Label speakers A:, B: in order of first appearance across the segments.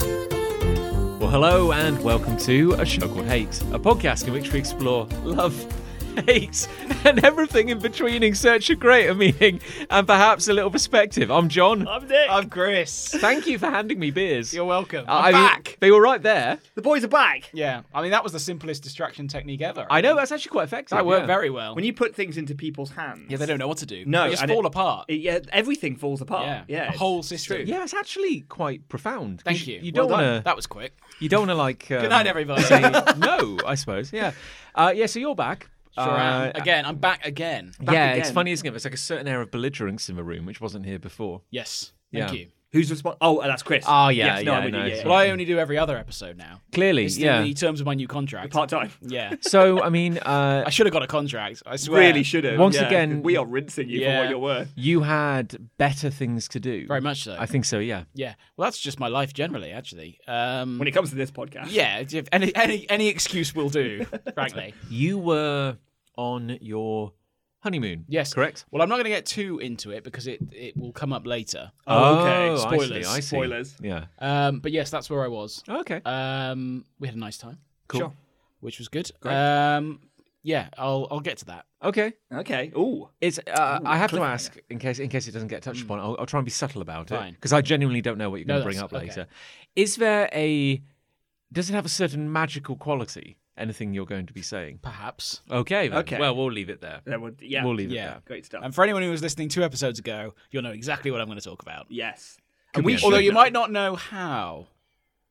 A: Well, hello and welcome to A Show Called Hate, a podcast in which we explore love, hate, and everything in between in search of greater meaning and perhaps a little perspective. I'm John.
B: I'm Nick.
C: I'm Chris.
A: Thank you for handing me beers.
C: You're welcome.
B: Uh,
A: I- I mean, they were right there.
B: the boys are back.
C: yeah, I mean that was the simplest distraction technique ever.
A: I know, that's actually quite effective.
C: that worked
A: yeah.
C: very well.
B: When you put things into people's hands,
C: yeah, they don't know what to do.
B: No,
C: they just
B: and it-
C: fall apart.
B: it- yeah, everything falls apart.
C: yeah,
B: Yeah,
C: the
B: it's-
C: whole system.
A: Yeah, it's actually quite profound.
C: Thank
A: sh-
C: you.
A: You don't
C: Well done.
A: want to.
C: That was quick.
A: You don't want to like. Um,
C: Good night, everybody.
A: say
C: sure
A: no, I suppose. Yeah. Uh, yeah. So you're back.
C: am.
A: Uh,
C: Again, I'm back again.
A: yeah,
B: again.
A: it's funny, isn't it? There's like a certain air of belligerence in the room, which wasn't here before.
C: Yes. Thank
A: Yeah.
C: you.
B: Who's responsible? Oh, that's Chris.
A: Oh, yeah,
B: Yes, no,
A: yeah,
B: I'm with you,
A: no,
B: yeah,
A: it's
C: Well, I only do every other episode now.
A: Clearly,
C: It's
A: yeah.
C: in the terms of my new contract.
B: Part time.
C: yeah.
A: So, I mean, uh,
C: I should have got a contract. I swear.
B: Really should have.
A: Once
B: yeah,
A: again-
B: we are rinsing you
C: Yeah.
B: for what you're worth.
A: You had better things to do.
C: Very much so.
A: I think so, yeah.
C: yeah. Well, that's just my life generally, actually. Um,
B: When it comes to this podcast,
C: yeah, if any, any any excuse will do, frankly.
A: You were on your honeymoon.
C: Yes.
A: Correct?
C: Well, I'm not going to get too into it because it, it will come up later.
B: Oh, okay.
A: I see,
C: Spoilers,
A: I see.
B: spoilers.
A: Yeah.
C: Um, but yes, that's where I was.
A: Okay.
C: Um, we had a nice time,
A: cool.
B: sure.
C: which was good. Um, yeah, I'll I'll get to that.
A: Okay.
B: Okay. Ooh.
A: It's. Uh, I have to ask in case in case it doesn't get touched upon. I'll, I'll try and be subtle about it
C: Mm. Fine.
A: because I genuinely don't know what you're
C: No,
A: going to bring
C: that's-
A: up
C: okay.
A: later. Is there a? Does it have a certain magical quality? Anything you're going to be saying?
C: Perhaps.
A: Okay. Then.
B: Okay.
A: Well, we'll leave it there.
B: There would- yeah.
A: We'll leave it
C: Yeah.
A: there.
B: Great stuff.
C: And for anyone who was listening two episodes ago, you'll know exactly what I'm going to talk about.
B: yes.
A: Could
B: And
A: be
B: we
A: a
C: Although
B: should
C: you
B: know.
C: might not know how.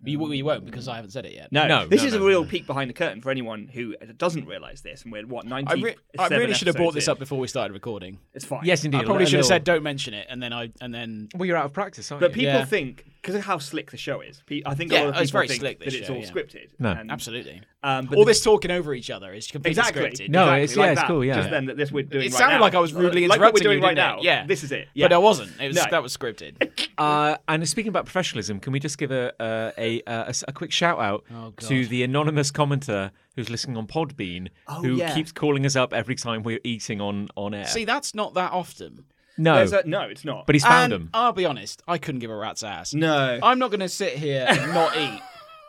C: You, you won't because I haven't said it yet.
B: No,
A: No,
B: This
A: no,
B: is
A: no,
B: a real peek behind the curtain for anyone who doesn't realise this. And we're what ninety.
C: I, re- I really should have brought this up before we started recording.
B: It's fine.
A: Yes, indeed.
C: I
A: a li-
C: probably
A: a
C: should have
A: little-
C: said don't mention it, and then I and then
A: Well, you're out of practice, aren't
B: But
A: you?
B: people
C: Yeah.
B: think because of how slick the show is. Pe- I think
C: Yeah,
B: a lot of
C: it's
B: people
C: very
B: think
C: slick,
B: that
C: this
B: it's
C: show,
B: all
C: yeah.
B: scripted.
A: No.
B: and-
C: absolutely
B: Um, but
C: all
B: the-
C: this talking over each other is completely
B: exactly.
C: scripted.
A: No,
B: exactly,
A: it's-
B: like
A: yeah, it's
B: that.
A: cool, yeah.
B: Just then that this we're doing.
C: It
B: right
C: sounded
B: now.
C: like I was rudely
B: like we're
C: interrupting
B: doing
C: you,
B: right
C: didn't
B: now.
C: it? Yeah,
B: this is it. Yeah.
C: But I wasn't. It was
B: No.
C: that was scripted.
A: Uh, and speaking about professionalism, can we just give a uh, a, uh, a s- a quick shout out
B: Oh,
A: to the anonymous commenter who's listening on Podbean, who
B: Oh, yeah.
A: keeps calling us up every time we're eating on on air.
C: See, that's not that often.
A: no,
B: There's a, no, it's not.
A: but he's found
C: and
A: them.
C: I'll be honest, I couldn't give a rat's ass.
B: no.
C: I'm not going to sit here and not eat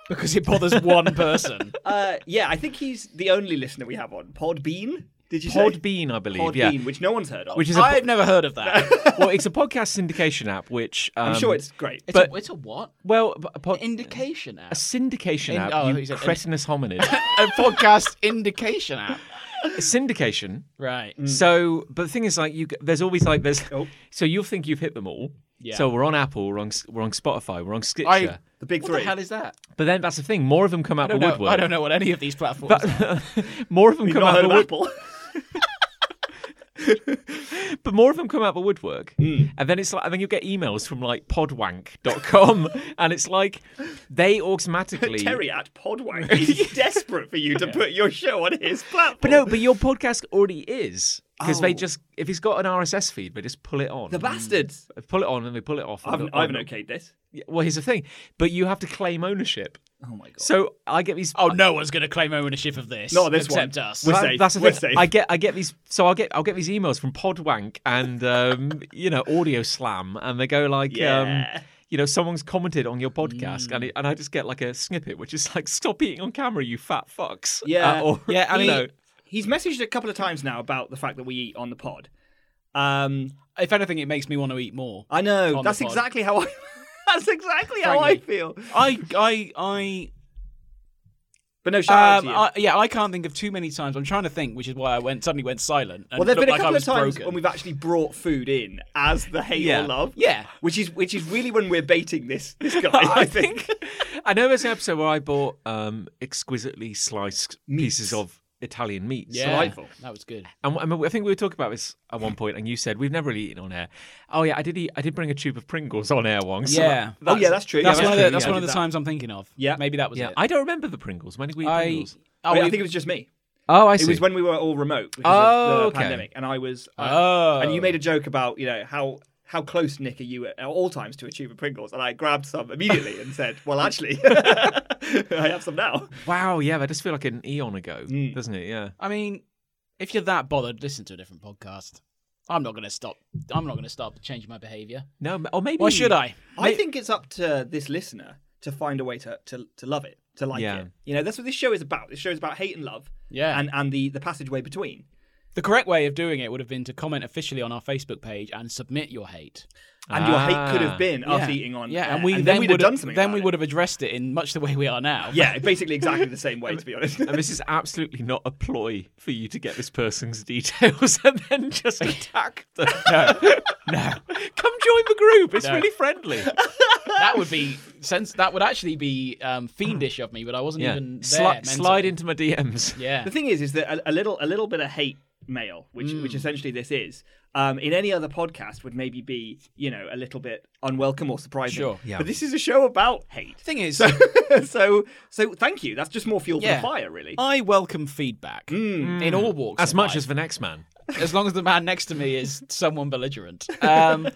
C: because it bothers one person.
B: Uh, yeah, I think he's the only listener we have on Podbean. Did you say
A: Podbean, I believe.
B: Podbean,
A: yeah,
B: which no one's heard of.
A: which is a,
C: I've never heard of that.
A: well, it's a podcast syndication app. Which um,
B: I'm sure it's great.
C: It's,
A: But-
C: a, it's a what?
A: well, b- a pod-
C: Indication
A: a
C: app.
A: syndication
C: In-
A: app.
C: oh, I thought
A: you
C: you said-
A: cretinous hominid.
C: A podcast indication app.
A: syndication.
C: Right.
A: Mm. So, but the thing is, like, you there's always like there's.
B: Mm. Oh.
A: So you'll think you've hit them all.
C: Yeah.
A: So we're on Apple, we're on S- we're on Spotify, we're on Stitcher.
C: I-
B: the big
C: What
B: three.
C: the hell is that?
A: But then that's the thing. More of them come out the
C: I don't, know,
A: woodwork.
C: I don't know what any of these platforms are.
A: But more of them
B: We've
A: come
B: not
A: out
B: heard
A: the
B: of
A: wood-
B: Apple.
A: but more of them come out the woodwork.
B: Hmm.
A: And then it's like, and then you get emails from like podwank.com, and it's like they automatically.
B: Terry at Podwank is desperate for you to put your show on his platform.
A: But no, but your podcast already is because they
B: Oh.
A: just if it's got an RSS feed, they just pull it on.
B: the bastards.
A: They pull it on and they pull it off. and
B: I've,
A: they'll-
B: I've okayed this.
A: Yeah, Well, here's the thing, but you have to claim ownership.
B: Oh my god.
A: So I get these.
C: Oh, no one's going to claim ownership of this.
B: Not this
C: except
B: one.
C: us.
B: We're
A: That-
B: safe.
A: That's the
B: We're
A: thing.
B: safe.
A: I get I get these so I'll get I'll get these emails from Podwank and um, you know Audio Slam and they go like
B: Yeah. Mm.
A: um, you know someone's commented on your podcast and it, and I just get like a snippet which is like stop eating on camera you fat fucks
B: Yeah.
A: Uh, or,
C: Yeah, I
A: you
C: mean-
A: know,
B: He's messaged a couple of times now about the fact that we eat on the pod. Um,
C: If anything, it makes me want to eat more.
B: I know.
C: On
B: That's
C: the pod.
B: exactly how I. that's exactly how I
C: Frankly.
B: feel.
C: I, I, I
B: But no, shout
C: Um,
B: out to you.
C: I, yeah, I can't think of too many times. I'm trying to think, which is why I went suddenly went silent. And
B: well, there've
C: looked
B: been a
C: like I
B: couple of
C: was
B: times
C: broken.
B: when we've actually brought food in as the hate
A: Yeah.
B: or love.
C: Yeah.
B: Which is which is really when we're baiting this this guy.
A: I
B: I
A: think
B: think.
A: I know there's an episode where I bought um, exquisitely sliced pieces of Italian meats.
C: Yeah,
B: Delightful.
C: that was good.
A: And and I think we were talking about this at one point, and you said we've never really eaten on air. Oh yeah, I did eat. I did bring a tube of Pringles on air once.
C: yeah,
B: oh yeah, that's true.
C: that's
B: yeah,
C: one of
B: true,
C: the that's
B: yeah.
C: one of the
B: I did
C: times I'm thinking of.
B: Yeah.
C: maybe that was
A: yeah.
C: it.
A: I don't remember the Pringles. When did we eat
C: I-
A: Pringles?
C: oh,
B: that. Wait, I
C: we-
B: think it was just me.
A: Oh, I see.
B: It was when we were all remote because of
A: Oh,
B: the
A: okay.
B: pandemic, and I was. uh,
C: oh,
B: And you made a joke about you know how how close Nick are you at, at all times to a tube of Pringles, and I grabbed some immediately and said, "Well, actually, I have some now."
A: wow. Yeah, that does feel like an eon ago, doesn't it? Yeah.
C: I mean, if you're that bothered, listen to a different podcast. I'm not going to stop. I'm not going to stop changing my behaviour.
A: No, m- or maybe.
C: Why should I?
B: I think it's up to this listener to find a way to to, to love it, to like
A: Yeah.
B: it. You know, that's what this show is about. This show is about hate and love,
C: Yeah.
B: and and the the passageway between.
C: The correct way of doing it would have been to comment officially on our Facebook page and submit your hate.
B: And your hate could
A: Ah.
B: have been us
C: Yeah.
B: eating on,
C: Yeah,
B: air,
C: and we
B: then, we'd have
C: would've-
B: done something.
C: Then
B: about
C: we
B: it.
C: would have addressed it in much the way we are now.
B: yeah, basically exactly the same way. To be honest,
A: And this is absolutely not a ploy for you to get this person's details and then just attack them. No, no. Come join the group. It's
C: No.
A: really friendly.
C: that would be sense. That would actually be um, fiendish of me, but I wasn't
A: Yeah.
C: even there.
A: Sli-
C: mentally.
A: slide into my DMs.
C: Yeah.
B: the thing is, is that a, a little a little bit of hate mail, which
C: Mm.
B: which essentially this is, um, in any other podcast would maybe be you know a little bit unwelcome or surprising.
C: Sure, yeah.
B: But this is a show about hate.
C: Thing is,
B: so so thank you. That's just more fuel for
C: Yeah. Oh.
B: the fire, really.
C: I welcome feedback
B: Mm.
C: in all walks.
A: As
C: of
A: much
C: life.
A: as the next man.
C: as long as the man next to me is someone belligerent. Um,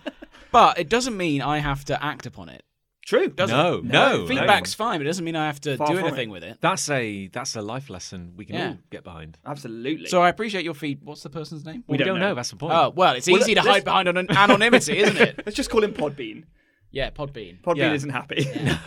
C: but it doesn't mean I have to act upon it.
B: True.
C: Doesn't
A: No,
C: it?
A: no, no.
C: Feedback's fine, but it doesn't mean I have to
B: Far
C: do
B: from
C: anything
B: it.
C: with it.
A: That's a that's a life lesson we can
C: Yeah.
A: all get behind.
B: Absolutely.
C: So I appreciate your feed. What's the person's name?
A: We,
B: don't
A: don't know.
B: know.
A: That's the point.
C: Oh well, it's easy to
B: let's-
C: hide behind an- anonymity, isn't it?
B: Let's just call him Podbean.
C: Yeah, Podbean.
B: Podbean
A: Yeah.
B: isn't happy.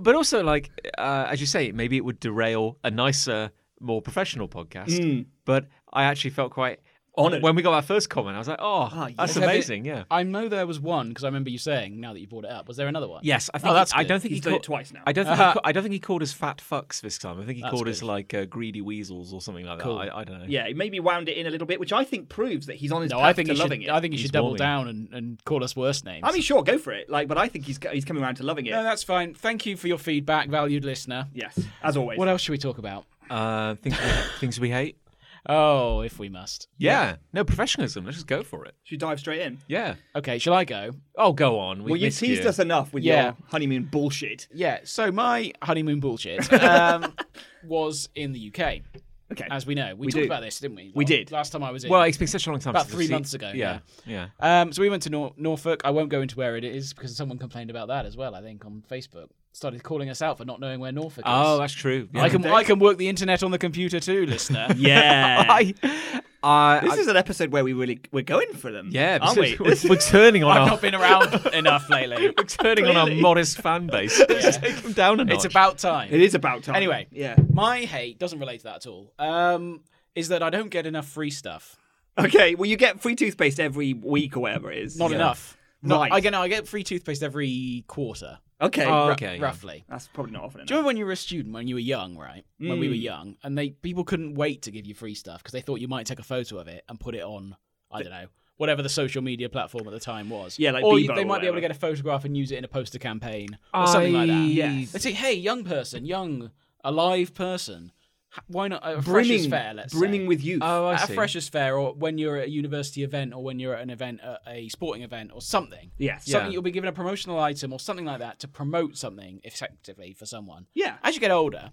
A: But also, like uh, as you say, maybe it would derail a nicer, more professional podcast. But I actually felt quite
B: Honoured.
A: when we got our first comment. I was like, oh, that's
C: Was there-
A: amazing. Yeah.
C: I know there was one because I remember you saying. Now that you brought it up, was there another one?
A: Yes, I
C: Oh,
A: think
C: that's
A: I
C: good.
A: don't think
B: He's
A: he
B: done
A: called,
B: it twice now.
A: I don't think he ca- I don't think he called us fat fucks this time. I think he called us like uh, greedy weasels or something like that. I, I don't know.
B: Yeah, he maybe wound it in a little bit, which I think proves that he's on his
C: No,
B: path
C: I think
B: to
C: you should.
B: loving it.
C: I think you should
A: He's
C: double
A: warming.
C: down and, and call us worse names.
B: I mean, sure, go for it. Like, but I think he's he's coming around to loving it.
C: no, that's fine. Thank you for your feedback, valued listener.
B: yes, as always.
C: What else should we talk about?
A: Uh, things we, things we hate.
C: Oh, if we must.
A: Yeah. No professionalism. Let's just go for it.
B: Should we dive straight in?
A: Yeah.
C: Okay, shall I go?
A: Oh, go on. We
B: Well, you
A: missed
B: teased
A: you.
B: us enough with
C: Yeah.
B: your honeymoon bullshit.
C: Yeah. So my honeymoon bullshit um, was in the UK,
B: Okay.
C: as we know. We,
B: We
C: talked
B: do.
C: about this, didn't we?
B: We
C: Well,
B: did.
C: Last time I was in.
A: Well, it's been such a long time.
C: About
A: since I've
C: three
A: seen-
C: months ago,
A: Yeah. Yeah.
C: Um, so we went to Nor- Norfolk. I won't go into where it is because someone complained about that as well. I think on Facebook started calling us out for not knowing where Norfolk is.
A: Oh, that's true. Yeah.
C: I can I can work the internet on the computer too, listener.
B: yeah.
A: I, I,
B: this
A: I-
B: is an episode where we really we're going for them.
A: yeah.
B: aren't
A: this
B: we?
A: is- We're, we're turning on
C: I've
A: our
C: not been around enough lately.
A: we're turning on our
B: Clearly.
A: modest fan base. Let's take them down a notch.
C: It's about time.
B: it is about time.
C: Anyway.
B: yeah.
C: My hate doesn't relate to that at all. Um, is that I don't get enough free stuff.
B: Okay. Well, you get free toothpaste every week or whatever it is.
C: Not
B: Yeah.
C: enough. Not-
B: Right.
C: I get no, I get free toothpaste every quarter,
B: Okay.
A: Oh,
B: ru-
A: okay. yeah.
C: roughly.
B: That's probably not often enough.
C: Uh, Do you remember when you were a student, when you were young, right? When
B: Hmm.
C: we were young, and they people couldn't wait to give you free stuff because they thought you might take a photo of it and put it on, I don't know, whatever the social media platform at the time was.
B: Yeah, like
C: or
B: Bebo
C: they
B: or
C: might be able to
B: whatever.
C: get a photograph and use it in a poster campaign or something like that.
A: I-
C: Yeah. They say, hey, young person, young, alive person, h- why not a freshers fair? Let's say.
B: brimming with youth.
A: Oh, I
C: at a
A: see.
C: freshers fair or when you're at a university event or when you're at an event at a sporting event or something
B: yes.
C: something
A: Yeah.
C: you'll be given a promotional item or something like that to promote something effectively for someone
B: Yeah.
C: as you get older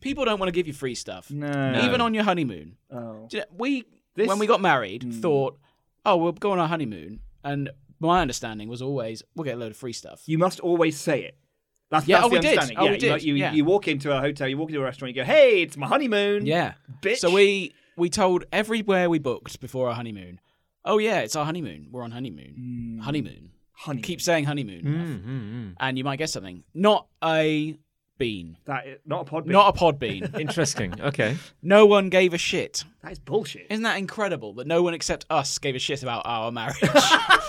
C: people don't want to give you free stuff
B: No.
C: even on your honeymoon
B: Oh.
C: Do you know, we
B: This- Mm.
C: when we got married thought oh we'll go on our honeymoon and my understanding was always we'll get a load of free stuff
B: You must always say it. That's,
C: Yeah,
B: that's
C: oh,
B: the
C: we did.
B: understanding.
C: Oh,
B: yeah,
C: we
B: You,
C: did.
B: you,
C: Yeah.
B: you walk into a hotel, you walk into a restaurant, you go, "Hey, it's my honeymoon."
C: yeah
B: Bitch.
C: so we we told everywhere we booked before our honeymoon oh yeah it's our honeymoon we're on
A: Hmm.
C: honeymoon honeymoon
B: honey.
C: keep saying honeymoon enough,
A: Mm-hmm.
C: and you might get something. Not a bean.
B: that. Is, not a pod. bit.
C: Not a pod bean.
A: Interesting. Okay.
C: no one gave a shit.
B: that is bullshit.
C: Isn't that incredible that no one except us gave a shit about our marriage?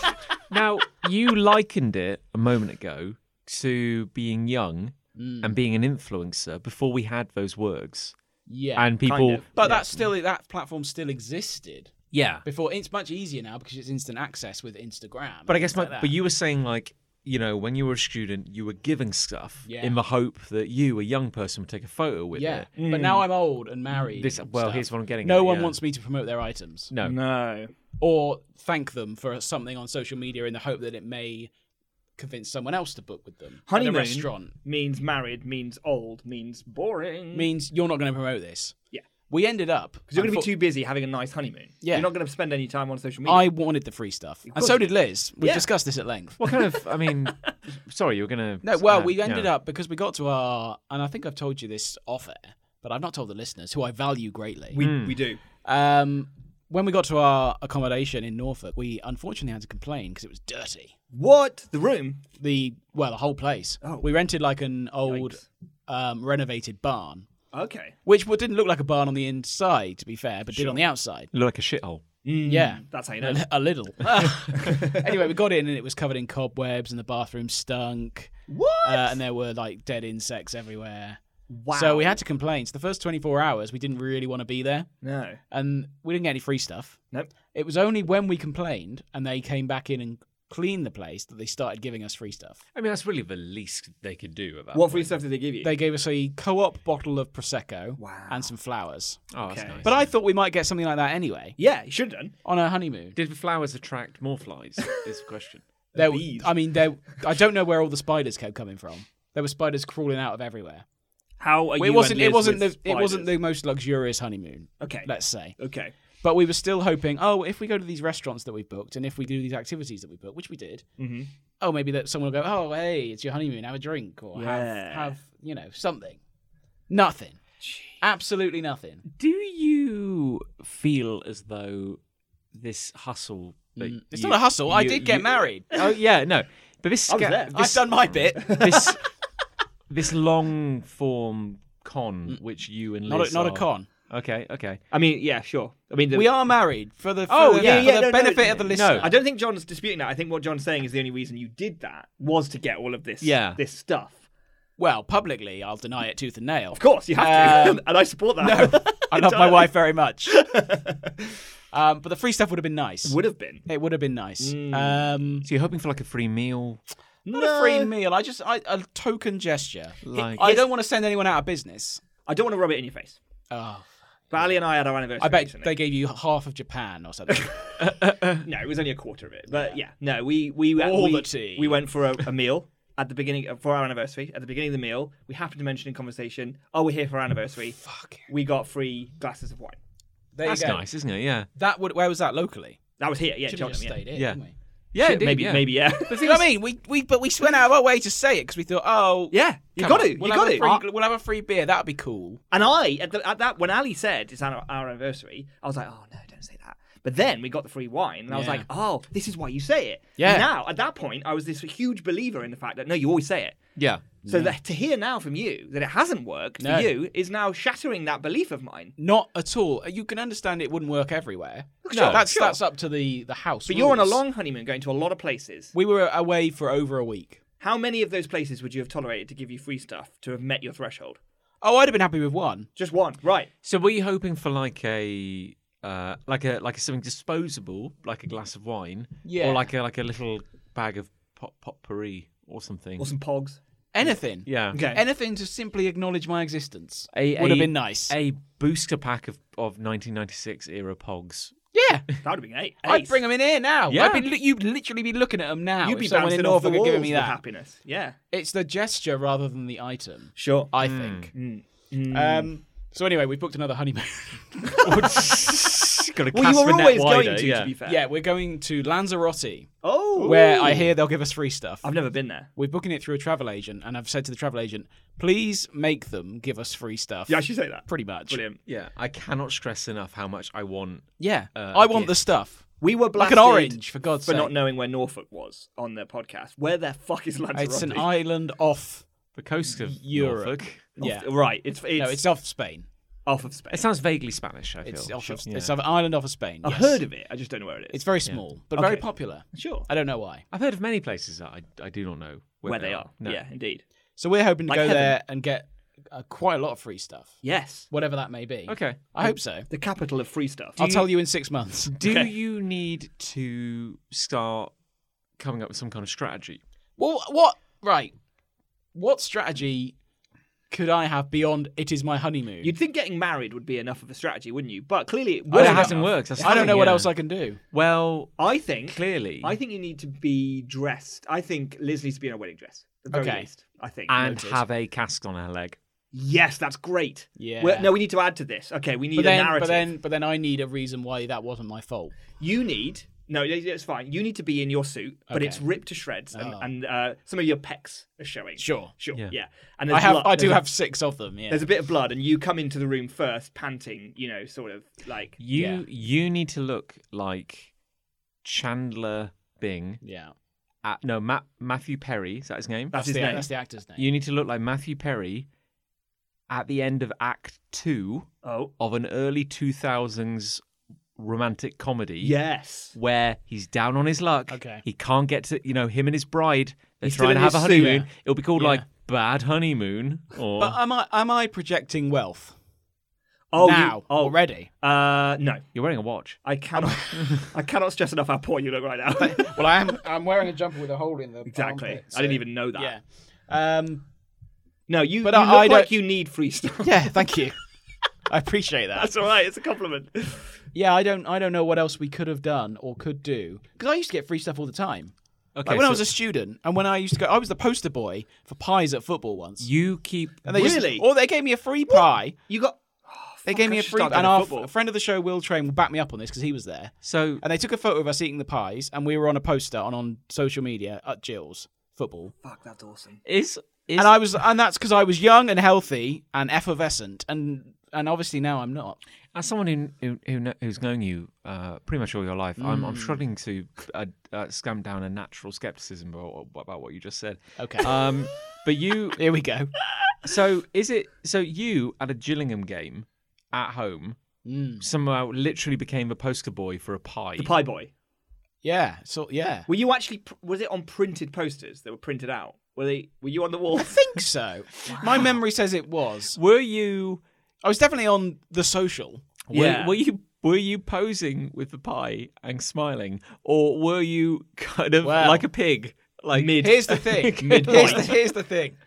A: Now, you likened it a moment ago to being young
C: Mm.
A: and being an influencer before we had those words.
C: yeah.
A: And people.
B: of.
C: but that still that platform still existed
A: Yeah.
C: before. It's much easier now because it's instant access with Instagram.
A: But I
C: and
A: guess
C: things
A: my.
C: like that.
A: but you were saying, like, you know, when you were a student, you were giving stuff
C: Yeah.
A: in the hope that you, a young person, would take a photo with
C: yeah.
A: it. Hmm.
C: But now I'm old and married.
A: This,
C: and
A: well,
C: stuff.
A: here's what I'm getting.
C: No
A: at,
C: one
A: yeah.
C: wants me to promote their items
A: No.
B: No.
C: or thank them for something on social media in the hope that it may convince someone else to book with them. At a
B: Honeymoon
C: restaurant
B: means married, means old, means boring.
C: means you're not going to promote this.
B: Yeah.
C: We ended up.
B: Because you're going to be too busy having a nice honeymoon.
C: Yeah.
B: You're not going to spend any time on social media.
C: I wanted the free stuff, and so did Liz. We've
B: Yeah.
C: discussed this at length.
A: What kind of? I mean, sorry, you were gonna.
C: No, well,
A: uh,
C: we ended
A: yeah.
C: up because we got to our, and I think I've told you this off air, but I've not told the listeners who I value greatly.
B: we, we do.
C: um, when we got to our accommodation in Norfolk, we unfortunately had to complain because it was dirty.
B: What? The room?
C: The well, the whole place.
B: Oh.
C: We rented like an old,
B: Yikes.
C: um, renovated barn,
B: Okay.
C: which well, didn't look like a barn on the inside, to be fair, but did on the outside.
A: Looked like a shithole.
C: Yeah.
B: That's how you know.
C: A, a little. anyway, we got in and it was covered in cobwebs, and the bathroom stunk,
B: What?
C: uh, and there were like dead insects everywhere.
B: wow.
C: So we had to complain. So the first 24 hours, we didn't really want to be there,
B: No.
C: and we didn't get any free stuff.
B: Nope.
C: It was only when we complained and they came back in and cleaned the place that they started giving us free stuff.
A: I mean, that's really the least they could do about.
B: What free stuff did they give you?
C: They gave us a co-op bottle of prosecco
B: Wow.
C: and some flowers.
A: Oh, that's
B: Okay.
A: nice.
C: But I thought we might get something like that anyway
B: yeah, you should have done.
C: on our honeymoon.
A: did the flowers attract more flies? Is the question.
C: There,
B: bees.
C: I mean, there. I don't know where all the spiders kept coming from. There were spiders crawling out of everywhere.
B: How are
C: Well,
B: you
C: it wasn't.
B: and
C: It
B: Liz
C: wasn't the.
B: with
C: It wasn't the
B: spiders?
C: most luxurious honeymoon.
B: Okay.
C: Let's say.
B: Okay.
C: But we were still hoping, oh, if we go to these restaurants that we booked and if we do these activities that we booked, which we did,
B: Mhm.
C: oh, maybe that someone will go, oh, hey, it's your honeymoon, have a drink or
B: Yeah.
C: have, have, you know, something. Nothing. Absolutely nothing.
A: Do you feel as though this hustle? that
C: Mm. It's
A: you-
C: not a hustle. I
A: you-
C: did get
A: you-
C: married.
A: Oh yeah, no. But this
B: I was
A: sca-
B: there.
C: I've
A: this
C: done my bit.
A: this, this long form con which you and
C: not,
A: Liz
C: a, not a
A: are-
C: con.
A: Okay, okay.
B: I mean, yeah, sure. I mean, the,
C: We are married for the, for
A: Oh,
C: the,
A: yeah,
C: for
B: yeah,
C: the
B: no, no,
C: benefit of the
A: no.
C: listener.
B: I don't think John's disputing that. I think what John's saying is the only reason you did that was to get all of this.
A: Yeah.
B: This stuff.
C: Well, publicly, I'll deny it tooth and nail.
B: Of course, you have to,
C: Um,
B: and I support that.
C: I love my
B: Entirely.
C: wife very much. um, but the free stuff would have been nice.
B: Would have been.
C: It would have been nice.
B: Mm.
C: Um,
A: So you're hoping for like a free meal?
C: not a free meal. I just I, a token gesture.
A: Like
C: I don't want to send anyone out of business.
B: I don't want to rub it in your face. Ah,
C: Oh,
B: But Ali and I had our anniversary.
C: I bet
B: recently.
C: they gave you half of Japan or something.
B: No, it was only a quarter of it. But yeah, no, we we went-
C: All
B: we,
C: the tea.
B: we went for a, a meal at the beginning uh, for our anniversary. At the beginning of the meal, we happened to mention in conversation, "Oh, we're here for our anniversary."
C: Fuck.
B: We got free glasses of wine.
C: There
A: That's
C: you go.
A: nice, isn't it? Yeah.
C: That would. Where was that locally?
B: That was here, yeah,
C: Should
B: Cheltenham.
C: have just
B: Yeah.
C: stayed here.
A: Yeah.
C: couldn't we?
A: Yeah,
B: Should- maybe, maybe, yeah.
C: See what I mean? We we but we went out of our way to say it because we thought, oh
B: yeah, you
C: come
B: got
C: on,
B: to, you
C: we'll
B: got
C: have
B: to.
C: a free- We'll have a free beer. That'd be cool.
B: And I, at, the, at that, when Ali said it's our, our anniversary, I was like, oh no, don't say that. But then we got the free wine, and I was
C: Yeah.
B: like, oh, this is why you say it.
C: Yeah.
B: Now, at that point, I was this huge believer in the fact that no, you always say it.
A: Yeah.
B: So that, to hear now from you that it hasn't worked
C: No.
B: for you is now shattering that belief of mine.
C: Not at all. Uh, You can understand it wouldn't work everywhere.
B: Sure,
C: that's
B: sure.
C: that's up to the the house.
B: But you're on a
C: rules.
B: long honeymoon going to a lot of places.
C: We were away for over a week.
B: How many of those places would you have tolerated to give you free stuff to have met your threshold?
C: Oh, I'd have been happy with one.
B: Just one, right?
A: So were you hoping for like a uh, like a like a, something disposable, like a
B: Mm.
A: glass of wine,
C: Yeah.
A: or like a like a little bag of pot potpourri or something?
B: Or some pogs?
C: Anything.
A: Yeah.
B: Okay.
C: Anything to simply acknowledge my existence
A: A-
C: would
A: a-
C: have been nice.
A: A booster pack of, of 1996 era pogs.
C: yeah.
B: that would have been eight.
C: I'd bring them in here now.
A: Yeah.
C: I'd be, li- you'd literally be looking at them now.
B: You'd
C: if
B: be
C: someone in
B: bouncing off the
C: Norfolk had
B: walls
C: given
B: with
C: me that.
B: happiness. Yeah,
C: It's the gesture rather than the item,
B: sure.
C: I think.
B: Mm.
C: Um, so anyway, we booked another honeymoon.
A: Gotta
B: Well,
A: cast
B: you
A: the
B: were
A: net
B: always
A: wider,
B: going to,
A: yeah.
B: to be fair.
C: yeah, we're going to Lanzarote,
B: Oh,
C: where I hear they'll give us free stuff.
B: I've never been there.
C: we're booking it through a travel agent, and I've said to the travel agent, please make them give us free stuff.
B: Yeah, I should say that.
C: pretty much.
B: Brilliant.
A: Yeah, I cannot stress enough how much I want.
C: Yeah,
A: Uh,
C: I want
A: yeah.
C: the stuff.
B: We were
C: Like
B: blasted
C: an orange, for God's
B: for
C: sake.
B: not knowing where Norfolk was on their podcast. Where the fuck is Lanzarote?
C: it's an island off.
A: The coast of
C: Europe.
A: Norfolk.
C: Yeah,
B: Right, it's it's,
C: no, it's off Spain.
B: off of Spain.
A: It sounds vaguely Spanish. I feel.
C: It's off.
A: Sure.
C: Of,
A: Yeah.
C: It's an island off of Spain.
B: I've
C: yes.
B: heard of it. I just don't know where it is.
C: It's very small, but very
B: Okay.
C: popular.
B: sure
C: I don't know why.
A: I've heard of many places that I, I do not know where,
B: where they are.
A: No.
B: Yeah, indeed.
C: So we're hoping to
B: Like
C: go
B: heaven.
C: there and get uh, quite a lot of free stuff,
B: Yes,
C: whatever that may be.
A: Okay.
C: I hope so.
B: the capital of free stuff.
C: I'll tell you in six months.
A: Do
B: Okay.
A: you need to start coming up with some kind of strategy?
C: Well, what? Right. What strategy could I have beyond it is my honeymoon?
B: You'd think getting married would be enough of a strategy, wouldn't you? But clearly, it
C: Oh,
A: Well, it
B: wasn't
A: hasn't
B: enough.
A: worked. That's
C: I don't
A: fine,
C: know what
A: yeah.
C: else I can do.
A: Well,
B: I think
A: clearly.
B: I think you need to be dressed. I think Liz needs to be in a wedding dress. At the very
C: Okay.
B: least, I think.
A: and
C: noted.
A: have a cask on her leg.
B: yes, that's great.
C: Yeah.
B: Well, no, we need to add to this. Okay, we need
C: But
B: a
C: then,
B: narrative.
C: but then, but then, I need a reason why that wasn't my fault.
B: you need no, it- it's fine. You need to be in your suit, but
C: Okay.
B: it's ripped to shreds, and,
C: Oh.
B: and uh, some of your pecs are showing.
C: Sure.
B: sure,
A: Yeah.
B: yeah. And
C: I
B: there's
C: have,
B: blood-
C: I do
B: there's a-
C: have six of them. Yeah.
B: There's a bit of blood, and you come into the room first, panting. You know, sort of like
A: You
C: Yeah.
A: you need to look like Chandler Bing.
C: Yeah.
A: Uh, no, Ma- Matthew Perry. Is that his name?
B: that's
C: That's
B: his
C: the,
B: name.
C: that's the actor's name.
A: You need to look like Matthew Perry at the end of Act Two
B: oh,
A: of an early two thousands romantic comedy.
B: yes.
A: Where he's down on his luck.
C: Okay.
A: He can't get to you know him and his bride. They're
B: He's still
A: trying to
B: in
A: have a
B: his suit.
A: honeymoon.
C: Yeah.
A: It'll be called
C: Yeah.
A: like Bad Honeymoon. Or
C: but uh, am I am I projecting wealth
B: Oh, you-
C: now
B: oh,
C: already?
B: Uh, no,
A: you're wearing a watch.
B: I cannot. I cannot stress enough how poor you look right now.
C: Well, I am. I'm wearing a jumper with a hole in the
B: Exactly. I didn't even know that.
C: Yeah. Um,
B: No, you,
C: But
B: you
C: I-
B: look
C: I don't-
B: like you need freestyle.
C: yeah. Thank you. I appreciate that.
B: That's all right. It's a compliment.
C: Yeah, I don't. I don't know what else we could have done or could do because I used to get free stuff all the time.
A: Okay.
C: Like when
A: so
C: I was a student, and when I used to go, I was the poster boy for pies at football once.
A: you keep
C: and they
B: Really?
C: Just, or they gave me a free pie.
B: You got.
C: They gave me a
B: I should
C: free.
B: start
C: And
B: doing
C: our
B: football.
C: f- friend of the show, Will Train, will back me up on this because he was there.
A: so
C: And they took a photo of us eating the pies, and we were on a poster on on social media at Jill's football.
B: Fuck, that's awesome.
A: is is
C: And I was, and that's because I was young and healthy and effervescent, and and obviously now I'm not.
A: As someone who, who, who kn- who's known you uh, pretty much all your life, I'm,
C: Hmm.
A: I'm struggling to uh, uh, scam down a natural skepticism about, about what you just said.
C: Okay, Uh,
A: Um, but you,
C: here we go.
A: so is it so you at a Gillingham game at home
C: Mm.
A: somehow literally became a poster boy for a pie?
B: The Pie Boy.
C: Yeah, so yeah,
B: Were you actually? pr- Was it on printed posters that were printed out? Were they? Were you on the wall?
C: I think so. My memory says it was.
A: Were you?
C: I was definitely on the social.
A: Were,
B: Yeah.
A: were you? Were you posing with the pie and smiling, or were you kind of
C: Well.
A: like a pig? Like
B: Mid.
C: Here's the thing.
A: Midpoint.
C: here's, the, here's the thing.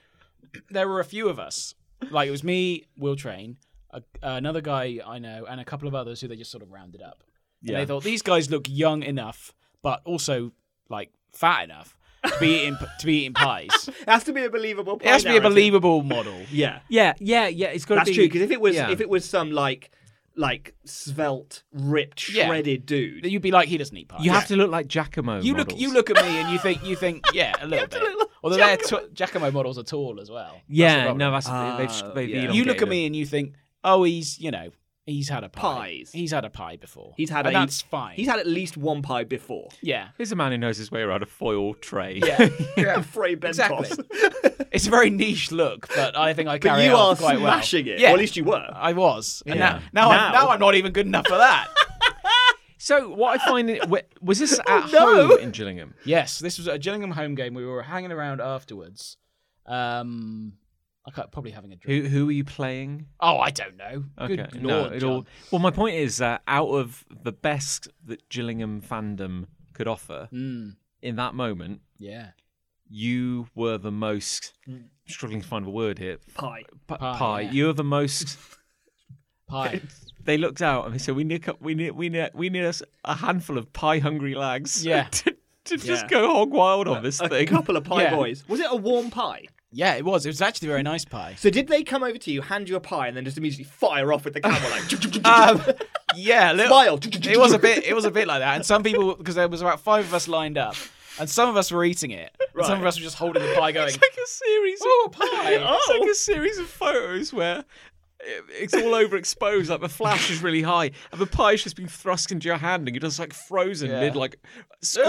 C: There were a few of us. Like it was me, Will Train, a, another guy I know, and a couple of others who they just sort of rounded up. And
A: Yeah.
C: they thought these guys look young enough, but also like fat enough to be eating to be eating pies.
B: It has to be a believable. Pie
C: it has to be a
B: narrative.
C: believable model.
B: Yeah,
A: yeah, yeah, yeah. It's got to
B: that's
A: be
B: true. Because if it was,
A: yeah.
B: if it was some like, like svelte, ripped,
C: Yeah.
B: shredded dude,
C: That You'd be like, he doesn't eat pies.
A: You have to look like Giacomo.
C: You look.
A: models.
C: You look at me and you think. You think. Yeah, a little bit. Although they're t- Giacomo models are tall as well. That's the
A: Yeah,
C: problem.
A: no, that's
B: Ah,
A: they've, they've
B: yeah.
A: elongated
C: you look at
A: them.
C: me and you think, oh, he's you know, he's had a pie.
B: Pies.
C: He's had a pie before.
B: he's had.
C: And
B: a,
C: that's fine.
B: He's had at least one pie before.
C: yeah.
A: Here's a man who knows his way around a foil tray.
C: Yeah,
B: A Frey Bentos.
C: Exactly. it's a very niche look, but I think I
B: But
C: carry it
B: you are
C: off quite
B: smashing
C: well.
B: it.
C: Yeah,
B: Or at least you were.
C: I was. And
A: Yeah.
C: now, now,
B: Now-
C: I'm, now I'm not even good enough for that.
A: So what I find it- wh- was this at
B: no.
A: home in Gillingham?
C: yes, this was a Gillingham home game. We were hanging around afterwards. Um, I can't, probably having a drink.
A: Who who are you playing?
C: Oh, I don't know. Good
A: no,
C: lord,
A: it
C: John.
A: all- Well, my point is that out of the best that Gillingham fandom could offer
C: Mm,
A: in that moment,
C: yeah,
A: you were the most struggling to find a word here.
B: Mm. Pie.
A: P-
C: Pie,
A: pie.
C: yeah.
A: You were the most.
C: pie.
A: They looked out and they said, "We need, a cou- we need, we need, we need us a handful of pie-hungry lags."
C: Yeah.
A: to, to just
B: Yeah.
A: go hog wild on this
B: A
A: thing.
B: couple of pie
C: Yeah.
B: boys. Was it a warm pie?
C: yeah, it was. It was actually a very nice pie.
B: So did they come over to you, hand you a pie, and then just immediately fire off with the camera like
C: Um, yeah, a little,
B: smile?
C: it was a bit it was a bit like that and some people because there was about five of us lined up and some of us were eating it and some of
B: Right.
C: us were just holding the pie going
A: It's like a Oh. series.
C: Oh,
A: of,
C: pie.
A: It's like a series of photos where it- it's all overexposed. Like the flash is really high, and the pie's just been thrust into your hand, and you're just like frozen
C: Yeah.
A: mid like squeeze.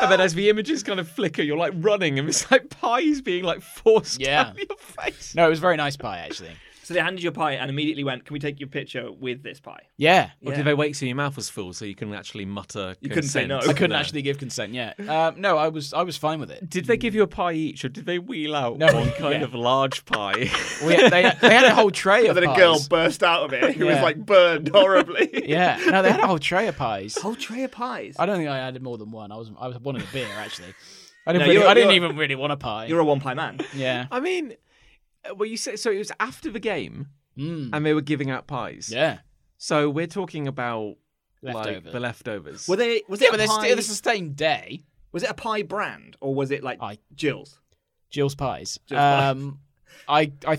A: and then as the images kind of flicker, you're like running, and it's like pie's being like forced
C: Yeah.
A: down your face.
C: no it was very nice pie actually
B: So they handed you a pie and immediately went, "Can we take your picture with this pie?"
C: yeah
A: Or did they wait till your mouth was full so you couldn't actually mutter? You
B: couldn't say no.
C: I couldn't actually give consent yeah um, no I was I was fine with it
A: Did they give you a pie each, or did they wheel out
C: No.
A: one kind
C: Yeah.
A: of large pie?
C: we had, they, they had a whole tray of
B: And then a
C: pies.
B: girl burst out of it who
C: Yeah.
B: was like burned horribly.
C: yeah no they had a whole tray of pies
B: Whole tray of pies.
C: I don't think I added more than one I was I was one of the beer actually I
B: No,
C: didn't, really,
B: you're-
C: I didn't
B: you're-
C: even really want a pie.
B: You're a one pie man.
C: yeah.
A: I mean, uh, well, you said so. It was after the game,
C: Mm.
A: and they were giving out pies.
C: Yeah.
A: So we're talking about
C: Leftovers.
A: like the leftovers.
B: Were they? Was
C: yeah,
B: it
C: but
B: a
C: they're
B: pie?
C: still, it's the same day.
B: Was it a pie brand or was it like
C: I-
B: Jill's?
C: Jill's pies.
B: Jill's pies.
C: um, I, I,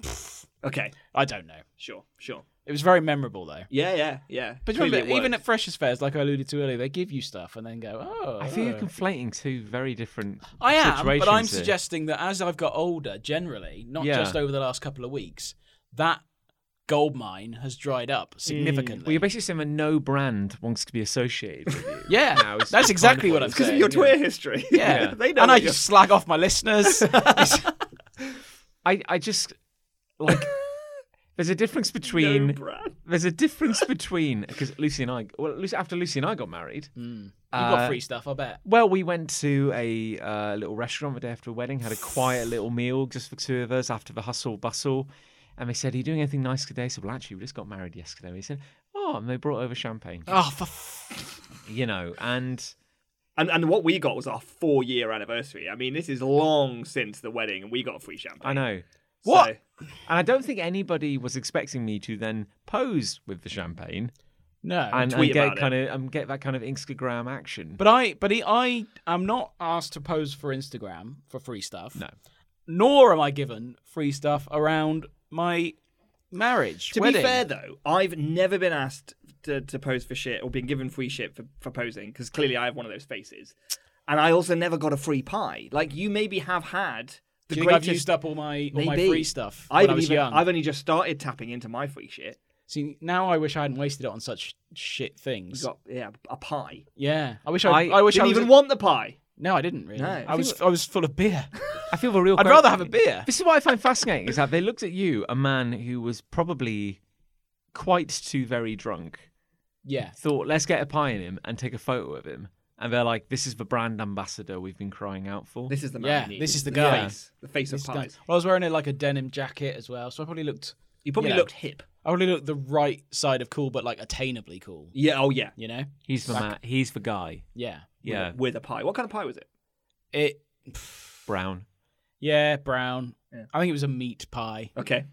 C: pff,
B: Okay,
C: I don't know.
B: sure, sure.
C: It was very memorable though.
B: Yeah, yeah, yeah.
C: But
B: Clearly
C: remember,
B: it
C: even
B: worked.
C: at freshers' fairs, like I alluded to earlier, they give you stuff and then go, "Oh,
A: I think
C: oh.
A: you're conflating two very different.
C: I am, but I'm
A: situations here.
C: suggesting that as I've got older, generally, not
A: Yeah.
C: just over the last couple of weeks, that gold mine has dried up
B: Mm.
C: significantly.
A: Well, you're basically saying that no brand wants to be associated with you.
C: yeah,
A: now it's
C: that's
A: kind
C: exactly
A: of what
C: what I'm
A: it's
B: because of
C: saying.
B: your
C: yeah.
B: Twitter history.
C: Yeah.
B: they know.
C: and I
B: what you're-
C: just slag off my listeners.
A: I, I just like there's a difference between
B: No brand.
A: there's a difference between because Lucy and I well Lucy after Lucy and I got married.
C: You
B: Uh,
C: got free stuff, I bet.
A: Well, we went to a uh, little restaurant the day after the wedding, had a quiet little meal just for two of us after the hustle bustle. And they said, Are you doing anything nice today? I said, Well, actually, we just got married yesterday. And they said, Oh, and they brought over champagne,
C: Oh, for f-
A: you know. And
B: And and what we got was our four year anniversary. I mean, this is long since the wedding, and we got free champagne.
A: I know.
B: So-
C: What?
A: And I don't think anybody was expecting me to then pose with the champagne
C: no.
A: and, and
B: tweet
A: get
B: about it.
A: kind of and get that kind of Instagram action.
C: But I, but he, I am not asked to pose for Instagram for free stuff.
A: No.
C: Nor am I given free stuff around my marriage.
B: To
C: wedding.
B: be fair, though, I've never been asked to, to pose for shit or been given free shit for, for posing because clearly I have one of those faces. And I also never got a free pie. Like, you maybe have had the
C: Do you think
B: greatest.
C: I've used up all my all my
B: Maybe.
C: free stuff
B: I've
C: when I was
B: even,
C: young?
B: I've only just started tapping into my free shit.
C: See, now I wish I hadn't wasted it on such shit
B: You
C: things.
B: got, yeah, a pie.
C: Yeah, I wish I.
A: I
C: I, wish I
B: Didn't
C: was
B: even want the pie.
C: No, I didn't really.
B: No, I
C: I,
B: think
C: was I was full of beer.
A: I feel the real.
C: I'd
A: que-
C: rather have a beer.
A: This is what I find fascinating is that they looked at you, a man who was probably quite too very drunk,
C: Yeah,
A: thought, "Let's get a pie in him and take a photo of him," and they're like, "This is the brand ambassador we've been crying out for."
B: This is the man.
C: Yeah,
B: we need.
C: this is the guy.
B: face, the face
C: This
B: of pies.
C: guy- Well, I was wearing a, like a denim jacket as well, so I probably looked.
B: You probably
C: Yeah.
B: looked hip.
C: I probably looked the right side of cool, but like attainably cool.
B: Yeah, oh yeah.
C: You know?
A: He's the
C: Like-
A: man. He's the guy.
C: Yeah.
A: Yeah,
B: With a pie. What kind of pie was it?
C: It.
A: brown.
C: Yeah, brown.
B: Yeah.
C: I think it was a meat pie.
B: Okay.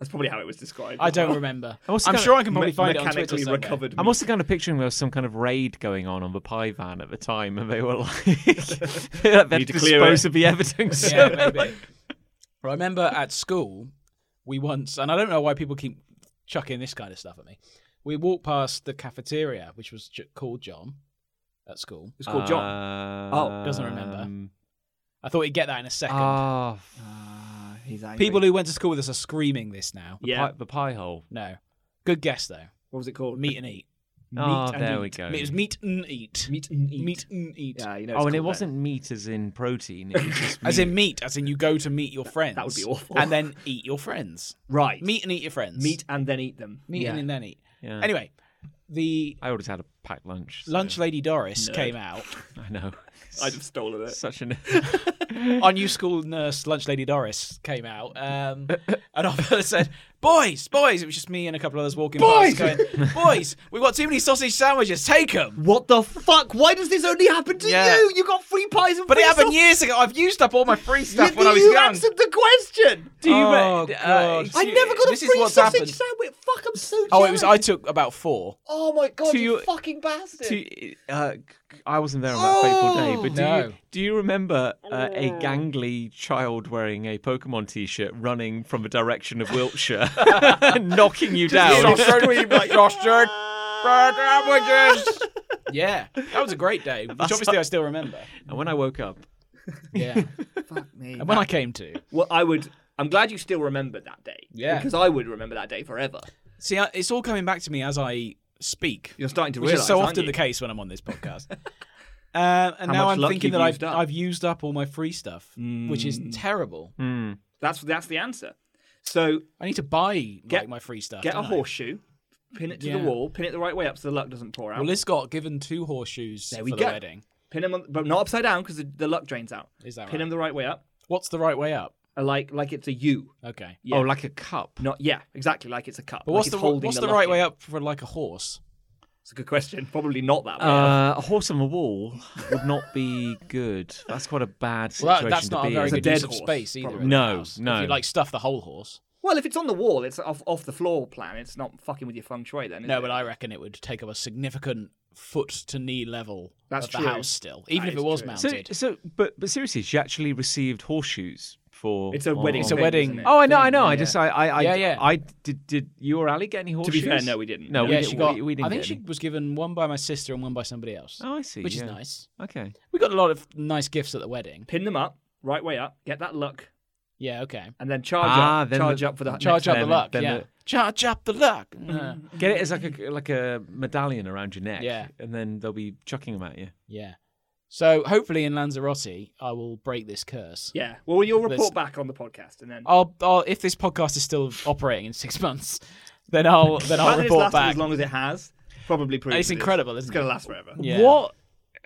B: That's probably how it was described.
C: I don't remember.
A: I also
C: I'm
A: kinda-
C: sure I can probably
B: Me-
C: find it on Twitter.
B: mechanically
C: somewhere.
B: recovered.
A: I'm
B: meat.
A: also kind of picturing there was some kind of raid going on on the pie van at the time, and they were like, they had to
B: to clear
A: dispose of the evidence.
C: Yeah, maybe. Well, I remember at school, we once, and I don't know why people keep chucking this kind of stuff at me. We walked past the cafeteria, which was j- called John at school.
B: It's called John.
A: oh,
C: doesn't remember. I thought we'd get that in a second.
A: Ah, f-
B: Ah, he's angry.
C: people who went to school with us are screaming this now.
A: the,
B: Yeah.
A: pie, the pie hole.
C: No. Good guess, though.
B: What was it called?
C: Meet and eat.
A: Ah,
C: Meat and
A: there we
C: eat.
A: go.
C: It was meat and eat.
B: Meat and eat.
C: Meat and eat.
B: Yeah, you know.
A: Oh,
B: it's
A: and it
B: called
A: wasn't meat as in protein. It was just
C: As
A: meat.
C: in meat, as in you go to meet your friends.
B: would be awful.
C: And then eat your friends.
B: that. right.
C: Meet and eat your friends.
B: meat, and then eat them.
C: Meet
B: yeah.
C: and then eat.
A: Yeah.
C: Anyway, the
A: I always had a packed lunch. so-
C: lunch lady Doris came out.
A: I know.
B: I'd have stolen it.
A: Such an.
C: Our new school nurse, lunch lady Doris, came out, um, and I said, "Boys, boys!" It was just me and a couple of others walking
B: Boys!
C: past, going, "Boys, we've got too many sausage sandwiches. Take them."
B: What the fuck? Why does this only happen to
C: Yeah.
B: you? You got free pies and
C: But
B: free
C: it happened
B: sausage.
C: years ago. I've used up all my free stuff
B: You-
C: when I was
B: you
C: young.
B: answered the question.
A: Do you
C: Oh,
A: uh,
C: God.
A: excuse-
B: I never got
C: This
B: a
C: is
B: free
C: what's
B: sausage
C: happened.
B: sandwich. Fuck, I'm so. Jealous.
C: Oh, it was. I took about four.
B: Oh my god,
A: To
B: you
A: your-
B: fucking bastard.
A: Do, uh, I wasn't there on that fateful day, but do
C: No.
A: you do you remember uh, a gangly child wearing a Pokemon T-shirt running from the direction of Wiltshire, knocking you down?
C: Sausage sandwiches. Yeah, that was a great day, which obviously I still remember.
A: And when I woke up,
C: Yeah,
B: fuck me.
C: and when I came to,
B: Well, I would. I'm glad you still remembered that day.
C: Yeah.
B: Because I would remember that day forever.
C: see, I- it's all coming back to me as I speak.
B: You're starting to
C: which
B: realize.
C: is so
B: aren't
C: often
B: you?
C: the case when I'm on this podcast. Um, and
B: How
C: now
B: much
C: I'm
B: luck
C: thinking
B: you've
C: that I've,
B: used up. Mm.
C: I've used up all my free stuff, which is terrible.
B: That's that's the answer. So
C: I need to buy like,
B: Get-
C: my free stuff.
B: get a
C: don't I?
B: horseshoe, pin it to the
C: Yeah.
B: wall, pin it the right way up so the luck doesn't pour out.
C: Well, Liz got given two horseshoes
B: There we
C: for
B: go.
C: the wedding.
B: pin them, on, but not upside down because the, the luck drains out.
C: Is that
B: Pin
C: right?
B: them the right way up,
C: What's the right way up?
B: uh, like like it's a U.
C: Okay.
B: Yeah.
A: oh, like a cup.
B: Not yeah, exactly like it's a cup.
C: But
B: like
C: what's
B: it's
C: the
B: holding
C: what's
B: the,
C: the, right way up for like a horse?
B: It's a good question. Probably not that way.
A: Uh, a horse on the wall would not be good. That's quite a bad
C: Well,
A: situation
C: that, that's
A: to
C: not a
A: be
C: very
A: in.
B: It's a
C: good
B: dead
C: use of
B: horse,
C: space either.
B: probably.
C: in
A: No,
C: the house.
A: no.
C: If you like stuff the whole horse.
B: well, if it's on the wall, it's off off the floor plan. It's not fucking with your feng shui then. Is
C: No,
B: it?
C: but I reckon it would take up a significant foot to knee level
B: That's
C: of
B: true.
C: the house still, even
B: That
C: if it
B: is
C: was
B: true.
A: So,
C: mounted.
A: so, but but seriously, she actually received horseshoes for.
B: It's a
A: on-
B: wedding.
C: It's a
A: on-
B: thing,
C: wedding.
B: isn't it?
A: Oh, I know, I
B: Thing,
A: know. I
B: yeah.
A: just, I, I, I,
C: Yeah, yeah.
A: I did. Did you or Ali get any
B: To
A: horseshoes?
B: be fair, no, we didn't.
A: No, we
C: yeah,
A: didn't-
C: she got.
A: we- we didn't
C: I think
A: get
C: she
A: any.
C: was given one by my sister and one by somebody else,
A: Oh, I see.
C: which
A: yeah.
C: is nice.
A: Okay.
C: We got a lot of nice gifts at the wedding.
B: Pin them up, right way up. Get that luck,
C: Yeah, okay.
B: and then charge
A: Ah,
B: up.
A: then
B: charge
A: the-
B: up for the
C: Charge
B: next
C: up
A: Then-
C: the luck.
A: then
C: Yeah,
A: the-
C: charge up the luck. Uh,
A: Get it as like a like a medallion around your neck.
C: Yeah.
A: And then they'll be chucking them at you.
C: yeah. So hopefully in Lanzarote, I will break this curse.
B: Yeah. Well, you'll
C: There's-
B: report back on the podcast, and then
C: I'll, I'll if this podcast is still operating in six months, then I'll
B: Imagine
C: then I'll
B: it's
C: report
B: lasted
C: back.
B: as long as it has. Probably proves
C: It's
B: it is.
C: incredible,
B: It's
C: isn't
B: going
C: it?
B: to last forever.
C: Yeah.
A: What?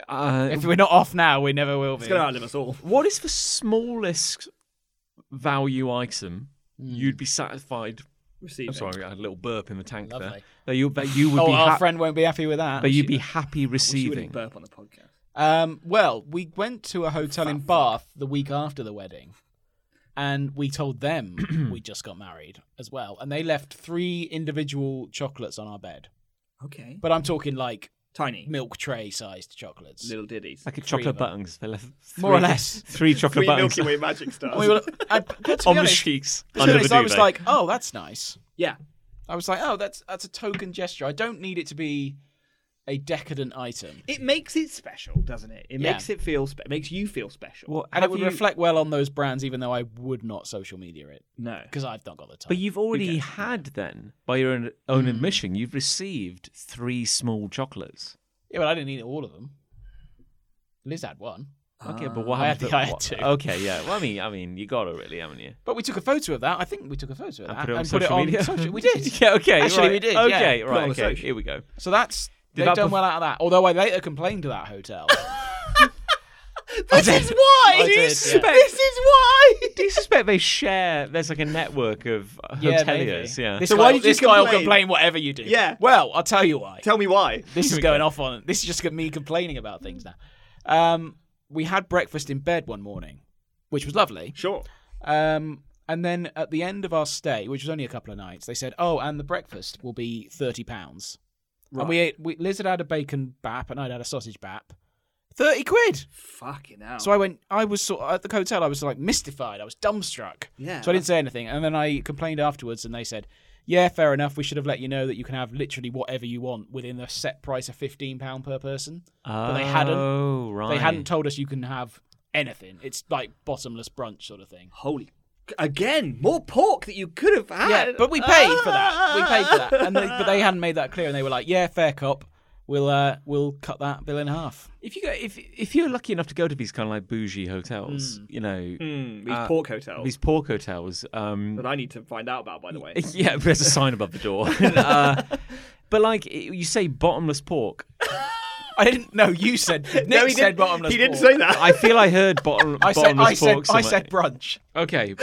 A: Uh,
C: If we're not off now, we never will be.
B: It's going to outlive us all.
A: what is the smallest value item
C: Hmm.
A: you'd be satisfied?
B: Receiving.
A: I'm sorry, I had a little burp in the tank there.
C: Lovely.
A: That you that you would
C: oh,
A: be
C: our
A: ha-
C: friend won't be happy with that.
A: that you'd be happy
B: You wouldn't
A: receiving.
B: burp on the podcast.
C: Um, well, we went to a hotel in Bath the week after the wedding, and we told them we just got married as well, and they left three individual chocolates on our bed.
B: Okay.
C: But I'm talking like
B: Tiny
C: milk tray sized chocolates.
B: little ditties.
A: Like a
C: of
A: chocolate
C: 'em.
A: buttons. They left three,
C: More or less.
A: three chocolate
B: Three
A: buttons
B: Milky Way magic stars.
C: And we were, I, but to
A: on
C: be
A: the
C: honest,
A: cheeks.
C: to be
A: under the
C: honest, I was
A: duvet.
C: like, oh, that's nice.
B: yeah.
C: I was like, oh, that's that's a token gesture. I don't need it to be a decadent item,
B: It makes it special, doesn't it? It
C: Yeah.
B: makes it feel spe- makes you feel special.
A: Well,
C: and
A: have
C: it would
A: you-
C: reflect well on those brands, even though I would not social media it
B: no.
C: because I've not got the time.
A: But you've already had then, by your own, own
C: Hmm.
A: admission, you've received three small chocolates.
C: Yeah, but I didn't eat all of them. Liz had one.
A: Okay, but what
C: Ah. I had
A: happened?
C: the- I had
A: what-
C: two.
A: Okay, yeah. Well, I mean, I mean, you got it really, haven't you?
C: But we took a photo of that. I think we took a photo of
A: And put
C: that
A: it on
C: and put
A: social
C: it on
A: media.
C: social. We did.
A: yeah. Okay.
C: Actually,
A: right.
C: we did, yeah.
A: Okay.
B: it
C: Put
B: on
A: Right.
B: the
A: Okay.
B: social.
A: Here we go.
C: So that's
A: Did
C: they've
A: that
C: done
A: bef-
C: well out of that. Although I later complained to that hotel.
B: This
C: did.
B: is why.
C: I did,
B: this,
C: yeah.
B: this is why.
A: Do you suspect they share? There's like a network of uh,
C: yeah,
A: hoteliers.
C: maybe.
A: Yeah.
C: This
B: So
C: guy,
B: why did you
C: this guy will
B: complain?
C: complain whatever you do.
B: Yeah.
C: Well, I'll tell you why.
B: Tell me why.
C: this is
A: we go.
C: going off on this is just me complaining about things now. Um, we had breakfast in bed one morning, which was lovely.
B: Sure.
C: Um, and then at the end of our stay, which was only a couple of nights, they said, "Oh, and the breakfast will be thirty pounds." And we ate. We, Liz had had a bacon bap, and I'd had a sausage bap. Thirty quid.
B: Fucking hell.
C: So I went. I was sort of, at the hotel. I was like mystified. I was dumbstruck.
B: Yeah.
C: So I didn't say anything, and then I complained afterwards, and they said, "Yeah, fair enough. We should have let you know that you can have literally whatever you want within the set price of fifteen pound per person." but they hadn't.
A: Oh, right.
C: They hadn't told us you can have anything. It's like bottomless brunch sort of thing.
B: Holy. Again, more pork that you could have had.
C: Yeah, but we paid for that. We paid for that, and they, but they hadn't made that clear, and they were like, "Yeah, fair cop. We'll uh, we'll cut that bill in half."
A: If you go, if if you're lucky enough to go to these kind of like bougie hotels, you know,
B: Mm, these
A: Uh,
B: pork
C: Oh.
B: hotels
A: these pork hotels. Um,
B: that I need to find out about, by the way.
A: Yeah, but there's a sign above the door. uh, but like i- you say, bottomless pork.
C: I didn't. No, you said. Nick
B: No, he
C: said
B: didn't-
C: bottomless.
B: He didn't
C: pork.
B: say that.
A: I feel I heard bottom,
C: I said. I
A: bottomless
C: said.
A: pork.
C: I
A: somewhere.
C: said brunch.
A: Okay,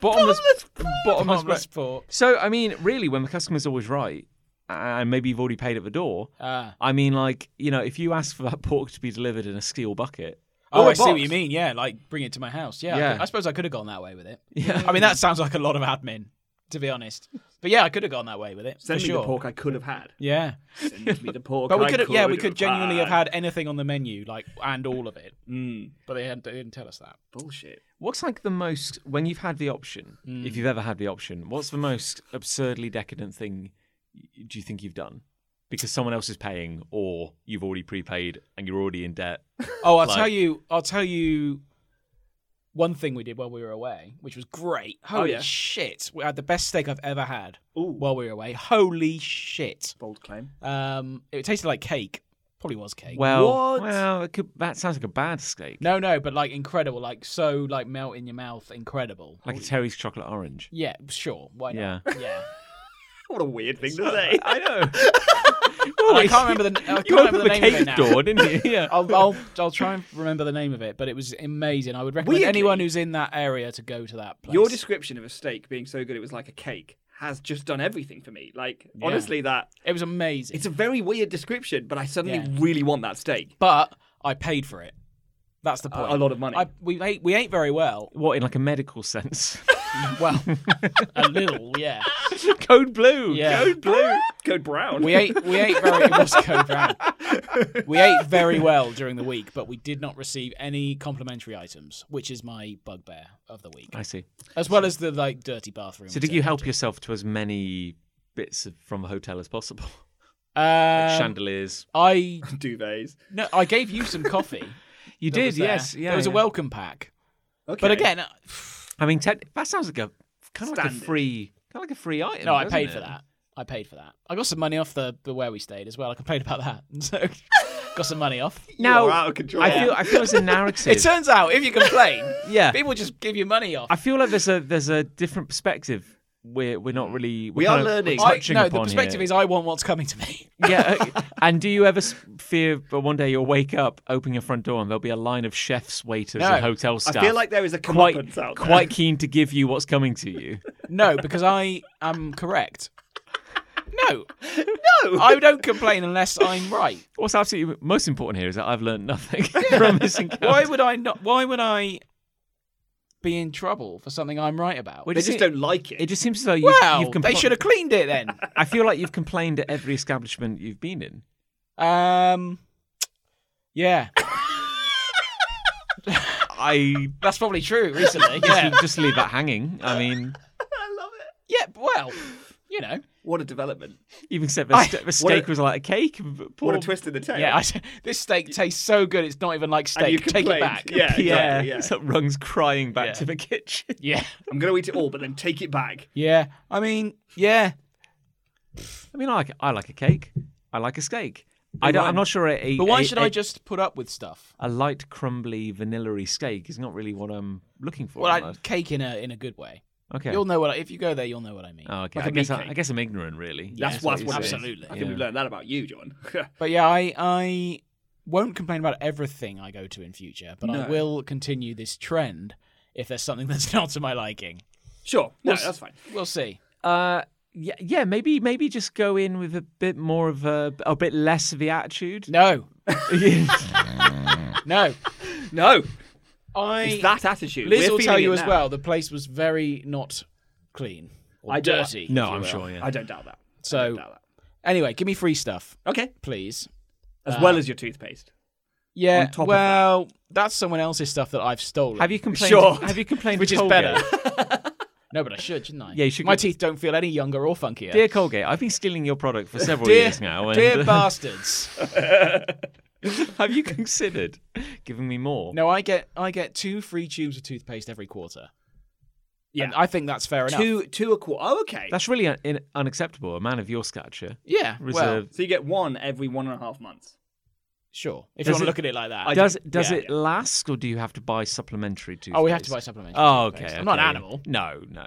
A: bottomless, bottomless,
C: Bottomless
A: pork.
C: pork.
A: So I mean, really, when the customer's always right, and maybe you've already paid at the door.
C: Ah.
A: I mean, like you know, if you ask for that pork to be delivered in a steel bucket,
C: Oh,
B: Or a
C: I see what
B: box.
C: you mean. Yeah, like bring it to my house. Yeah, I
A: Yeah.
C: could- I, suppose I could have gone that way with it.
A: Yeah.
C: I mean, that sounds like a lot of admin, to be honest. But yeah, I could have gone that way with it.
B: Send
C: for
B: me
C: sure.
B: the pork I could have had.
C: Yeah,
B: Send me the pork.
C: but we
B: I
C: could have. Yeah, we could
B: have
C: genuinely have had anything on the menu, like and all of it.
B: Mm,
C: But they, hadn't, they didn't tell us that.
B: bullshit.
A: what's like the most when you've had the option, if you've ever had the option, what's the most absurdly decadent thing y- do you think you've done? Because someone else is paying, or you've already prepaid and you're already in debt.
C: Oh, I'll
A: Like-
C: tell you. I'll tell you. One thing we did while we were away, which was great.
A: Oh,
C: Holy
B: yeah.
C: shit! We had the best steak I've ever had
B: Ooh,
C: while we were away. Holy shit!
B: bold claim.
C: Um, it tasted like cake. Probably was cake.
A: Well,
B: What?
A: well, it could, that sounds like a bad steak,
C: No, no, but like incredible, like so, like melt in your mouth, incredible.
A: like a Terry's chocolate orange.
C: Yeah, sure, why not? Yeah,
B: What a weird thing to say.
A: I know.
C: And I can't remember the. I can't
A: You
C: remember
A: opened
C: the,
A: the
C: name of it
A: cave
C: now.
A: door, didn't you? Yeah.
C: I'll, I'll I'll try and remember the name of it, but it was amazing. I would recommend
B: Weirdly-
C: anyone who's in that area to go to that place.
B: Your description of a steak being so good it was like a cake has just done everything for me. Like honestly, that
C: It was amazing.
B: it's a very weird description, but I suddenly
C: Yeah.
B: really want that steak.
C: but I paid for it. That's the
B: A,
C: point.
B: a lot of money.
C: I, we ate we ate very well.
A: What in like a medical sense?
C: Well, a little, yeah.
A: Code blue.
C: Yeah.
B: Code blue, code brown.
C: We ate we ate very it was code brown. We ate very well during the week, but we did not receive any complimentary items, which is my bugbear of the week.
A: I see.
C: As well as the like dirty bathroom.
A: So did you help yourself to as many bits of, from a hotel as possible?
C: um,
A: Chandeliers.
C: I
B: duvets.
C: no, I gave you some coffee.
A: You
C: that was
A: did,
C: there.
A: yes. Yeah.
C: There was a
A: yeah.
C: welcome pack.
B: Okay.
C: But again, uh,
A: I mean, te- that sounds like a kind of like a
B: Standard.
A: free, kind of like a free item.
C: no, I
A: doesn't
C: paid
A: it?
C: for that. I paid for that. I got some money off the, the where we stayed as well. I complained about that. So got some money off.
B: You are
A: Now
B: out of control.
A: I feel, I feel as a narrative.
C: It turns out if you complain,
A: yeah.
C: people just give you money off.
A: I feel like there's a there's a different perspective. We're we're not really we're
B: We are
A: kind of- we're
B: learning.
C: I,
A: touching
C: no, the
A: upon
C: perspective
A: here.
C: is I want what's coming to me.
A: yeah. okay. And do you ever s- fear that one day you'll wake up, open your front door, and there'll be a line of chefs, waiters,
C: No.
A: and hotel
B: I
A: staff?
B: feel like there is a comeuppance
A: quite
B: out there.
A: quite keen to give you what's coming to you.
C: No, because I am correct. No,
B: No.
C: I don't complain unless I'm right.
A: What's absolutely most important here is that I've learned nothing from this encounter.
C: Why would I not? Why would I be in trouble for something I'm right about?
A: Well,
B: they
A: it
B: just
A: se-
B: don't like it.
A: It just seems as though you've,
C: Wow,
A: you've
C: they
A: compli-
C: should have cleaned it then.
A: I feel like you've complained at every establishment you've been in.
C: Um, yeah,
A: I
C: that's probably true. Recently,
A: yeah.
C: yeah,
A: just, just leave that hanging. I mean,
B: I love it.
C: yeah. Well, you know,
B: What a development.
A: even said the, st- the
B: what a-
A: steak was like a cake. but
B: What
A: poor-
B: a twist in the tail.
C: yeah. I, this steak tastes so good; it's not even like
B: And you
C: steak. Take it
B: complained.
C: back.
B: Yeah, exactly,
A: Yeah,
B: yeah.
A: so Rung's crying back
C: Yeah.
A: to the kitchen.
C: yeah,
B: I'm going to eat it all, but then take it back.
C: yeah. I mean, yeah.
A: I mean, I like I like a cake. I like a steak. I don't, I'm
C: rhyme.
A: not sure a, a
C: But why
A: a-
C: should
A: a-
C: I just put up with stuff?
A: a light crumbly vanillary steak is not really what I'm looking for.
C: Well,
A: in
C: I,
A: life.
C: cake in a in a good way.
A: okay.
C: You'll know what I, if you go there, you'll know what I mean.
A: Oh, okay.
B: like a
A: I guess
B: meat
A: I,
B: cake.
A: I guess I'm ignorant, really.
B: That's,
A: what
B: that's
A: you
B: what, it
A: say.
B: is.
C: Absolutely.
B: I think we've
A: Yeah.
B: learned that about you, John.
C: But yeah, I I won't complain about everything I go to in future, but I
B: No.
C: will continue this trend if there's something that's not to my liking.
B: sure. No,
C: Well, s-
B: that's fine.
C: We'll see.
A: Uh, yeah, yeah, maybe maybe just go in with a bit more of a a bit less of the attitude.
C: No, no.
B: No.
C: I
B: It's that attitude.
C: Liz
B: We're
C: will tell
B: feeling
C: you
B: it
C: as
B: now.
C: well. The place was very not clean or
B: I don't-
C: dirty. if
A: no,
C: you
A: I'm
C: will.
A: sure. Yeah.
B: I don't doubt that. I don't
C: So
B: doubt
C: anyway, give me free stuff,
B: that. Okay.
C: please.
B: As
C: uh,
B: well as your toothpaste.
C: Yeah.
B: top of that.
C: Well, that's someone else's stuff that I've stolen.
A: Have you complained?
B: Sure.
A: Have you complained?
C: Which
A: to
C: is
A: Colgate?
C: better. No, but I should, shouldn't I?
A: Yeah, you should
C: My
A: go-
C: teeth don't feel any younger or funkier.
A: Dear Colgate, I've been stealing your product for several years now. eh? And
C: dear bastards.
A: have you considered giving me more?
C: No, I get I get two free tubes of toothpaste every quarter.
B: Yeah.
C: And I think that's fair enough.
B: Two, two a quarter. Oh, okay.
A: That's really un- in- unacceptable. A man of your stature.
C: Yeah. Well,
A: Reserve.
B: so you get one every one and a half months.
C: sure.
A: Does
C: If you want to
A: it-
C: look at it like that.
B: I-
A: does does
C: yeah,
A: it last, or do you have to buy supplementary toothpaste?
C: oh, we have to buy supplements.
A: Oh, okay.
C: I'm not an
A: okay.
C: animal.
A: No, no.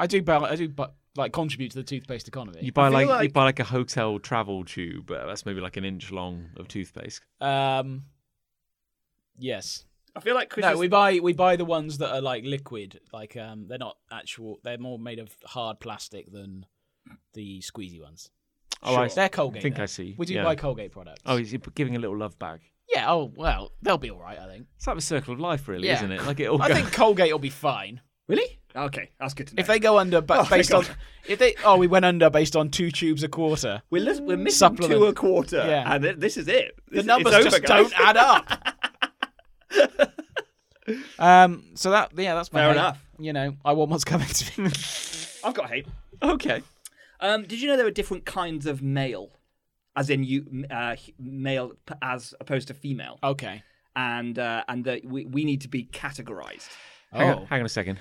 C: I do buy, I do buy, like contribute to the toothpaste economy.
A: You buy
B: feel
A: like, you
B: like-
A: buy like a hotel travel tube. Uh, that's maybe like an inch long of toothpaste.
C: um Yes.
B: I feel like Chris
C: No,
B: is-
C: we buy we buy the ones that are like liquid, like um they're not actual they're more made of hard plastic than the squeezy ones.
A: Oh, I
C: They're Colgate.
A: think
C: though.
A: I see.
C: We do
A: Yeah.
C: buy Colgate products.
A: Oh, he's giving a little love back.
C: yeah, oh well, they'll be all right, I think.
A: It's like the circle of life, really,
C: Yeah.
A: isn't it? Like it all.
C: I
A: go-
C: think Colgate will be fine.
B: Really? Okay. That's good to know.
C: If they go under, but
B: Oh,
C: based on
B: thank God.
C: if they oh we went under based on two tubes a quarter.
B: We're, lis- we're missing
C: Supplement.
B: two a quarter,
C: Yeah.
B: and th- this is it.
C: The
B: This-
C: numbers
B: it's over,
C: just
B: guys.
C: don't add up. um. So that yeah, that's my
B: Fair
C: hate.
B: enough.
C: You know, I want what's coming to me.
B: I've got hate.
A: Okay.
B: Um, did you know there are different kinds of male, as in you uh, h- male p- as opposed to female,
C: okay.
B: and uh, and that we, we need to be categorized.
A: Hang,
C: Oh.
A: on, hang on a second.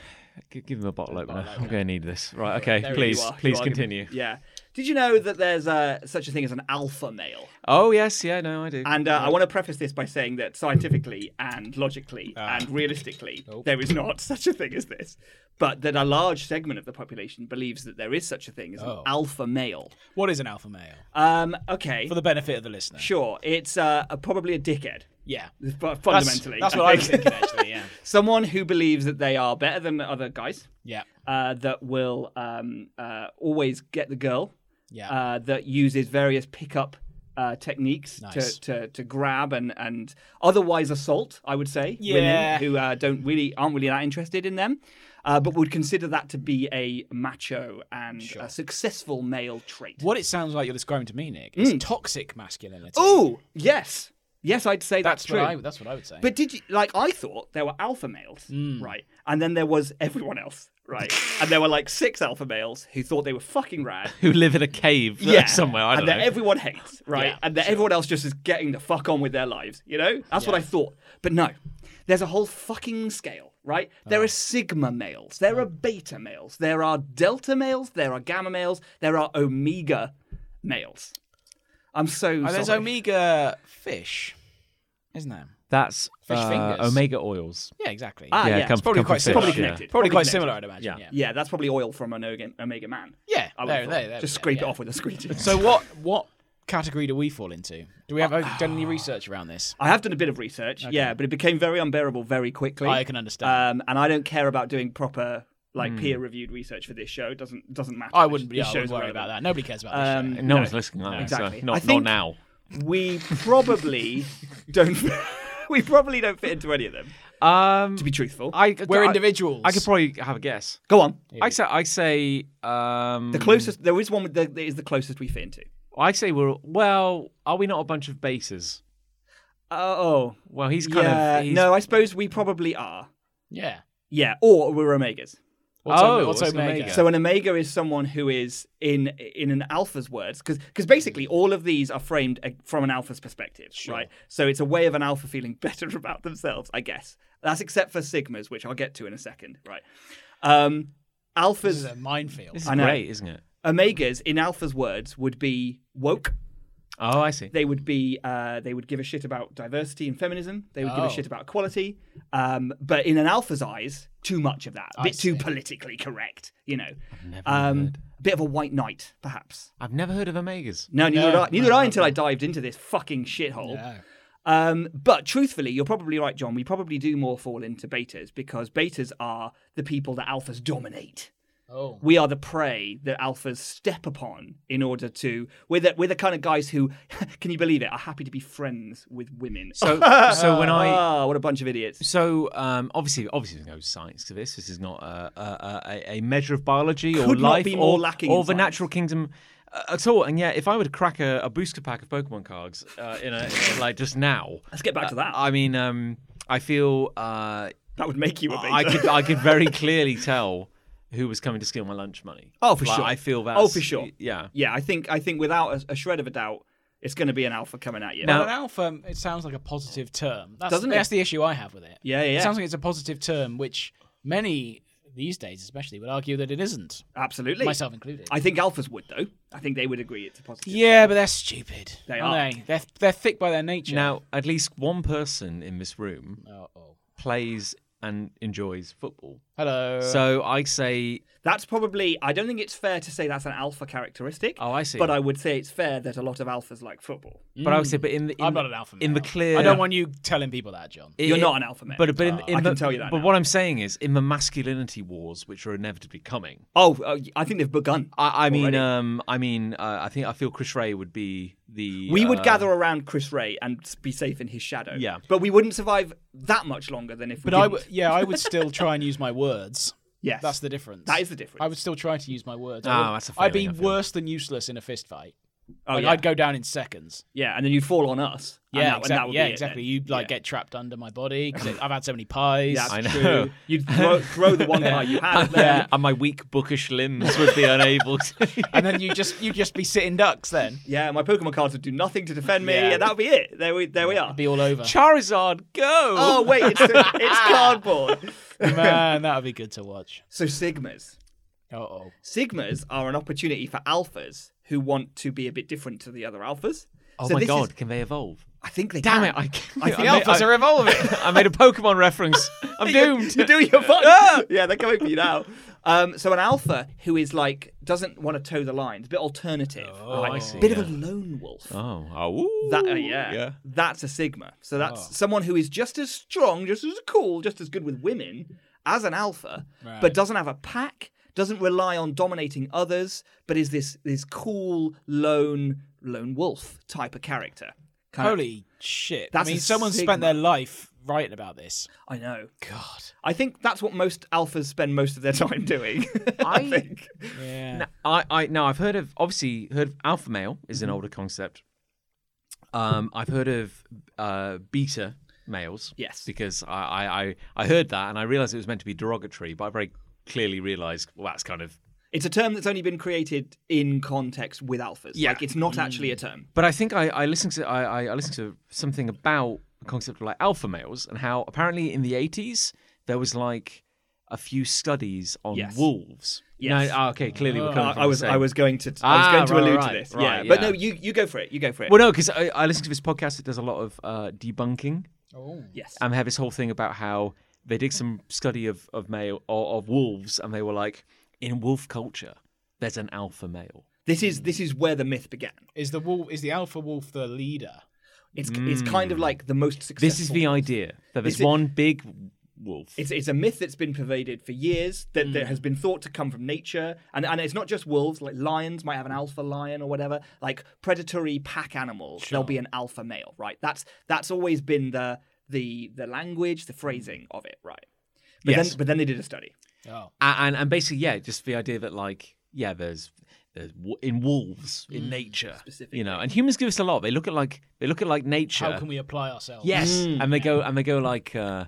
A: G- give him a bottle opener.
C: bottle
A: I'm
C: opener.
A: going to need this. Right. Okay.
C: there you
A: please,
B: are,
A: please
B: you are gonna-
A: continue.
B: Yeah. Did you know that there's uh, such a thing as an alpha male?
A: Oh yes. Yeah. No, I do.
B: And uh, I want to preface this by saying that scientifically and logically
C: Ah.
B: and realistically, there is not such a thing as this. But that a large segment of the population believes that there is such a thing as
C: Oh.
B: an alpha male.
C: What is an alpha male?
B: Um, okay.
C: For the benefit of the listener.
B: Sure, it's uh, a, probably a dickhead.
C: Yeah.
B: But fundamentally,
C: that's what I was
B: think
C: thinking actually. Yeah.
B: someone who believes that they are better than other guys,
C: Yeah.
B: uh, that will um, uh, always get the girl,
C: Yeah.
B: uh, that uses various pickup uh, techniques
C: Nice.
B: to, to, to grab and, and otherwise assault, I would say,
C: Yeah.
B: women who uh, don't really aren't really that interested in them, uh, but would consider that to be a macho and a successful male trait.
C: What it sounds like you're describing to me, Nick,
B: Hmm.
C: is toxic masculinity.
B: Oh, yes. Yes, I'd say that's,
C: that's
B: true.
C: what I, that's what I would say.
B: But did you like? I thought there were alpha males,
C: Hmm.
B: right? And then there was everyone else, right? and there were like six alpha males who thought they were fucking rad.
A: Who live in a cave somewhere? I don't
B: and
A: know.
B: that everyone hates, right?
C: Yeah,
B: and that everyone else just is getting the fuck on with their lives, you know? That's what I thought. But no, there's a whole fucking scale, right?
C: Oh.
B: There are sigma males, there are beta males, there are delta males, there are gamma males, there are omega males. I'm so
C: oh, there's
B: sorry.
C: omega fish, isn't there?
A: That's
C: Fish
A: uh,
C: fingers.
A: Omega oils.
C: Yeah, exactly.
B: Ah,
C: yeah.
B: yeah,
A: come-
B: it's
C: Probably
A: come
C: quite
A: from
C: similar.
A: fish,
B: Probably
A: yeah.
B: connected.
C: Probably quite
B: connected.
C: similar, I'd imagine. Yeah.
A: Yeah.
B: Yeah, that's probably oil from an Omega, Omega Man.
C: Yeah,
B: I would
C: there-
B: have thought.
C: there- there we
B: Just
C: go,
B: scrape
C: yeah.
B: it off with a screecher.
C: So what what category do we fall into? Do we have done
B: Ah.
C: any research around this?
B: I have done a bit of research, yeah, but it became very unbearable very quickly.
C: I can understand.
B: Um, and I don't care about doing proper, like peer-reviewed research for this show. It doesn't doesn't matter.
C: Hmm. I
B: This-
C: wouldn't.
B: This
C: Yeah, I wouldn't
B: show's
C: worry about
B: irrelevant.
C: that. Nobody cares about this.
B: Um,
C: show.
A: No, one's listening. Either,
B: exactly.
A: So not,
B: I think-
A: not now.
B: We probably don't. we probably don't fit into any of them.
A: Um,
B: To be truthful,
A: I,
C: We're
A: I-
C: individuals.
A: I could probably have a guess.
B: go on.
A: I say. I say. Um,
C: Mm.
B: The closest there is one with the, that is the closest we fit into.
A: I say we're well. Are we not a bunch of bases?
B: Oh,
A: Well, he's kind
B: yeah.
A: of. He's,
B: no, I suppose we probably are.
C: yeah.
B: Yeah, or we're omegas.
C: What's
A: Oh,
C: Ome- what's
A: what's an
C: omega?
A: omega?
C: So,
B: So an omega is someone who is in in an alpha's words because basically
C: Mm.
B: all of these are framed uh, from an alpha's perspective, right? So it's a way of an alpha feeling better about themselves, I guess. That's except for sigmas, which I'll get to in a second, right? Um,
C: this is
B: alphas,
C: a minefield.
A: this is
B: I know.
A: great, isn't it?
B: omegas in alpha's words would be woke.
A: Oh, I see.
B: They would be uh, they would give a shit about diversity and feminism. They would give
C: Oh.
B: a shit about equality. Um, but in an alpha's eyes, too much of that, a bit too politically correct, you know.
A: never
B: Um,
A: heard.
B: bit of a white knight, perhaps.
A: I've never heard of omegas.
B: No, neither
C: No,
B: did I, neither
C: no,
B: did I
C: no,
B: until I dived into this fucking shithole.
C: No.
B: Um, but truthfully, you're probably right, John. We probably do more fall into betas because betas are the people that alphas dominate.
C: Oh.
B: We are the prey that alphas step upon in order to. We're the, we're the kind of guys who, can you believe it, are happy to be friends with women.
A: So, so when I
B: ah, what a bunch of idiots.
A: So um, obviously, obviously, there's no science to this. This is not a, a, a, a measure of biology or
B: Could not
A: life
B: be more
A: or,
B: lacking
A: or
B: in
A: the
B: science.
A: natural kingdom uh, at all. And yet, if I were to crack a, a booster pack of Pokemon cards uh, in a like just now,
B: Let's get back to that.
A: uh, I mean, um, I feel uh,
B: that would make you a beta.
A: I could I could very clearly tell who was coming to steal my lunch money.
B: Oh, for
A: Like,
B: sure.
A: I feel that.
B: Oh, for sure.
A: Yeah.
B: yeah, I think I think without a, a shred of a doubt, it's going to be an alpha coming at you.
A: Now-
C: an alpha, it sounds like a positive term. That's,
B: Doesn't it?
C: That's the issue I have with it.
B: Yeah, yeah, yeah.
C: It sounds like it's a positive term, which many these days, especially, would argue that it isn't,
B: Absolutely.
C: myself included.
B: I think alphas would though. I think they would agree it's a positive.
C: yeah, but they're stupid.
B: They
C: aren't
B: are.
C: They? They're they're thick by their nature.
A: Now, at least one person in this room
C: Oh, oh.
A: plays and enjoys football.
C: Hello.
A: So I say,
B: That's probably. I don't think it's fair to say that's an alpha characteristic.
A: oh, I see.
B: But I would say it's fair that a lot of alphas like football.
A: But I would
B: Mm.
A: say, but in the in,
C: I'm not an alpha male.
A: in the clear,
C: I don't want you telling people that, John.
A: it-
B: You're
A: it-
B: not an alpha male.
A: But but in, in
B: I
A: the,
B: can tell you that
A: But
B: now.
A: what I'm saying is, in the masculinity wars, which are inevitably coming,
B: oh, uh, I think they've begun.
A: I, I mean,
B: Already.
A: um, I mean, uh, I think I feel Chris Ray would be the
B: we would
A: uh,
B: gather around Chris Ray and s- be safe in his shadow.
A: Yeah.
B: But we wouldn't survive that much longer than if we.
C: But I
B: didn't.
C: would, yeah, I would still try and use my words.
B: Yes.
C: That's the difference.
B: That is the difference.
C: I would still try to use my words. I
A: Ah,
C: wouldn't-
A: that's a
C: I'd be
A: failing, I feel.
C: worse than useless in a fist fight.
B: Oh,
C: Like,
B: yeah.
C: I'd go down in seconds.
B: yeah, and then you'd fall on us. and
C: Yeah,
B: that- and that
C: exactly.
B: would
C: Yeah,
B: be it
C: exactly.
B: then.
C: You'd like
B: Yeah.
C: get trapped under my body because I've had so many pies.
B: Yeah,
A: I
B: that's
A: know.
B: true. You'd throw, throw the one guy you had.
C: Yeah.
A: and my weak bookish limbs would be unable to.
C: and then you just you just be sitting ducks. Then
B: Yeah, my Pokemon cards would do nothing to defend me,
C: Yeah.
B: and that would be it. There we, there we are.
C: it'd be all over.
A: Charizard, go!
B: Oh wait, it's, it's cardboard.
C: Man, that would be good to watch.
B: So sigmas,
C: Uh oh.
B: sigmas are an opportunity for alphas who want to be a bit different to the other alphas.
A: Oh
B: so
A: my
B: this
A: God!
B: Is,
A: Can they evolve?
B: I think they
A: Damn
B: can.
A: it! I,
B: I
A: I
B: think
A: made-
D: alphas
A: I-
D: are evolving.
A: I made a Pokemon reference. I'm doomed.
B: You're doing your fun. yeah, they're coming for you now. Um, so an alpha who is like doesn't want to toe the line, it's a bit alternative,
C: Oh,
B: like,
C: I see,
B: bit of a lone wolf.
A: Oh, oh ooh,
B: That uh, yeah, that's a sigma. So that's
C: Oh.
B: someone who is just as strong, just as cool, just as good with women as an alpha, but
C: Right.
B: doesn't have a pack, doesn't rely on dominating others, but is this this cool lone lone wolf type of character. Kind of-
C: Holy shit!
B: That's
C: I mean,
B: a
C: someone
B: sigma.
C: spent their life writing about this.
B: I know.
C: God.
B: I think that's what most alphas spend most of their time doing. I,
A: I-
B: think.
C: Yeah.
A: No, I, I no, I've heard of obviously heard of alpha male is
B: Mm-hmm.
A: an older concept. Um, I've heard of uh, beta males.
B: Yes.
A: because I, I I I heard that and I realized it was meant to be derogatory, but I very clearly realized well that's kind of.
B: It's a term that's only been created in context with alphas.
A: Yeah. Mm.
B: Like it's not actually a term.
A: But I think I, I listened to I, I, I listened to something about the concept of like alpha males and how apparently in the eighties there was like a few studies on
B: Yes.
A: wolves.
B: Yes.
A: No, ah, okay, clearly we're
C: Oh.
A: coming
B: I,
A: from
B: I
A: the
B: was
A: same.
B: I was going to I was
A: Ah,
B: going to
A: right,
B: allude
A: right,
B: to this.
A: right,
B: yeah. But
A: yeah.
B: no, you you go for it. You go for it.
A: Well, no, because I, I listened to this podcast. It does a lot of uh, debunking.
C: Oh.
B: yes.
A: and they have this whole thing about how they did some study of of male or of wolves, and they were like, in wolf culture, there's an alpha male.
B: this is this is where the myth began.
C: Is the wolf? Is the alpha wolf the leader?
B: It's it's kind of like the most successful.
A: Mm. This is the idea that there's
B: Is it-
A: one big wolf.
B: It's, it's a myth that's been pervaded for years that,
A: Mm.
B: that has been thought to come from nature. And, and it's not just wolves, like lions might have an alpha lion or whatever. Like predatory pack animals, there'll be an alpha male, right? That's that's always been the the the language, the phrasing of it, right? But
A: Yes.
B: then but then they did a study.
C: Oh.
A: A- and and basically, yeah, just the idea that like, yeah, there's. there's wo- In wolves,
B: Mm.
A: in nature, you know, and humans give us a lot. They look at like they look at like nature.
C: How can we apply ourselves?
A: Yes,
B: Mm.
A: and they go and they go like, uh,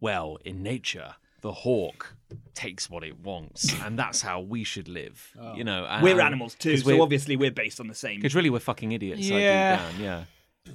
A: well, in nature, the hawk takes what it wants, and that's how we should live. You know, and-
B: Oh. We're animals too,
A: Um, 'cause
B: so
A: we're-
B: obviously we're based on the same
A: Because really, we're fucking idiots.
C: Yeah.
A: Like, deep down, yeah.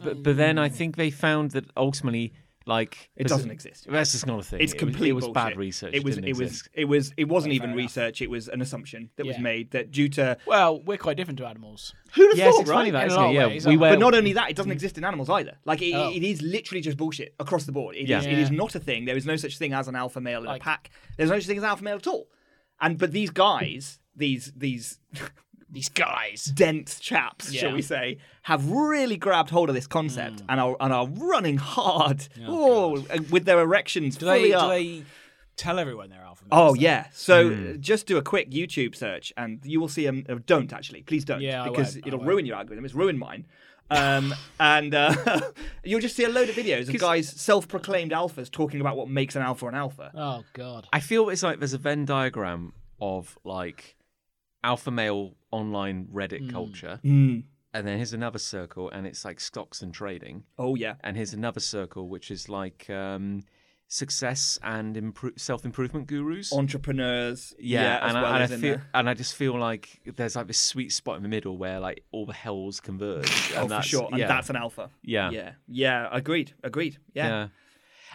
A: But, but then I think they found that ultimately, like,
B: It doesn't exist.
A: That's just not a thing.
B: It's
A: It was-
B: complete.
A: It was, bad
B: bullshit.
A: research.
B: It was.
A: didn't
B: It was.
A: exist.
B: It was. It wasn't even research. It was an assumption that was
C: Yeah.
B: made that due to
C: Well, we're quite different to animals.
B: who'd have
A: Yes,
B: thought,
A: it's
B: right?
A: funny that,
C: In a
A: isn't
C: lot
A: it?
C: of
A: Yeah,
C: ways,
A: we
C: aren't
A: were.
B: But not only that, it doesn't exist in animals either. Like it,
C: Mm-hmm. Oh.
B: it is literally just bullshit across the board. It is.
A: Yeah.
B: It is
C: Yeah.
B: not a thing. There is no such thing as an alpha male in
C: Like-
B: a pack. There's no such thing as alpha male at all. And but these guys, these these
C: These guys.
B: dense chaps, shall
C: Yeah. Mm.
B: we say, have really grabbed hold of this concept and are and are running hard. Oh, and with their erections
C: Do
B: fully
C: they?
B: up.
C: Do they tell everyone they're alpha?
B: Oh
C: males?
B: yeah. So uh, just do a quick YouTube search, and you will see them. don't actually, please don't,
C: Yeah, I
B: because
C: won't, I
B: it'll
C: won't.
B: ruin your algorithm. It's ruined mine. Um, and uh, you'll just see a load of videos of guys, self-proclaimed alphas, talking about what makes an alpha an alpha.
C: Oh god.
A: I feel it's like there's a Venn diagram of like alpha male online
B: Hmm.
A: Reddit culture, and then here's another circle, and it's like stocks and trading,
B: Oh yeah,
A: and here's another circle which is like um, success and impro- self improvement gurus.
B: entrepreneurs.
A: yeah,
B: as
A: and,
B: well
A: I, and
B: as
A: I
B: in
A: feel
B: the-
A: and I just feel like there's like this sweet spot in the middle where like all the hells converge. and
B: Oh, for
A: that's,
B: sure, and
A: yeah,
B: that's an alpha.
A: yeah, yeah,
B: yeah, yeah. Agreed, agreed. Yeah,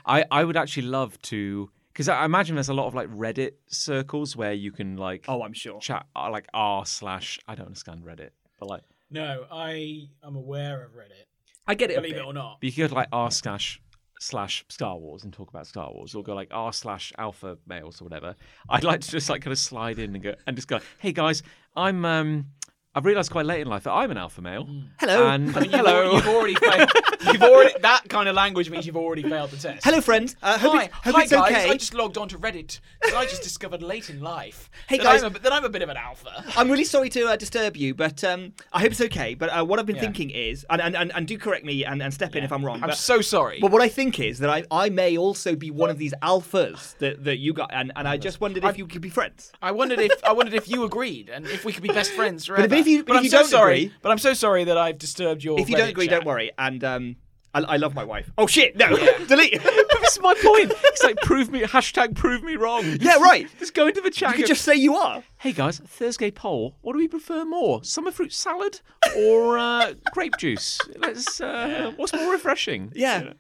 A: I I would actually love to because I I imagine there's a lot of like Reddit circles where you can like
B: oh, I'm sure.
A: chat uh, like r slash I don't understand Reddit, but like
C: No, I am aware of Reddit.
B: I get it. a
C: Believe
B: bit.
C: it or not.
A: but you could go to like r slash slash Star Wars and talk about Star Wars, or go like r slash Alpha Males or whatever. I'd like to just like kind of slide in and go and just go, hey guys, I'm um. I've realised quite late in life that I'm an alpha male.
B: Hello.
A: and
C: You've al- You've already failed. You've already. That kind of language means you've already failed the test.
B: Hello, friends. Uh, hope
C: Hi,
B: it's, hope
C: hi
B: it's
C: guys.
B: okay.
C: I just logged onto Reddit because I just discovered late in life
B: Hey,
C: that,
B: guys.
C: I'm a, that I'm a bit of an alpha.
B: I'm really sorry to uh, disturb you, but um, I hope it's okay. But uh, what I've been thinking is, and, and, and, and do correct me and, and step in if I'm wrong.
C: I'm
B: but,
C: so sorry.
B: but what I think is that I, I may also be one of these alphas that, that you got, and, and I just wondered if you could be friends.
C: I wondered if I wondered if you agreed and if we could be best friends forever.
B: if you- but if
C: I'm
B: you
C: so
B: don't
C: sorry.
B: agree-
C: but I'm so sorry that I've disturbed your.
B: If you don't
C: Reddit
B: agree,
C: chat.
B: don't worry. And um, I, I love my wife. Oh shit! No, delete.
A: this is my point. It's like prove me hashtag prove me wrong.
B: yeah, right.
A: Just go into the chat.
B: You
A: and
B: could
A: go,
B: just say you are.
A: Hey guys, Thursday poll. What do we prefer more, summer fruit salad or uh, grape juice? Let's. Uh, what's more refreshing?
B: Yeah,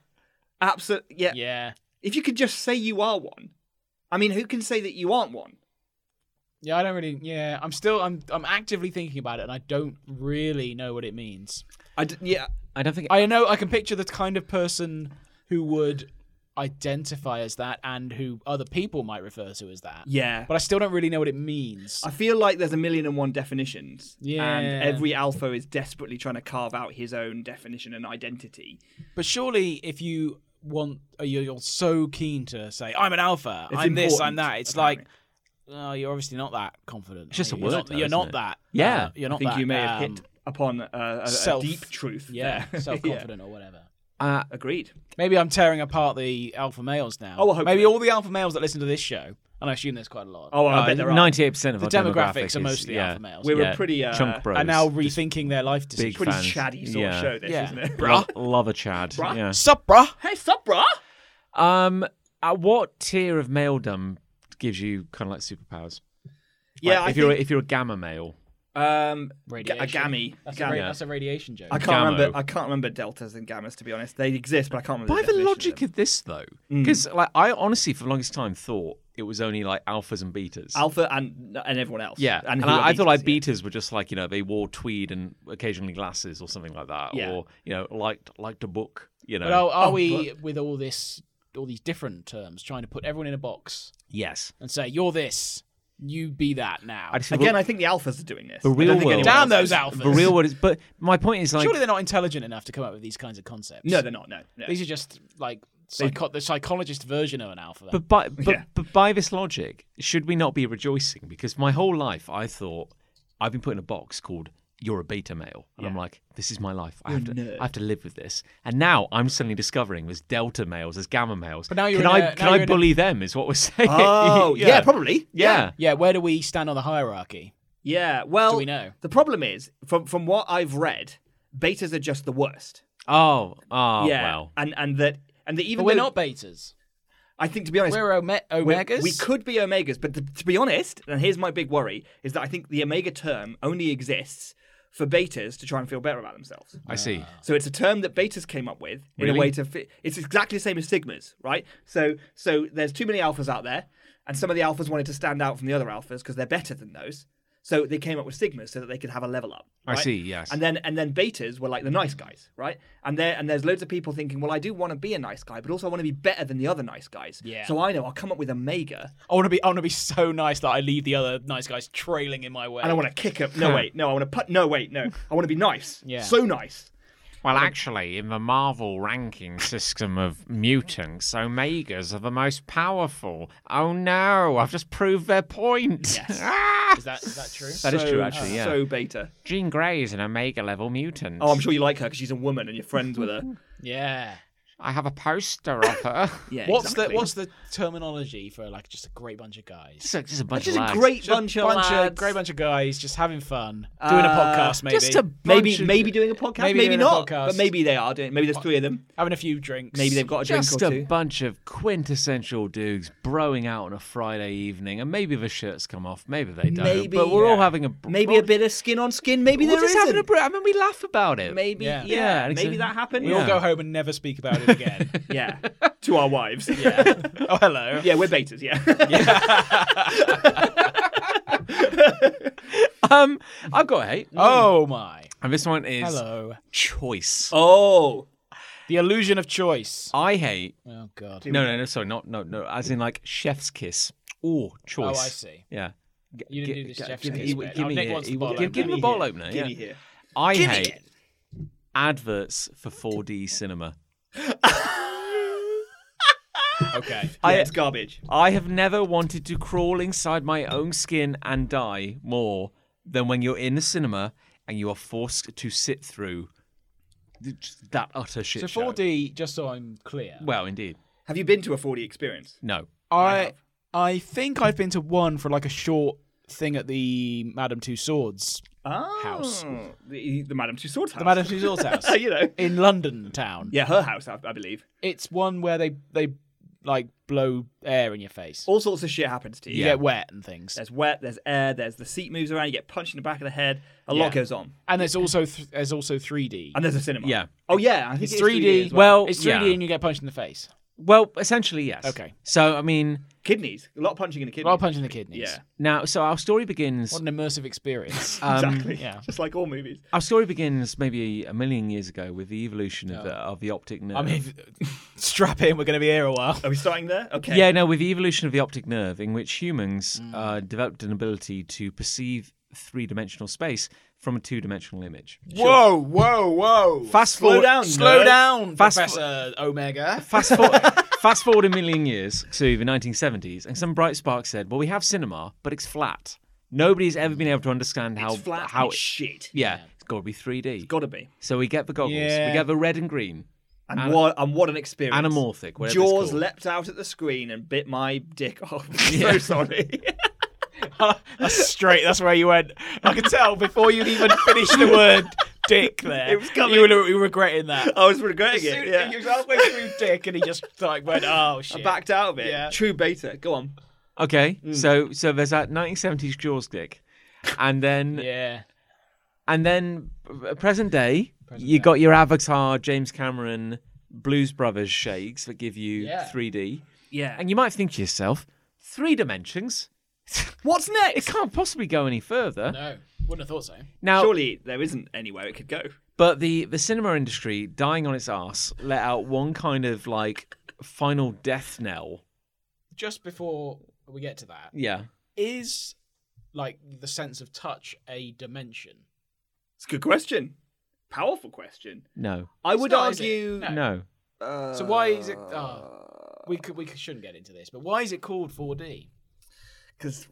B: absolutely. Yeah.
C: Yeah.
B: If you could just say you are one, I mean, who can say that you aren't one?
C: Yeah, I don't really. Yeah, I'm still. I'm. I'm actively thinking about it, and I don't really know what it means.
B: I d- yeah,
A: I don't think.
C: I know I can picture the kind of person who would identify as that and who other people might refer to as that.
B: Yeah.
C: But I still don't really know what it means.
B: I feel like there's a million and one definitions.
C: Yeah.
B: And every alpha is desperately trying to carve out his own definition and identity.
C: But surely if you want uh, you're, you're so keen to say I'm an alpha,
B: It's
C: I'm this,
B: important,
C: I'm that. It's
B: apparently.
C: like oh, you're obviously not that confident. It's
A: just a
C: you're
A: word,
C: Not,
A: though,
C: you're
A: isn't
C: not
A: it?
C: that.
A: Yeah.
C: uh, you're not
B: I think
C: that,
B: you may have
C: um,
B: hit upon a, a, a
C: self-
B: deep truth.
C: yeah,
B: there.
C: self-confident or whatever.
A: Uh,
B: Agreed.
C: Maybe I'm tearing apart the alpha males now.
B: Oh, I hope
C: maybe
B: so.
C: all the alpha males that listen to this show, and I assume there's quite a lot,
B: Oh, I bet there are.
A: Ninety-eight percent of
C: The
A: our
C: demographics
A: demographic
C: are
A: is-
C: mostly
A: yeah,
C: alpha males.
B: We were
A: yeah,
B: pretty, uh,
A: chunk bros.
C: are now rethinking their life
A: big
C: decisions.
B: Pretty
A: fans.
B: chatty sort
A: yeah.
B: of show, this,
C: Yeah.
B: isn't it?
A: Lo- love a Chad.
B: Bruh.
A: Yeah.
C: Sup, bruh?
B: hey, sup, brah?
A: Um, at what tier of maledom gives you kind of like superpowers?
B: Yeah,
A: Like,
B: I
A: if you're a,
B: think-
A: if you're a gamma male,
B: Um, ga-
C: Radiation.
B: a gammy.
C: That's,
B: gammy.
C: A, ra- that's a radiation joke.
B: I can't
A: Gamma.
B: remember. I can't remember deltas and gammas to be honest. They exist, but I can't remember.
A: by the
B: definition
A: logic
B: of Mm.
A: of this though, because like I honestly for the longest time thought it was only like alphas and betas.
B: them. alpha and and everyone else.
A: yeah,
B: and,
A: and,
B: who are
A: I, I
B: betas,
A: thought like
B: yeah.
A: betas were just like you know they wore tweed and occasionally glasses or something like that,
B: Yeah.
A: or you know liked liked a book. You know,
C: Oh, But are, are we, with all this, all these different terms, trying to put everyone in a box
A: yes.
C: and say you're this, you be that now?
A: I just
B: Again, I think the alphas are doing this.
A: The
B: I don't
A: real
B: think
A: world.
B: anyone
C: Damn
B: else
C: those
B: is.
C: alphas!
A: the real world is. But my point is like
C: Surely they're not intelligent enough to come up with these kinds of concepts.
B: No, they're not. No, no.
C: these are just like psycho- the psychologist version of an alpha.
A: But by but,
B: Yeah.
A: but by this logic, should we not be rejoicing? Because my whole life, I thought I've been put in a box called "You're a beta male," and I'm like, "This is my life. I have to, I have to live with this." And now I'm suddenly discovering there's delta males, there's gamma males. But
C: now you're
A: can
C: in
A: I
C: a-
A: can
C: now you're
A: I
C: in a-
A: bully them? Is what we're saying?
B: Oh, yeah, probably.
A: yeah.
C: yeah, where do we stand on the hierarchy?
B: Yeah. Well,
C: we know?
B: The problem is, from from what I've read, betas are just the worst.
A: Oh, oh,
B: yeah.
A: well.
B: And and that and that even
C: But we're
B: though-
C: not betas.
B: I think to be honest,
C: We're ome-
B: we-
C: omegas.
B: We could be omegas, but to, to be honest, and here's my big worry is that I think the omega term only exists for betas to try and feel better about themselves.
A: I
C: Uh,
A: see.
B: So it's a term that betas came up with in
A: Really?
B: a way to fit. It's exactly the same as sigmas, right? So so there's too many alphas out there, and some of the alphas wanted to stand out from the other alphas because they're better than those. So they came up with sigmas so that they could have a level up.
A: I
B: right?
A: see, yes.
B: And then and then betas were like the nice guys, right? And there and there's loads of people thinking, well, I do want to be a nice guy, but also I want to be better than the other nice guys.
C: Yeah.
B: So I know I'll come up with a mega,
C: I want to be. I want to be so nice that I leave the other nice guys trailing in my way.
B: and I want to kick up. No wait, no, I want to put. No wait, no, I want to be nice.
C: Yeah.
B: So nice.
E: Well, actually, in the Marvel ranking system of mutants, Omegas are the most powerful. Oh no, I've just proved their point. Ah!
C: Is that is that true?
A: That is
B: so,
A: true, actually, yeah.
B: So beta.
E: Jean Grey is an Omega level mutant.
B: Oh, I'm sure you like her because she's a woman and you're friends with her.
C: yeah.
E: I have a poster of her.
B: Yeah.
C: What's
B: exactly.
C: the what's the terminology for like just a great bunch of guys?
A: Just a, just a bunch
B: Just
A: of
B: a
A: lads.
B: great
C: Just a
B: bunch of
C: bunch
B: lads.
C: of great bunch of guys just having fun, doing a
B: Uh,
C: podcast maybe,
A: Just a bunch
B: maybe
A: of-
B: maybe doing a podcast,
C: Maybe
B: maybe,
C: doing a
B: not,
C: podcast.
B: but maybe they are doing. Maybe there's three of them.
C: having a few drinks.
B: Maybe they've got a drink
A: Just
B: or
A: a
B: two.
A: bunch of quintessential dudes broing out on a Friday evening, and maybe the shirts come off, maybe they don't.
B: Maybe,
A: but we're all
B: yeah.
A: having a br-
B: maybe a bit of skin on skin. Maybe
A: We're
B: there
A: just having a
B: isn't.
A: break. I mean, we laugh about it.
B: Maybe
C: Yeah.
B: yeah,
A: Yeah, and it's
B: maybe
A: a-
B: that happened.
C: we all go home and never speak about it again.
B: yeah to our wives. Yeah,
C: oh hello.
B: yeah, we're betas. Yeah,
A: Um, I've got hate,
C: Oh my.
A: and this one is
C: Hello.
A: choice.
B: Oh,
C: The illusion of choice.
A: I hate.
C: Oh god.
A: No, no, no. Sorry, not no, no. As in like chef's kiss. Oh, choice.
C: Oh, I see.
A: Yeah. G-
C: You didn't
A: g-
C: do this
A: g-
C: Chef's
A: give me-
C: Kiss
A: he-
C: bit.
A: Give
C: Oh,
A: me
C: Nick
A: here.
C: wants the
A: He-
C: bottle
A: give-
C: opener.
A: Give him a
B: Gimme
A: bottle
B: here.
A: opener.
B: Gimme
A: Yeah.
B: here.
A: I hate adverts for 4D cinema.
C: Okay.
B: Yeah,
A: I-
B: it's garbage.
A: I have never wanted to crawl inside my own skin and die more than when you're in the cinema and you are forced to sit through th- that utter shit
C: So
A: show.
C: 4D, just so I'm clear.
A: Well, indeed,
B: Have you been to a 4D experience?
A: no.
C: I I think I've been to one for like a short thing at the Madame Two Swords,
B: Oh,
C: House.
B: the, the Madame Tussauds house.
C: the Madame Two Swords house
B: you know.
C: in London town.
B: Yeah, her house, I, I believe.
C: It's one where they they like blow air in your face.
B: All sorts of shit happens to you.
C: You get wet and things.
B: There's wet, there's air, there's the seat moves around, you get punched in the back of the head. A
C: Yeah.
B: lot goes on.
C: And there's also th- there's also 3D.
B: And there's a cinema.
A: Yeah.
B: Oh, yeah, I think
C: It's
B: it is
C: 3D.
B: as
A: Well,
C: it's 3D
A: yeah.
C: and you get punched in the face.
A: Well, essentially, yes.
C: Okay.
A: So, I mean,
B: Kidneys. A lot of punching in the
C: A
B: kidneys.
C: lot of punching the kidneys.
B: Yeah,
A: now, so our story begins.
C: What an immersive experience.
A: um,
B: exactly.
C: yeah.
B: Just like all movies.
A: Our story begins maybe a million years ago with the evolution of, the, of the optic nerve.
C: I mean, strap in. We're going to be here a while.
B: Are we starting there? Okay. Mm.
A: yeah, no, with the evolution of the optic nerve, in which humans uh, developed an ability to perceive three dimensional space from a two dimensional image.
C: Whoa, whoa, whoa.
A: Fast
B: Slow
A: forward,
B: down.
C: Slow
B: nerd.
C: down,
A: Fast-
C: Professor Omega.
A: Fast forward, fast forward a million years to the 1970s, and some bright spark said, "Well, we have cinema, but it's flat. Nobody's ever been able to understand how
B: It's flat.
A: how
B: How shit.
A: yeah, it's got to be 3D.
B: Gotta be.
A: so we get the goggles, we
C: Yeah.
A: get the red and green,
B: And, what? And what an experience.
A: anamorphic, whatever it's
B: Jaws
A: called.
B: leapt out at the screen and bit my dick off. so sorry.
C: That's straight. That's where you went. I could tell before you even finished the word dick there.
B: It was coming. Oh,
C: You were, you were regretting that.
B: I was regretting it.
C: Soon-
B: Yeah.
C: He was halfway through dick and he just like went, oh shit.
B: Backed out of it.
C: Yeah.
B: True beta. Go on.
A: Okay,
B: mm.
A: so so there's that 1970s Jaws dick, and then
C: Yeah.
A: and then uh, present day, you got your Avatar, James Cameron, Blues Brothers shakes that give you
C: Yeah.
A: 3D,
B: Yeah.
A: and you might think to yourself, three dimensions.
B: what's
A: It
B: next?
A: can't possibly go any further.
C: No, wouldn't have thought so.
A: Now,
B: Surely there isn't anywhere it could go.
A: but the, the cinema industry, dying on its ass, let out one kind of like final death knell.
C: Just before we get to that,
A: Yeah.
C: is like the sense of touch a dimension?
B: It's a good question. Powerful question.
A: No.
B: I
C: It's
B: would
C: not, is it?
B: argue.
C: No.
A: No.
B: Uh,
C: So why is it? Oh, we could we shouldn't get into this, but why is it called 4D?
B: Because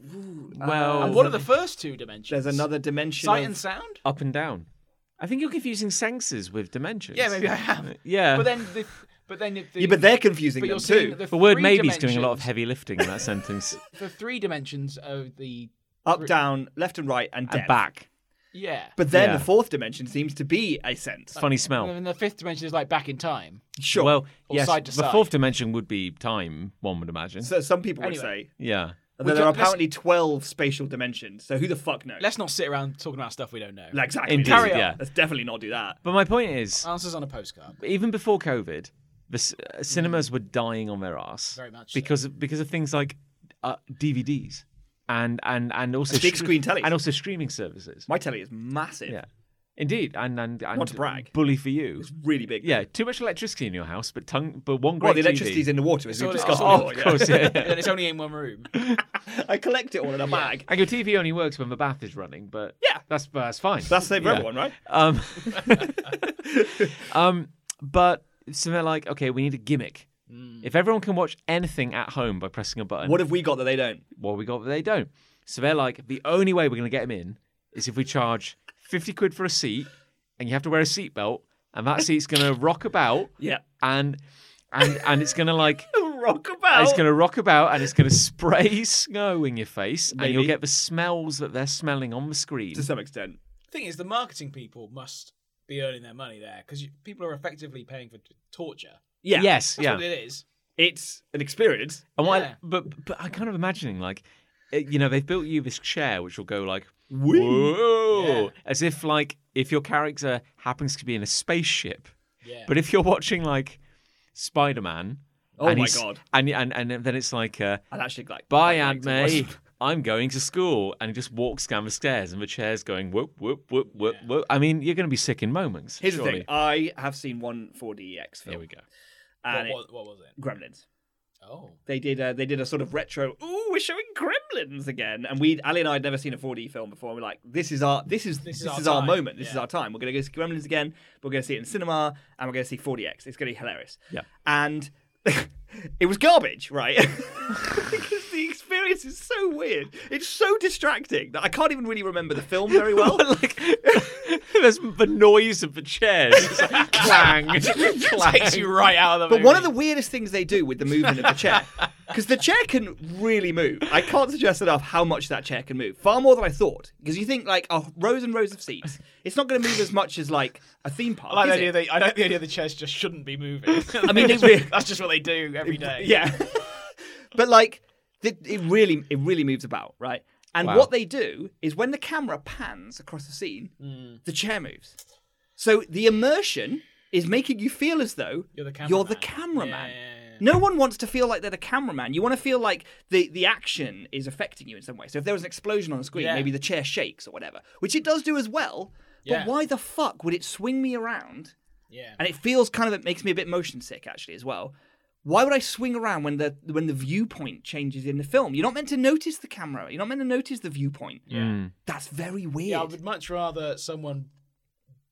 A: Well-
C: Uh, And what are the first two dimensions?
B: there's another dimension.
C: sight
B: of-
C: and sound.
A: Up and down. I think you're confusing senses with dimensions.
C: Yeah, maybe I am.
A: Yeah.
C: But then, the, but then, the,
B: yeah, but they're confusing
C: but
B: them
C: you're
B: too.
C: seeing the
A: the word
C: three
A: maybe is doing a lot of
C: dimensions-
A: heavy lifting in that sentence.
C: The three dimensions of the
B: Up, down, left, and right, and,
A: And
B: depth.
A: back.
C: yeah.
B: But then
A: Yeah.
B: the fourth dimension seems to be a sense.
A: Funny
C: and
A: smell.
C: then the fifth dimension is like back in time.
B: Sure.
A: Well,
C: Or
A: yes,
C: side to
A: the
C: side.
A: fourth dimension would be time, one would imagine.
B: so some people would
C: Anyway.
B: say.
A: yeah.
B: And then
C: We
B: there are
C: could- let's-
B: apparently twelve spatial dimensions. So who the fuck knows?
C: Let's not sit around talking about stuff we don't know.
B: Like, exactly.
A: Indeed,
B: let's-
A: yeah.
B: Let's definitely not do that.
A: But my point is,
B: Uh,
C: Answers on a postcard.
A: even before COVID, the c- uh, cinemas were dying on their ass
C: Very much so.
A: because of, because of things like uh, DVDs and and and also
B: And big screen tellies.
A: and also streaming services.
B: My telly is massive.
A: Yeah, indeed, and and, and
B: Not to brag.
A: bully for you.
B: It's really big.
A: Yeah, too much electricity in your house, but tongue, but one great
B: Well, the electricity's
A: TV.
B: in the water, as
C: So
B: we've
C: it-
B: discussed
C: oh,
B: before.
A: Of
B: yeah.
A: course, yeah.
C: and it's only in one room.
B: I collect it all in a bag.
A: and your TV only works when the bath is running, but
B: Yeah.
A: that's that's fine.
B: That's the same for
A: Yeah.
B: everyone, right?
A: Um, um, but so they're like, okay, we need a gimmick.
B: Hmm.
A: If everyone can watch anything at home by pressing a button,
B: What have we got that they don't?
A: what we got that they don't. So they're like, the only way we're going to get them in is if we charge 50 quid for a seat and you have to wear a seatbelt and that seat's going to rock about
B: Yeah.
A: and and and it's going to like
B: Rock
A: it's
B: about.
A: going to rock about and it's going to spray snow in your face and you'll
B: Maybe.
A: get the smells that they're smelling on the screen.
B: To some extent.
C: thing is, the marketing people must be earning their money there because people are effectively paying for t- torture.
B: Yeah.
A: Yes,
C: That's
A: yeah.
C: what it is.
B: It's an experience.
A: And why?
C: Yeah.
A: But but I'm kind of imagining like, it, you know, they've built you this chair which will go like,
B: Whee!
A: whoa,
C: Yeah.
A: as if like if your character happens to be in a spaceship.
C: Yeah.
A: But if you're watching like Spider Man,
B: Oh my God.
A: and and and then it's like, uh,
B: I'd actually like.
A: bye
B: I'd like
A: Aunt
B: to watch-
A: May. I'm going to school, and he just walks down the stairs, and the chair's going whoop whoop whoop whoop whoop. I mean, you're going to be sick in moments.
B: Here's
A: surely.
B: the thing. I have seen one 4DX film.
A: Here we go.
C: What,
B: And it-
C: what, what was it?
B: Gremlins.
C: Oh,
B: They did. A, they did a sort of retro. Ooh, we're showing Gremlins again, and we, Ali and I, had never seen a 4D film before. And we're like, this is our, this is this,
C: is our
B: is our
C: time.
B: moment. This is
C: Yeah.
B: our time. We're gonna go see Gremlins again. But we're gonna see it in cinema, and we're gonna see 4DX. It's gonna be hilarious.
A: Yeah.
B: And it was garbage, right? because the experience is so weird. It's so distracting that I can't even really remember the film very well.
A: like there's the noise of the chairs. It's like clang, clang.
C: takes you right out of the.
B: But one of the weirdest things they do with the movement of the chair, because the chair can really move. I can't suggest enough how much that chair can move. Far more than I thought. Because you think like oh, rows and rows of seats, it's not going to move as much as like a theme park.
C: I like the
B: is
C: idea
B: it?
C: that I like the idea the chairs just shouldn't be moving.
B: I mean,
C: that's,
B: they re-
C: that's just what they do every day.
B: yeah. but like, it, it really, it really moves about, right? And
A: Wow.
B: what they do is when the camera pans across the scene,
C: Mm.
B: the chair moves. So the immersion is making you feel as though
C: You're the
B: You're the
C: cameraman.
B: cameraman.
C: Yeah, yeah, yeah.
B: No one wants to feel like they're the cameraman. You want to feel like the, the action is affecting you in some way. So if there was an explosion on the screen,
C: Yeah.
B: maybe the chair shakes or whatever, which it does do as well. But
C: Yeah.
B: why the fuck would it swing me around?
C: Yeah.
B: And it feels kind of it makes me a bit motion sick actually as well. Why would I swing around when the when the viewpoint changes in the film? You're not meant to notice the camera. You're not meant to notice the viewpoint. That's very weird.
C: Yeah, I would much rather someone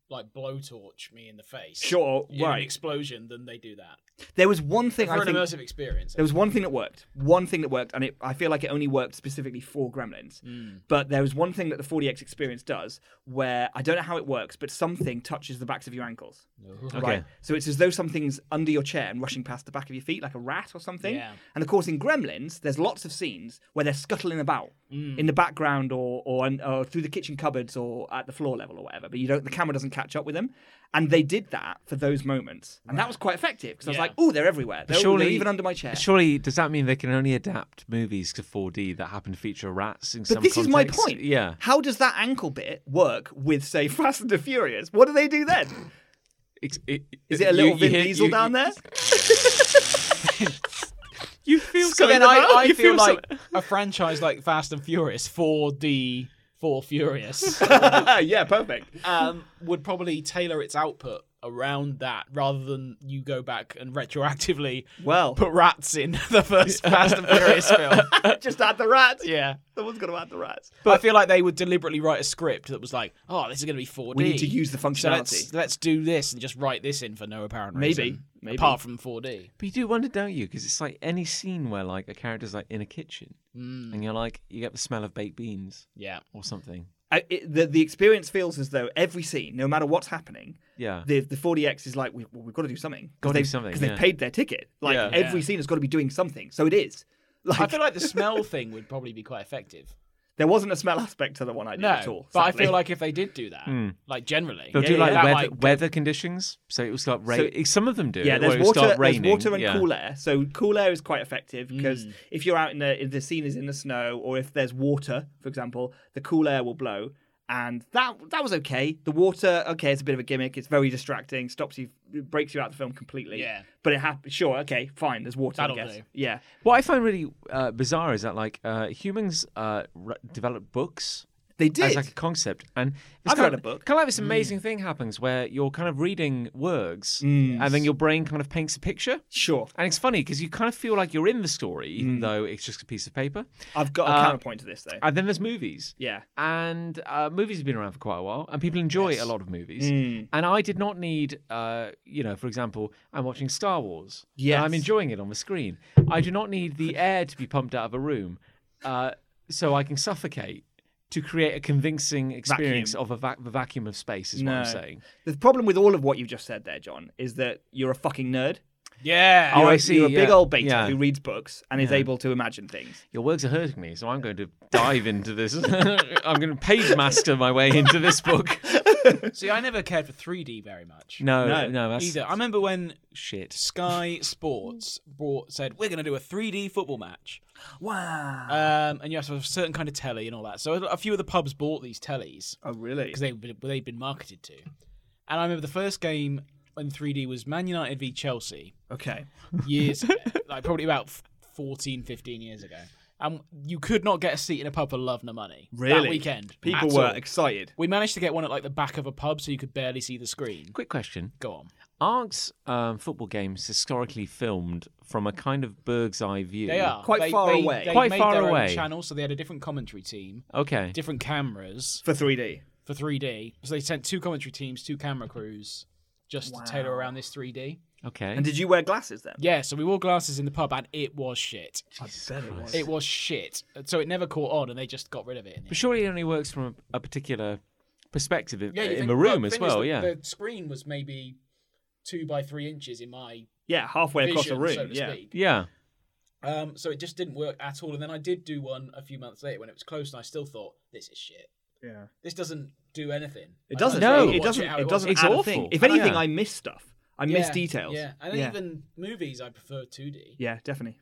C: like blowtorch me in the face.
B: Sure,
C: in an
B: right.
C: explosion than they do that
B: There was one thing
C: for
B: I
C: an
B: think
C: immersive experience.
B: There was one thing that worked. One thing that worked, and it, I feel like it only worked specifically for Gremlins.
C: Mm.
B: But there was one thing that the 40X experience does where I don't know how it works, but something touches the backs of your ankles. Right? So it's as though something's under your chair and rushing past the back of your feet, like a rat or something.
C: Yeah.
B: And of course, in Gremlins, there's lots of scenes where they're scuttling about
C: Mm.
B: in the background or, or or through the kitchen cupboards or at the floor level or whatever. But you don't, the camera doesn't catch up with them. And they did that for those moments, and that was quite effective because I was
C: Yeah.
B: like, "Oh, they're everywhere. They're,
A: surely
B: they're even under my chair."
A: Surely, does that mean they can only adapt movies to 4D that happen to feature rats in some
B: But this is my
A: context?
B: point.
A: Yeah.
B: How does that ankle bit work with, say, Fast and the Furious? What do they do then?
A: It's- it-
B: Is it a
A: you-
B: little
A: you
B: Vin
A: hear-
B: Diesel
A: you-
B: down there?
A: You feel
C: So
A: something
C: then I,
A: about-
C: I
A: you
C: feel like
A: something-
C: a franchise like Fast and Furious 4D for Furious
B: yeah, perfect.
C: um, would probably tailor its output around that rather than you go back and retroactively
B: Well,
C: put rats in the first Fast and Furious film.
B: just add the rats.
C: Yeah.
B: Someone's got to add the rats.
C: But I feel like they would deliberately write a script that was like, "Oh, this is going to be 4D.
B: We need to use the
C: so
B: functionality.
C: let's let's do this and just write this in for no apparent
B: Maybe,
C: reason."
B: maybe.
C: apart from 4D.
A: But you do wonder, don't you? Because it's like any scene where like a character's like in a kitchen,
B: Hmm.
A: and you're like, you get the smell of baked beans
C: Yeah,
A: or something.
B: I, it, the, the experience feels as though every scene, no matter what's happening,
A: Yeah.
B: the, the 40X is like, we, well, we've got to do something.
A: Gotta do
B: they've,
A: something,
B: Because
A: yeah.
B: they've paid their ticket. Like,
A: Yeah.
B: every
C: Yeah.
B: scene has got to be doing something. So it is. Like,
C: I feel like the smell thing would probably be quite effective.
B: there wasn't a smell aspect to the one I did
C: No,
B: at all.
C: but I
B: sadly.
C: feel like if they did do that, like generally,
A: Hmm. They'll do
B: yeah,
A: like
C: yeah.
A: weather,
C: That might-
A: weather conditions. So it will start rain. some of them do.
B: Yeah,
A: it will
B: there's water.
A: start
B: There's
A: raining.
B: water and
A: yeah. Mm.
B: cool air. So cool air is quite effective because if you're out in the if the scene is in the snow or if there's water, for example, the cool air will blow. And that that was okay. The water, okay, it's a bit of a gimmick. It's very distracting. Stops you, it breaks you out of the film completely.
C: Yeah.
B: But it happened. Sure, okay, fine. There's water.
C: That'll
B: I guess.
C: do.
B: Yeah.
A: What I find really uh, bizarre is that like uh, humans uh, re- develop books
B: They did.
A: as like a concept, and
B: I've
A: kind
B: read
A: of,
B: a book. Mm.
A: Kind of like this amazing thing happens where you're kind of reading words,
B: Mm.
A: and then your brain kind of paints a picture.
B: Sure.
A: And it's funny because you kind of feel like you're in the story,
B: Mm.
A: even though it's just a piece of paper.
B: I've got a
A: Uh,
B: counterpoint to this though.
A: And then there's movies.
B: yeah.
A: And uh, movies have been around for quite a while, and people enjoy a lot of movies.
B: Mm.
A: And I did not need, uh, you know, for example, I'm watching Star Wars. Yeah,
B: Yes.
A: I'm enjoying it on the screen. I do not need the air to be pumped out of a room uh, so I can suffocate to create a convincing experience
B: Vacuum.
A: of a vac- the vacuum of space, is what I'm
B: No.
A: saying.
B: The problem with all of what you've just said there, John, is that you're a fucking nerd.
C: yeah,
A: Oh,
B: You're,
A: I
B: a-
A: see,
B: You're a big
A: yeah,
B: old beta
A: yeah.
B: who reads books and is able to imagine things.
A: Your words are hurting me, so I'm going to dive into this. I'm going to page master my way into this book.
C: see, I never cared for 3D very much
A: Oh. No, no,
B: No,
A: that's
C: either. I remember when
A: shit.
C: Sky Sports brought said we're going to do a 3D football match,
B: Wow.
C: um, and you have to have a certain kind of telly and all that. So a few of the pubs bought these tellies
B: Oh, really?
C: because they've been, they've been marketed to. And I remember the first game in 3D was Man United v Chelsea
B: Okay.
C: years, ago, like probably about f- 14, 15 years ago. And you could not get a seat in a pub for love nor money
B: Really?
C: that weekend.
B: People
C: at
B: were
C: all.
B: excited.
C: We managed to get one at like the back of a pub, so you could barely see the screen.
A: Quick question.
C: Go on.
A: Aren't um, football games historically filmed from a kind of bird's eye view?
C: They are
B: Quite
C: They-
B: far
C: they-
B: away.
C: They
A: Quite
C: made
A: far
C: their own
A: away.
C: Channel, so they had a different commentary team,
A: Okay.
C: different cameras
B: For 3D.
C: for 3D. So they sent two commentary teams, two camera crews, just to tailor around this 3D.
A: Okay.
B: And did you wear glasses then?
C: Yeah, so we wore glasses in the pub, and it was shit.
B: I bet it was.
C: It was shit. So it never caught on, and they just got rid of it. In the
A: but surely it only works from a, a particular perspective in,
C: end. you
A: in
C: think-
A: the
C: well,
A: room as
C: thing is
A: well.
C: that
A: yeah.
C: The screen was maybe two by three inches in my
B: Yeah, halfway
C: vision,
B: across the room.
C: so to
B: yeah.
C: speak.
A: Yeah.
C: Um, so it just didn't work at all. And then I did do one a few months later when it was close, and I still thought this is shit.
B: Yeah.
C: This doesn't do anything.
B: It doesn't.
A: No.
B: it,
A: Watch
B: it doesn't.
C: how
B: It,
C: was.
B: doesn't.
A: It's
B: add a
A: awful.
B: thing. If
A: Yeah.
B: anything, I miss stuff. I miss
C: Yeah,
B: details.
C: Yeah, and then
B: yeah.
C: even movies, I prefer 2D.
B: Yeah, definitely.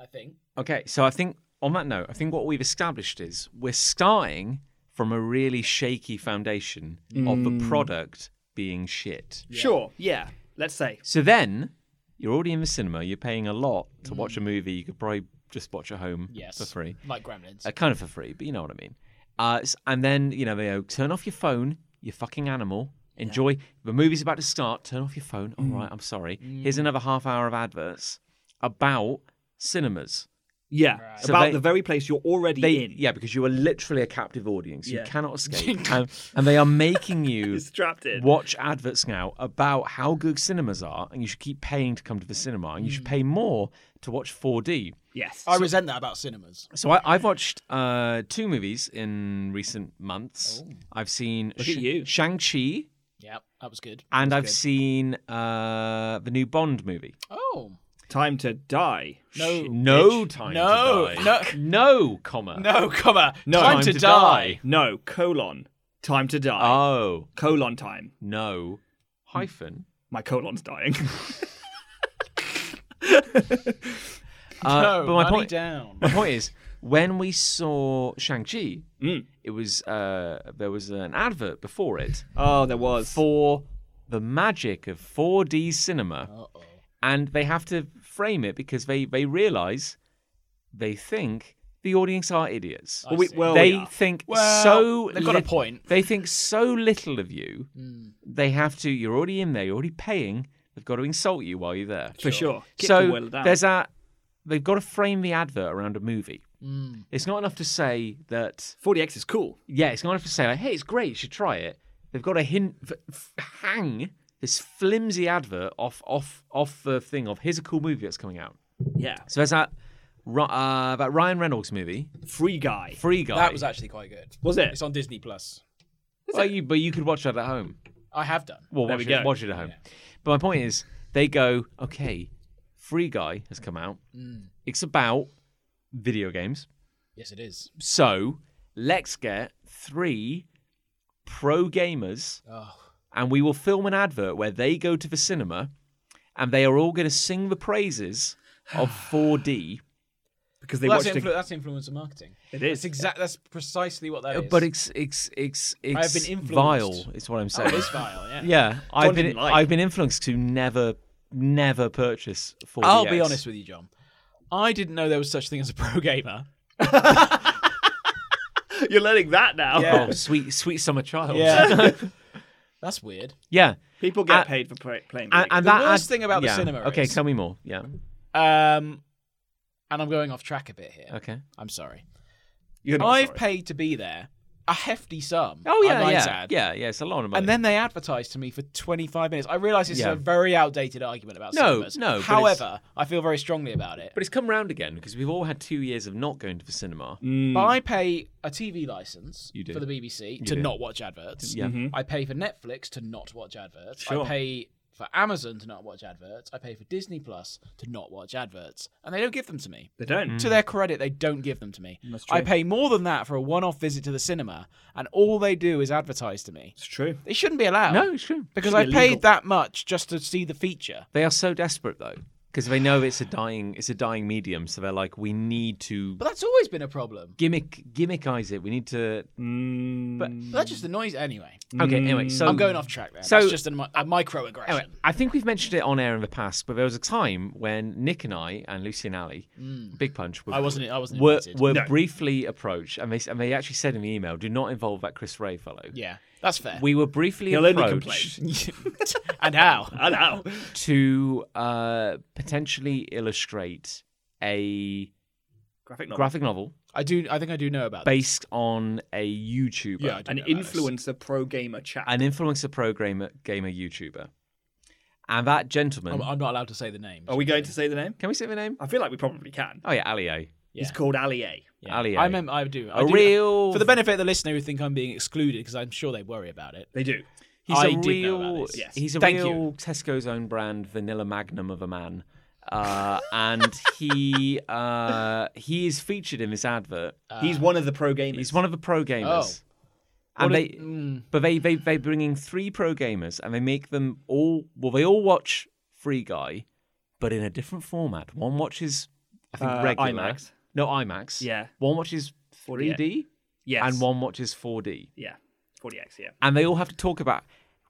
C: I think.
A: Okay. So I think on that note, I think what we've established is we're starting from a really shaky foundation
C: Mm.
A: of the product being shit.
B: Sure. Yeah. Let's say.
A: So then You're already in the cinema. You're paying a lot to watch a movie. You could probably just watch at home
C: Mm. Yes.
A: for free.
C: Like Gremlins.
A: Uh, kind of for free, but you know what I mean. Uh, s- and then you know they go, turn off your phone, you fucking animal. Enjoy the movie's about to start. Turn off your phone.
B: Mm.
A: All right, I'm sorry. Here's another half hour of adverts about cinemas.
B: Yeah,
A: So
B: about
A: they-
B: the very place you're already
A: They,
B: in.
A: yeah, because you are literally a captive audience. You
B: Yeah.
A: cannot escape, and, and they are making you
B: You're strapped in.
A: watch adverts now about how good cinemas are, and you should keep paying to come to the cinema, and you
B: Mm.
A: should pay more to watch 4D.
B: Yes.
C: I resent that about cinemas.
A: So I, I've watched uh, two movies in recent months.
C: Oh.
A: I've seen
B: at you.
A: Shang Chi,
C: Yeah, that was good.
A: and I've seen uh, the new Bond movie.
C: Oh
B: Time to die.
C: no,
A: No time.
C: no,
A: to die.
C: no,
A: no, comma.
C: no, comma.
B: No.
C: time,
A: Time
C: to,
A: to
C: die.
B: No, colon. Time to die.
A: Oh
B: colon time.
A: no, hyphen.
B: My colon's dying.
A: Uh,
C: no,
A: but my
C: money
A: point,
C: down.
A: my point is, when we saw Shang Chi,
B: Mm.
A: it was uh, there was an advert before it
B: oh, there was.
A: for the magic of 4D cinema.
C: Uh-oh.
A: and they have to frame it because they they realize they think the audience are idiots.
C: I
B: we-
C: see.
B: well,
A: they
B: yeah.
A: think
C: Well,
A: so.
C: they've got a point. Hmm.
A: They think so little of you. They have to. You're already in there. You're already paying. They've got to insult you while you're there.
B: For sure. Kick the
A: so
B: well down.
A: there's a. They've got to frame the advert around a movie.
C: Mm.
A: It's not enough to say that.
B: 40X is cool.
A: Yeah, it's not enough to say like, "Hey, it's great. You should try it." They've got to hint, f- f- hang this flimsy advert off, off, off the thing of here's a cool movie that's coming out.
B: Yeah.
A: So there's that Ri- uh, that Ryan Reynolds movie,
B: Free guy.
A: Free Guy.
C: That was actually quite good.
B: Was it?
C: It's on Disney Plus.
A: well, you, but you could watch that at home.
C: I have done.
A: Well,
B: There
A: watch,
B: we
A: it,
B: go.
A: watch it at home. But my point is, they go, okay, Free Guy has come out.
B: Mm.
A: It's about video games.
C: Yes, it is.
A: So let's get three pro gamers
C: Oh,
A: and we will film an advert where they go to the cinema and they are all going to sing the praises of 4D.
B: Because they
C: that's,
B: watched
C: influ-
B: it.
C: that's influencer marketing.
B: It
C: It's
B: is.
C: exact. That's precisely what that is.
A: But it's it's it's it's
C: have been influenced.
A: vile. Is what I'm
C: oh,
A: saying.
C: it's vile. Yeah.
A: Yeah, I've been
B: didn't like.
A: I've been influenced to never never purchase 4
C: I'll be honest with you, John. I didn't know there was such thing as a pro gamer.
B: You're learning that now.
C: Yeah.
A: Oh, sweet sweet summer child.
C: that's weird.
A: yeah.
B: People get
A: Uh,
B: paid for play- playing.
A: And,
B: video
A: and
C: The
A: that
C: worst
A: ad-
C: thing about the
A: yeah.
C: cinema
A: Okay,
C: is-
A: tell me more. Yeah.
C: Um, and I'm going off track a bit here.
A: Okay.
C: I'm sorry.
B: games. You're not
C: I've
B: sorry.
C: paid to be there a hefty sum.
A: Oh
C: I
A: yeah,
C: might
A: yeah,
C: add.
A: yeah, yeah. It's a lot of money.
C: And then they advertised to me for 25 minutes. I realise this
A: Yeah.
C: is a very outdated argument about
A: No,
C: cinemas.
A: no, but it's-
C: However, I feel very strongly about it.
A: but it's come round again because we've all had two years of not going to the cinema.
C: But I pay a TV license
A: Mm. You do.
C: for the BBC to
A: do.
C: not watch adverts.
A: Yeah.
C: I pay for Netflix to not watch adverts.
B: Mm-hmm. Sure.
C: I pay for Amazon to not watch adverts. I pay for Disney Plus to not watch adverts. And they don't give them to me.
B: They don't.
C: To their credit, they don't give them to me.
B: Mm. That's
C: I
B: true.
C: pay more than that for a one off visit to the cinema, and all they do is advertise to me.
B: It's true.
C: They shouldn't be allowed.
A: No, it's true.
C: Because
B: Should
C: I
B: be
C: paid
B: illegal.
C: that much just to see the feature.
A: They are so desperate though because they know it's a dying it's a dying medium. So they're like, we need to
C: But that's always been a problem.
A: gimmick gimmickize it. We need to.
B: Mm,
A: But
C: But that just annoys anyway.
A: okay, anyway. So
C: Mm. I'm going off track there.
A: so-
C: that's just a, mi- a microaggression.
A: Anyway, I think we've mentioned it on air in the past, but there was a time when Nick and I and Lucy and Ali, Big Punch, were,
C: Mm. I wasn't. I wasn't
A: were,
C: invited.
A: were briefly approached, and they s- and they actually said in the email, "Do not involve that Chris Ray fellow."
C: Yeah, that's fair.
A: We were briefly
B: He'll only
A: approached
C: and how?
B: I know.
A: to uh, potentially illustrate a
B: Graphic novel.
A: graphic novel
C: I do. I think I do know about that.
A: based on a YouTuber,
C: Yeah, I do
B: An
C: know about this.
B: influencer pro gamer chat.
A: an influencer programmer gamer YouTuber, and that gentleman.
C: I'm, I'm not allowed to say the name.
A: Oh,
B: Are we going to say the name?
A: can we say the name?
B: I feel like we probably can.
A: Oh yeah, Ali A.
C: Yeah.
B: He's called Ali A.
C: Yeah.
A: Ali A.
C: I remember. I do. I
A: A
C: do-
A: real
C: For the benefit of the listener who think I'm being excluded, because I'm sure they worry about it.
B: They do.
A: He's
C: I
A: a
C: did
A: real,
C: know about this.
B: yes.
A: he's a
C: Thank
A: real
C: you.
A: Tesco's own brand vanilla magnum of a man, uh, and he uh, he is featured in this advert.
B: Uh, He's one of the pro gamers.
A: He's one of the pro gamers, and
C: Oh. What
A: they
C: a- mm.
A: but they they they bring in three pro gamers and they make them all well they all watch Free Guy, but in a different format. One watches I think
B: Uh,
A: regular
B: IMAX.
A: no IMAX
B: Yeah.
A: One watches 3D
B: Yes.
A: and one watches 4D
B: Yeah. 40X, yeah.
A: and they all have to talk about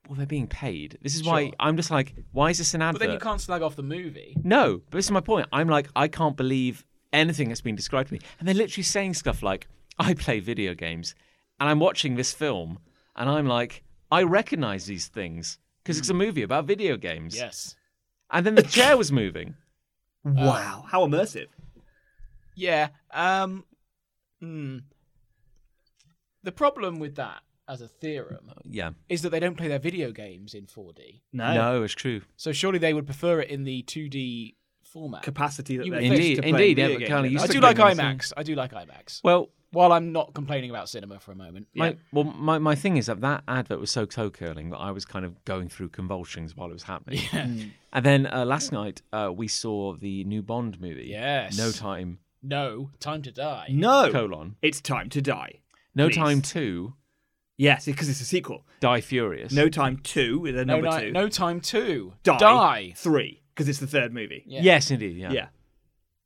A: well, they're being paid. This is why I'm just like, why is this an advert?
C: But then you can't slag off the movie.
A: No, but this is my point. I'm like, I can't believe anything that's been described to me. And they're literally saying stuff like, I play video games and I'm watching this film and I'm like, I recognize these things because
B: Hmm.
A: it's a movie about video games.
C: Yes.
A: And then the chair was moving.
B: Wow, how immersive.
C: Yeah. Um. hmm. The problem with that as a theorem
A: Yeah.
C: is that they don't play their video games in 4D.
B: No.
A: No, it's true.
C: So surely they would prefer it in the 2D format.
B: Capacity that
C: You
B: they're
C: would
B: used
A: Indeed,
B: to
A: indeed,
B: playing
A: yeah,
B: video
A: but
B: games
A: Carly,
B: in.
A: you
C: I
A: still
C: do like
A: don't see-
C: IMAX. I do like IMAX.
A: Well,
C: While I'm not complaining about cinema for a moment.
A: my, well, my, my thing is that that advert was so toe curling that I was kind of going through convulsions while it was happening.
B: Hmm.
A: And then uh, last night uh, we saw the new Bond movie.
C: Yes.
A: No Time
C: No, Time to Die.
B: No.
A: colon
B: It's time to die.
A: No
B: Oh. Please.
A: Time Two
B: Yes, because it's a sequel.
A: Die Furious.
B: No Time 2 with a
C: No,
B: number
C: Ni-
B: 2.
C: no Time 2.
B: Die,
C: Die.
B: 3 because it's the third movie.
C: Yeah.
A: Yes, indeed. Yeah.
B: yeah.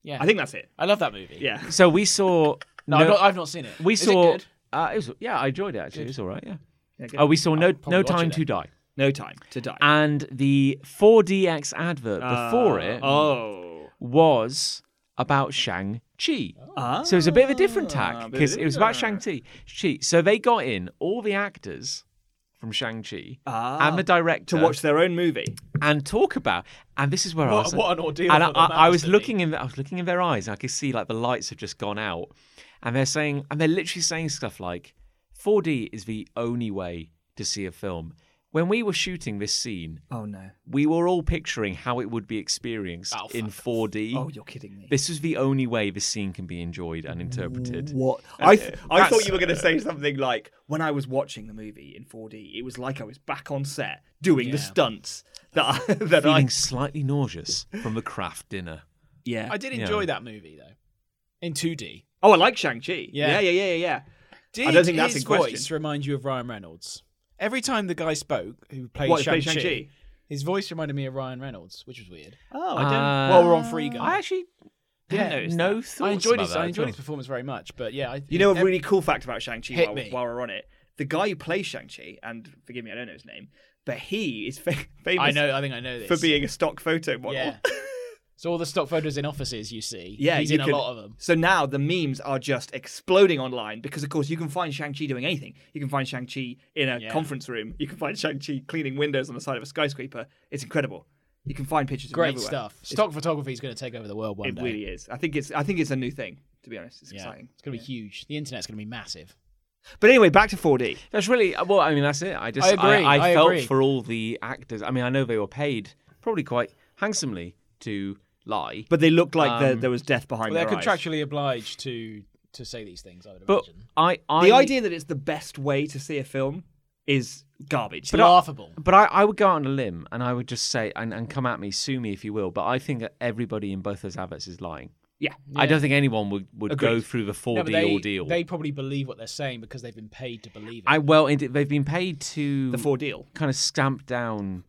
C: Yeah.
B: I think that's it.
C: I love that movie.
B: Yeah.
A: So we saw.
C: No, I've, not, I've not seen it.
A: we
C: Is it
A: saw.
C: good?
A: Uh, it was, yeah, I enjoyed it actually. It was all right. Yeah.
B: Yeah, good.
A: Oh, we saw no
C: probably
A: no
C: watch
A: time
C: it
A: to die,
B: No Time to Die.
A: and the 4DX advert before
B: Uh,
A: it
B: Oh.
A: was about Shang Chi.
B: Ah.
A: So it was a bit of a different tack
B: bit
A: because it was about Shang
B: different.
A: Chi. Chi. So they got in all the actors from Shang Chi
B: Ah.
A: and the director
B: to watch their own movie.
A: and talk about. And this is where I
C: What-
A: was.
C: what an ordeal
A: And I,
C: for them,
A: I, I was
C: actually.
A: looking in. I was looking in their eyes. And I could see like the lights have just gone out, and they're saying, and they're literally saying stuff like, "4D is the only way to see a film." When we were shooting this scene,
B: Oh no.
A: we were all picturing how it would be experienced
C: Oh,
A: in
C: fuck
A: 4D.
B: Oh, you're kidding me.
A: This is the only way this scene can be enjoyed and interpreted.
B: What? I th- I thought you were going to say something like, "When I was watching the movie in 4D, it was like I was back on set doing the
C: Yeah.
B: stunts that I, that I
A: Feeling slightly nauseous from the craft dinner.
B: yeah."
C: I did
A: Yeah.
C: enjoy that movie, though. In 2D.
B: Oh, I like Shang Chi.
C: Yeah.
B: Yeah. yeah, yeah, yeah, yeah.
C: Did
B: I don't think that's
C: his
B: in question.
C: voice remind you of Ryan Reynolds? Every time the guy spoke who played
B: What, who
C: Shang-Chi,
B: played Shang-Chi?
C: his voice reminded me of Ryan Reynolds, which was weird.
B: Oh, I don't.
A: Uh,
C: While we're on Free Guy.
A: I actually
C: Yeah.
A: had no thoughts
C: I enjoyed
A: about
C: his
A: that
C: I
A: at
C: enjoyed
A: all.
C: his performance very much, but yeah, I,
B: you know a
C: ev-
B: really cool fact about Shang Chi
C: Hit
B: while,
C: me.
B: while we're on it. The guy who plays Shang Chi, and forgive me, I don't know his name, but he is fa- famous
C: I know, I think I know this
B: for being a stock photo model.
C: Yeah. so all the stock photos in offices you see,
B: Yeah,
C: he's
B: you
C: in
B: can-
C: a lot of them.
B: So now the memes are just exploding online because, of course, you can find Shang Chi doing anything. You can find Shang Chi in a
C: Yeah.
B: conference room. You can find Shang Chi cleaning windows on the side of a skyscraper. It's incredible. You can find pictures. of him
C: Great
B: everywhere.
C: stuff. Stock photography is going to take over the world one
B: It
C: day.
B: really is. I think it's. I think it's a new thing. To be honest, it's
C: yeah.
B: exciting.
C: It's going to be huge. The internet's going to be massive.
B: But anyway, back to 4D.
A: That's really uh, well. I mean, that's it. I just
C: I agree,
A: I,
C: I
A: felt
C: agree.
A: for all the actors. I mean, I know they were paid probably quite handsomely to lie,
B: But they looked like there, there was death behind
C: Well, they're
B: their eyes.
C: contractually obliged to to say these things, I would
A: but
C: imagine.
A: I, I
B: The idea that it's the best way to see a film is garbage.
C: It's laughable.
A: But I, I would go out on a limb and I would just say and, and come at me, sue me if you will. But I think that everybody in both those adverts is lying.
B: yeah.
A: I don't think anyone would, would go
B: Agreed.
A: through the 4D
C: No, but they,
A: ordeal.
C: they probably believe what they're saying because they've been paid to believe it.
A: I well, indeed, they've been paid to
B: The 4 deal.
A: kind of stamp down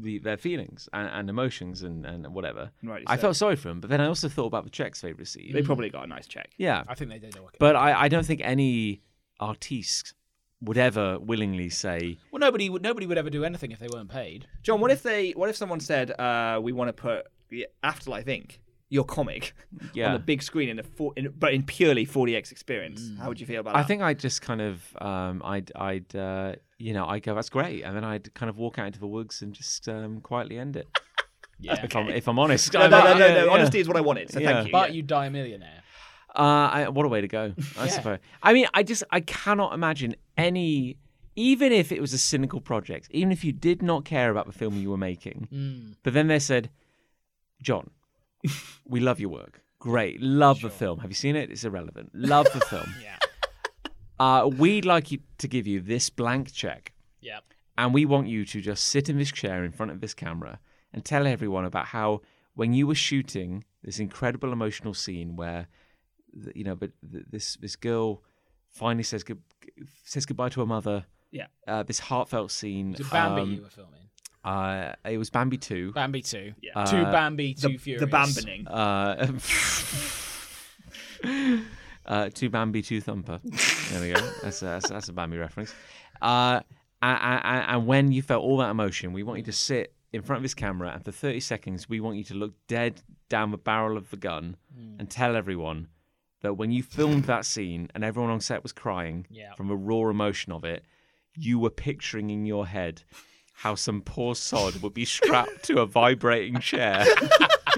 A: the, their feelings and, and emotions and, and whatever.
B: Rightly
A: I
B: so.
A: felt sorry for them, but then I also thought about the checks they received.
B: They probably got a nice check.
A: yeah,
C: I think they did. Okay.
A: but I, I don't think any artiste would ever willingly say
C: Well, nobody would nobody would ever do anything if they weren't paid.
B: John, what if they? What if someone said, uh, "We want to put the Afterlife Inc. your comic
A: yeah.
B: on the big screen in a four, in, but in purely 4DX experience"? How would you feel about
A: I
B: that?
A: think I'd just kind of, um, I'd, I'd, uh, you know, I'd go, that's great. And then I'd kind of walk out into the woods and just um, quietly end it.
C: Yeah.
A: If I'm, if I'm honest.
B: No, no, no, no,
A: Yeah,
B: no.
A: yeah.
B: Honesty is what I wanted. So
A: Yeah.
B: thank you.
C: But
B: yeah.
C: you'd die a millionaire.
A: Uh, I, what a way to go, I suppose. I mean, I just, I cannot imagine any, even if it was a cynical project, even if you did not care about the film you were making, but then they said, John, we love your work. Great. Love the film. Have you seen it? It's irrelevant. Love the film.
C: Yeah.
A: Uh, we'd like you to give you this blank check.
C: Yeah.
A: and we want you to just sit in this chair in front of this camera and tell everyone about how when you were shooting this incredible emotional scene where th- you know but th- this this girl finally says good, says goodbye to her mother
B: Yeah.
A: uh, this heartfelt scene
C: It was Bambi
A: um,
C: you were filming.
A: uh, it was Bambi 2
C: Bambi two.
B: Yeah.
C: two Bambi, two
B: uh, the
C: Furious.
B: bamboning.
A: uh, uh, two Bambi, two Thumper. There we go. That's a, that's, a- that's a Bambi reference. Uh, And, and, and when you felt all that emotion, we want you to sit in front of this camera, and for 30 seconds, we want you to look dead down the barrel of the gun and tell everyone that when you filmed that scene and everyone on set was crying
C: Yeah.
A: from the raw emotion of it, you were picturing in your head how some poor sod would be strapped to a vibrating chair.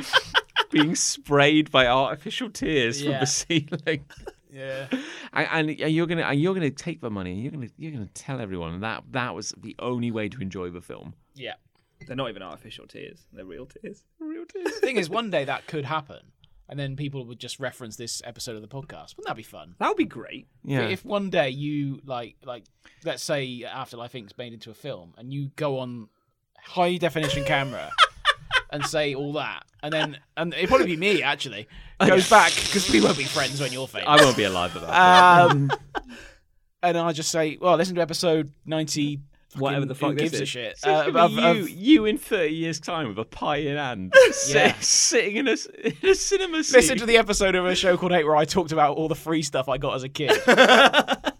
A: Being sprayed by artificial tears from
C: Yeah.
A: the ceiling,
C: Yeah.
A: and, and, and you're gonna and you're gonna take the money, and you're gonna you're gonna tell everyone that that was the only way to enjoy the film.
C: Yeah.
B: They're not even artificial tears. They're real tears.
A: Real tears.
C: The thing is, one day that could happen, and then people would just reference this episode of the podcast. Wouldn't that be fun?
B: That would be great.
A: Yeah.
C: If one day you like, like, let's say Afterlife Inc.'s made into a film, and you go on high definition camera and say all that, and then, and it'd probably be me actually goes back because we won't be friends when you're famous.
A: I won't be alive at that.
C: Um, and I just say, well, listen to episode ninety.
B: Whatever the
C: fucking-
B: fuck
C: who
B: this
C: gives a
B: is.
C: shit.
A: So it's gonna
C: uh, of-
A: be
C: of-
A: you, you in 30 years' time with a pie in hand, sit, sitting in a, in a cinema seat.
C: Listen to the episode of a show called Hate where I talked about all the free stuff I got as a kid,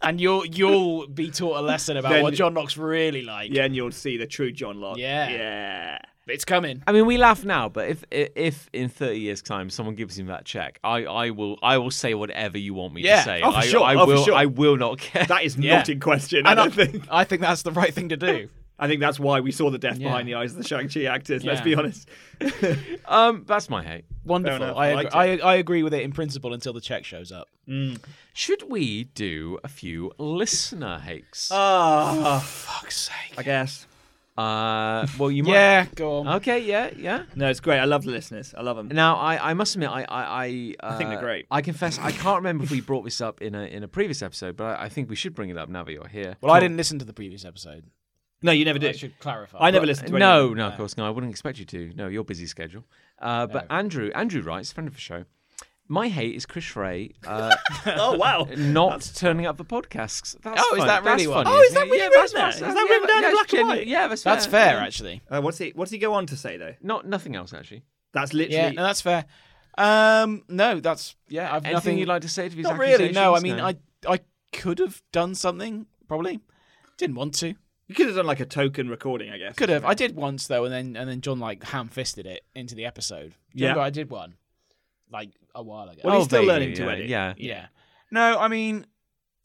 C: and you'll you'll be taught a lesson about
B: Then-
C: what John Knox really like.
B: Yeah, and you'll see the true John Locke.
C: Yeah.
B: Yeah.
C: It's coming.
A: I mean, we laugh now, but if if in 30 years' time someone gives him that check, I, I will I will say whatever you want me
C: Yeah.
A: to say.
B: Oh, for
A: I,
B: sure.
A: I
B: Oh, for
A: will
B: sure.
A: I will not care.
B: That is
C: Yeah.
B: not in question. I
C: And
B: don't think.
C: I think that's the right thing to do.
B: I think that's why we saw the death
C: Yeah.
B: behind the eyes of the Shang-Chi actors, let's
C: Yeah.
B: be honest.
A: um, that's my hate.
C: Wonderful.
B: enough.
C: I,
B: I
C: agree,
B: liked
C: I I agree with it in principle until the check shows up.
A: Should we do a few listener hates?
B: Ah,
C: Fuck's sake.
B: I guess.
A: Uh, well, you might.
C: Yeah, go on.
A: Okay, yeah, yeah.
B: No, it's great. I love the listeners. I love them.
A: Now, I, I must admit, I I I, uh,
B: think they're great.
A: I confess, I can't remember if we brought this up in a in a previous episode, but I, I think we should bring it up now that you're here.
C: well, I didn't listen to the previous episode.
B: No, you never do.
C: I should clarify.
B: I never listened to any
A: no,
B: of them.
A: no, of course, no. I wouldn't expect you to. No, your busy schedule. Uh, But Andrew, Andrew writes, friend of the show. My hate is Chris Ray uh,
B: Oh, wow.
A: not turning up for podcasts. That's
C: Oh, is
A: fun-
C: that
A: that's
C: really what-
A: funny,
C: Oh, is
A: isn't
B: that
A: it?
B: really
A: yeah,
B: written
A: that's,
B: there?
A: that's,
B: Is that written down in
A: yeah,
B: black and
A: genu-
B: white?
A: Yeah, that's fair.
C: That's fair, actually.
B: Uh, what's he? What's he go on to say though?
A: Not nothing else actually.
B: That's
C: Yeah,
B: literally.
C: no, that's fair. Um, no, that's yeah. I've
A: Anything
C: nothing
A: you'd like to say to these?
C: Not really. No, I
A: accusations?
C: mean, I I could have done something probably. Didn't want to.
B: you could have done like a token recording, I guess.
C: Could have. I did once though, and then and then John like ham fisted it into the episode. Do you
B: Yeah.
C: remember I did one like a while ago. Oh,
B: Well, he's
A: Oh,
B: still
A: vaguely,
B: learning to
A: yeah,
B: edit.
A: Yeah.
C: yeah. No, I mean,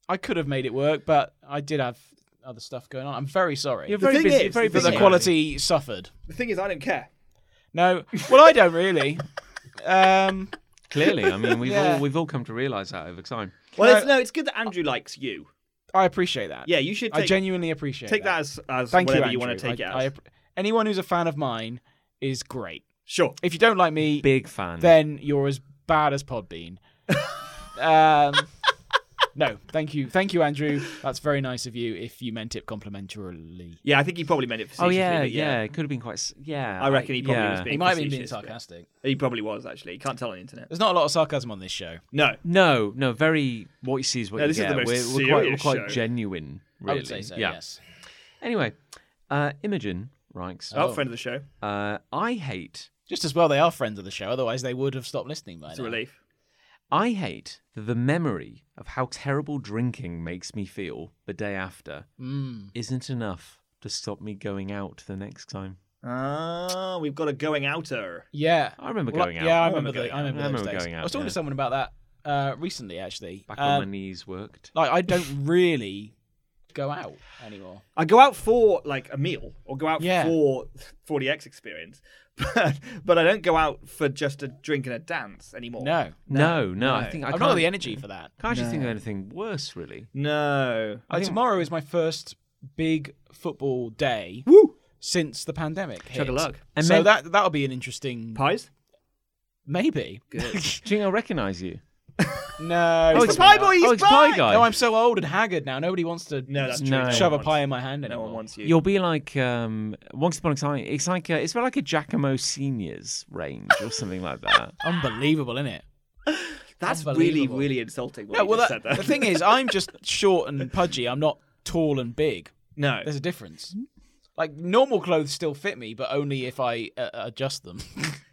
C: I could have made it work, but I did have other stuff going on. I'm very sorry.
A: You're
C: that
A: very
B: thing
A: busy.
B: is,
A: you're very
B: the
A: busy.
C: the
B: yeah.
C: quality suffered.
B: The thing is, I don't care.
C: No, well, I don't really. Um,
A: Clearly, I mean, we've
C: Yeah.
A: all we've all come to realise that over time.
B: Well,
C: No.
B: it's, no, it's good that Andrew likes you.
C: I appreciate that.
B: Yeah, you should
C: I
B: take,
C: genuinely appreciate
B: take that
C: that.
B: as, as
C: Thank
B: whatever
C: you,
B: you want to
C: Andrew.
B: take it
C: I-
B: as.
C: I- anyone who's a fan of mine is great.
B: Sure.
C: If you don't like me,
A: Big fan.
C: then you're as bad as Podbean. um, no, thank you, thank you, Andrew. That's very nice of you. If you meant it complimentarily,
B: Yeah, I think he probably meant it.
A: oh
B: facetiously,
A: yeah,
B: but
A: yeah. It could have been quite. s- Yeah.
B: I reckon he probably
A: yeah.
B: was being.
C: he might have been being
B: facetious, but-
C: sarcastic.
B: He probably was actually. You can't tell on the internet.
C: There's not a lot of sarcasm on this show.
B: No.
A: No, no, very what you see is what
B: No,
A: you
B: this is
A: get.
B: the most
A: we're, we're quite, we're
B: serious
A: quite
B: show.
A: genuine, really.
C: I would say so.
A: Yeah.
C: Yes.
A: Anyway, uh, Imogen writes,
B: Oh, friend of the show.
A: uh, I hate,
C: Just as well they are friends of the show, otherwise they would have stopped listening by
B: It's a
C: now.
B: relief.
A: I hate that the memory of how terrible drinking makes me feel the day after
C: Mm.
A: isn't enough to stop me going out the next time.
B: Ah, we've got a going outer.
C: Yeah.
A: I remember
C: Well,
A: going out.
C: Yeah, I
B: remember
C: remember. the-
B: going
C: I remember,
A: out. I
C: those
A: remember
C: days.
A: going
C: I
A: out,
C: was talking
A: yeah.
C: to someone about that uh, recently, actually.
A: Back
C: Um,
A: on my knees worked.
C: like I don't really go out anymore.
B: I go out for like a meal or go out
C: Yeah.
B: for for the X experience, but, but I don't go out for just a drink and a dance anymore.
C: No,
A: No, no, I think I
C: I've
A: can't,
C: not got the energy for that.
A: can't actually think of anything worse, really.
B: No.
C: Uh, tomorrow is my first big football day
B: Woo!
C: since the pandemic.
B: Chug a
C: hit.
B: lug.
A: And
C: so
A: then-
C: that that'll be an interesting
B: Pies?
C: maybe.
A: Do you think I recognise you?
C: No,
B: Oh, it's Pie Boy! He's
A: oh, it's Pie
B: back!
A: Guy.
C: No, I'm so old and haggard now. Nobody wants to
B: No, that's
C: s-
B: true.
A: No.
B: one
C: shove a
B: wants-
C: pie in my hand anymore.
B: No one wants you.
A: You'll be like um, Once Upon a Time. It's like a, it's about like a Giacomo Seniors range or something like that.
C: Unbelievable, isn't it?
B: That's really,
C: Unbelievable.
B: really insulting. What
C: No,
B: you
C: well,
B: just
C: that,
B: said
C: the
B: there.
C: thing is, I'm just short and pudgy. I'm not tall and big.
B: no.
C: There's a difference. Like normal clothes still fit me, but only if I uh, adjust them.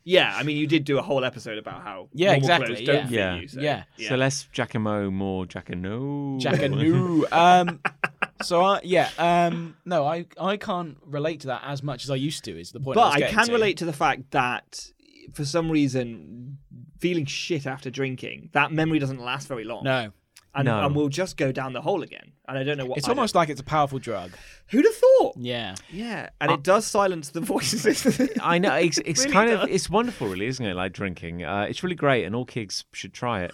B: Yeah, I mean, you did do a whole episode about how
C: Yeah,
B: normal
C: exactly,
B: clothes don't
C: yeah.
B: fit
A: Yeah.
B: you. So,
C: Yeah.
A: So less Giacomo, more Giacomo.
C: Jack and new. Um, so I, yeah, um, no, I I can't relate to that as much as I used to. Is the point?
B: But
C: was
B: I
C: getting
B: can
C: to.
B: relate to the fact that for some reason, feeling shit after drinking, that memory doesn't last very long.
C: No,
B: And,
A: No.
B: and we'll just go down the hole again. And I don't know what.
C: it's
B: I don't-
C: almost like it's a powerful drug.
B: Who'd have thought?
C: Yeah,
B: Yeah. And it does silence the voices.
A: I know it's, it's
B: Really
A: kind
B: does.
A: of it's wonderful, really, isn't it? Like drinking, uh, it's really great, and all kids should try it.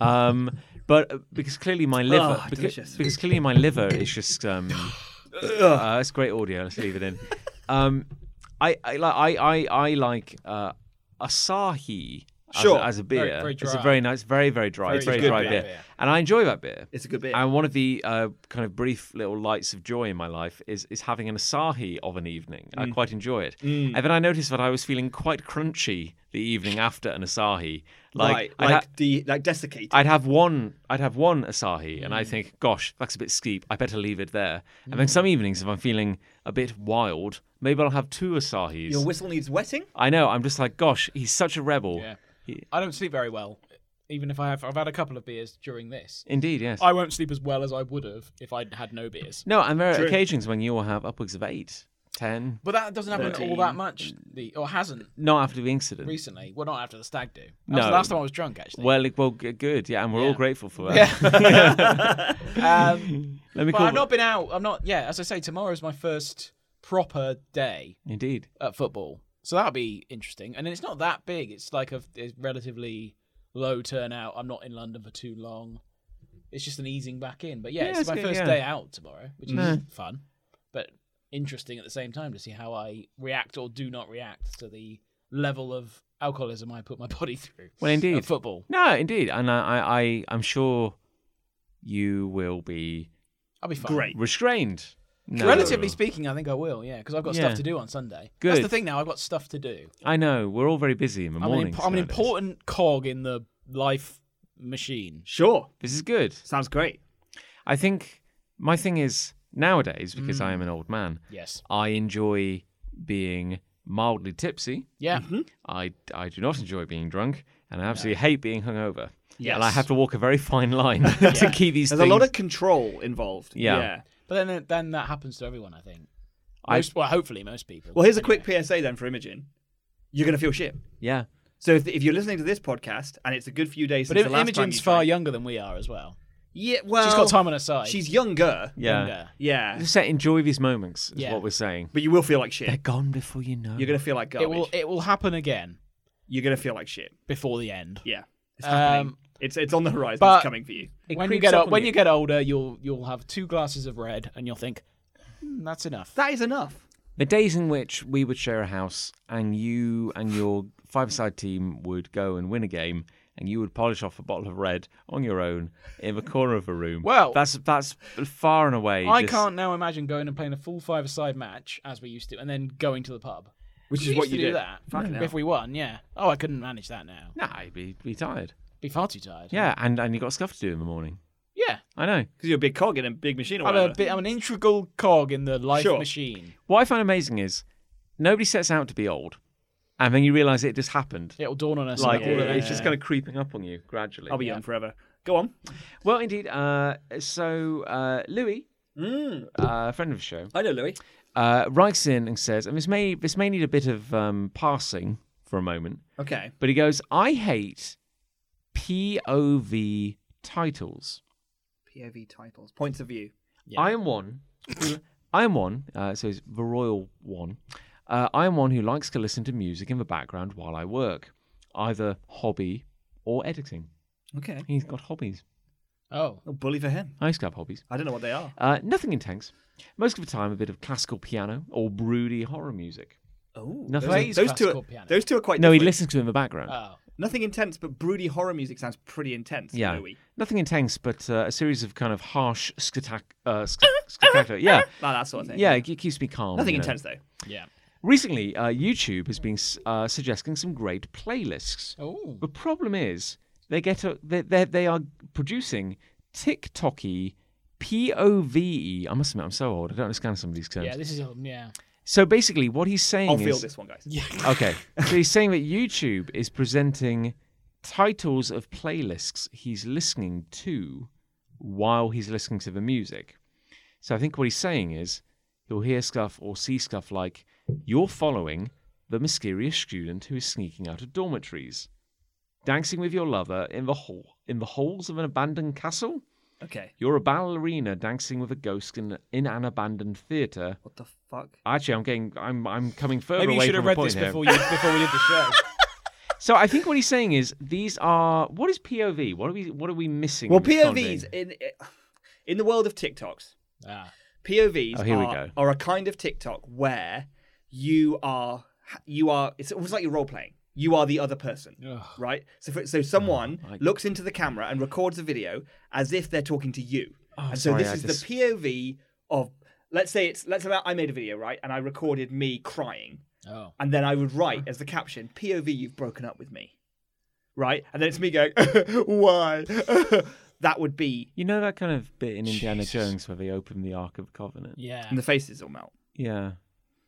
A: Um, but uh, because clearly my liver,
C: Oh,
A: becau-
B: delicious.
A: because, clearly my liver is just um, uh, it's great audio. Let's leave it in. Um, I, I like I I, I like uh, Asahi. As
B: Sure.
A: a, as a beer,
C: very
A: it's a
C: dry.
A: very nice, very very dry, it's
C: Very
A: very
C: good
A: dry
C: beer.
A: beer.
C: Yeah.
A: and I enjoy that beer.
B: It's a good beer.
A: And one of the uh, kind of brief little lights of joy in my life is is having an Asahi of an evening. I quite enjoy it. And then I noticed that I was feeling quite crunchy the evening after an Asahi. Like,
B: right.
A: I'd,
B: Like,
A: ha-
B: de- like desiccated.
A: I'd have one, I'd have one Asahi, and I think, gosh, that's a bit steep. I better leave it there. And then some evenings, if I'm feeling a bit wild, maybe I'll have two Asahis.
B: Your whistle needs wetting.
A: I know. I'm just like, gosh, he's such a rebel.
C: yeah. I don't sleep very well, even if I have. I've had a couple of beers during this.
A: Indeed, yes.
C: I won't sleep as well as I would have if I'd had no beers.
A: no, and there are occasions when you will have upwards of eight, ten.
C: But that doesn't happen all that much, the, or hasn't
A: Not after the incident.
C: recently. Well, not after the stag do. That was
A: No.
C: the last time I was drunk, actually.
A: Well, it- well, g- good, yeah, and we're all
C: Yeah.
A: grateful for that.
C: um,
A: Let me
C: but
A: call.
C: I've not been out. I'm not. Yeah, as I say, tomorrow is my first proper day
A: Indeed,
C: at football, so that'll be interesting. And it's not that big. It's like a, a relatively low turnout. I'm not in London for too long. It's just an easing back in. But yeah,
A: Yeah,
C: it's,
A: it's
C: my
A: good,
C: first
A: yeah.
C: day out tomorrow, which is
A: Mm.
C: fun, but interesting at the same time to see how I react or do not react to the level of alcoholism I put my body through.
A: Well, indeed.
C: at football.
A: no, indeed, and I, I, I I'm sure you will be
C: I'll be fine.
B: Great.
A: restrained. No.
C: Relatively speaking, I think I will. Yeah, because I've got
A: Yeah.
C: stuff to do on Sunday. That's
A: Good.
C: the thing now. I've got stuff to do.
A: I know we're all very busy in the
C: I'm an,
A: morning.
C: imp- I'm an
A: nowadays.
C: important cog in the life machine.
B: Sure.
A: This is good.
B: Sounds great.
A: I think my thing is nowadays because
C: Mm.
A: I am an old man.
C: Yes.
A: I enjoy being mildly tipsy.
C: Yeah.
B: Mm-hmm.
A: I, I do not enjoy being drunk, and I absolutely hate being hungover.
C: Yes.
A: And I have to walk a very fine line to keep these
B: There's
A: things.
B: a lot of control involved.
A: Yeah.
C: But then then that happens to everyone, I think.
A: I-
C: Most, well, hopefully most people.
B: Well, here's a quick PSA then for Imogen. You're going to feel shit.
A: yeah.
B: So if, if you're listening to this podcast and it's a good few days
C: but
B: since
C: Im-
B: the last time
C: Imogen's
B: you
C: far
B: drank-
C: younger than we are as well.
B: yeah, well,
C: She's got time on her side.
B: She's younger.
A: Yeah.
C: younger.
B: Yeah,
A: Just say enjoy these moments is
C: uh, Yeah.
A: what we're saying.
B: but you will feel like shit.
A: They're gone before you know.
B: You're going to feel like garbage.
C: It will it will happen again
B: You're going to feel like shit.
C: before the end.
B: Yeah, it's
C: Um,
B: happening. It's it's on the horizon.
C: but-
B: it's coming for you.
C: when you
A: creeps
C: get
A: up
C: o-
A: on
C: when
A: you.
C: you get older, you'll you'll have two glasses of red and you'll think "Hmm, that's enough.
B: That is enough.
A: the days in which we would share a house and you and your five-side team would go and win a game and you would polish off a bottle of red on your own in the corner of a room.
C: Well-
A: that's that's far and away.
C: I
A: just-
C: can't now imagine going and playing a full five-a-side match as we used to, and then going to the pub.
B: Which
C: we
B: is what
C: used to
B: you
C: do
B: did.
C: that
B: Fucking
C: if
B: hell.
C: we won. Yeah. Oh, I couldn't manage that now.
A: Nah, I'd be, be tired.
C: Be far too tired.
A: Yeah, and and you got stuff to do in the morning.
C: Yeah.
A: I know.
B: Because you're a big cog in a big machine. Or
C: I'm
B: whatever.
C: a bit, I'm an integral cog in the life
B: Sure.
C: machine.
A: What I find amazing is nobody sets out to be old, and then you realise it just happened.
C: It'll dawn on us.
A: Like
C: and all of
A: it's
C: that.
A: just kind of creeping up on you gradually.
B: I'll be young forever. Go on.
A: Well, indeed. Uh, so, uh, Louis, uh, a friend of the show,
B: I know, Louis.
A: uh, writes in and says, and this may this may need a bit of um, passing for a moment,
B: Okay.
A: but he goes, "I hate POV titles.
B: POV titles, points of view.
C: Yeah.
A: I am one. who- I am one. Uh, so it's the royal one. Uh, I am one who likes to listen to music in the background while I work, either hobby or editing.
B: Okay.
A: He's got hobbies.
C: oh,
B: Oh, bully for him.
A: I used to have hobbies.
B: I don't know what they are.
A: Uh, nothing intense. Most of the time, a bit of classical piano or broody horror music.
B: Oh,
A: Nothing.
C: Plays
B: those two. Are,
C: classical piano.
B: those two are quite.
A: No, he
B: different.
A: listens to it in the background.
C: oh,
B: Nothing intense, but broody horror music sounds pretty intense.
A: yeah,
B: Louis.
A: nothing intense, but uh, a series of kind of harsh scattac, uh, sc- scattac- yeah,
B: Like that sort of thing.
A: yeah. It keeps me calm.
B: Nothing
A: you know.
B: intense though.
C: yeah.
A: Recently, uh, YouTube has been s- uh, suggesting some great playlists.
C: Oh,
A: The problem is they get a, they, they they are producing TikToky, POVE. E. I must admit, I'm so old. I don't understand some of these terms.
C: yeah. This is um, yeah.
A: So basically, what he's saying
B: I'll
A: is
B: feel this one, guys.
C: Yeah.
A: Okay. so he's saying that YouTube is presenting titles of playlists he's listening to while he's listening to the music. So I think what he's saying is he'll hear stuff or see stuff like, You're following the mysterious student who is sneaking out of dormitories, dancing with your lover in the hall in the halls of an abandoned castle.
B: Okay.
A: You're a ballerina dancing with a ghost in, in an abandoned theatre.
B: What the fuck?
A: Actually, I'm getting I'm I'm coming further
C: Maybe you
A: away
C: should
A: from
C: have
A: the point
C: read this
A: here.
C: before you before we did the show.
A: So I think what he's saying is these are what is POV? What are we what are we missing?
B: Well,
A: in this
B: POVs
A: content?
B: in in the world of TikToks,
C: Ah,
B: POVs
A: Oh, here we
B: are,
A: go.
B: are a kind of TikTok where you are you are it's almost like you're role playing. You are the other person,
C: Ugh.
B: right? So for, so someone
A: Oh, I-
B: looks into the camera and records a video as if they're talking to you. and so
A: Oh, sorry,
B: this
A: I
B: is
A: just-
B: the POV of let's say it's let's say I made a video, right? And I recorded me crying
C: oh.
B: and then I would write
A: Mm.
B: as the caption, POV, you've broken up with me. Right? And then it's me going, why? that would be,
A: You know that kind of bit in Indiana
C: Jesus.
A: Jones where they open the Ark of Covenant.
C: Yeah.
B: and the faces all melt.
A: Yeah.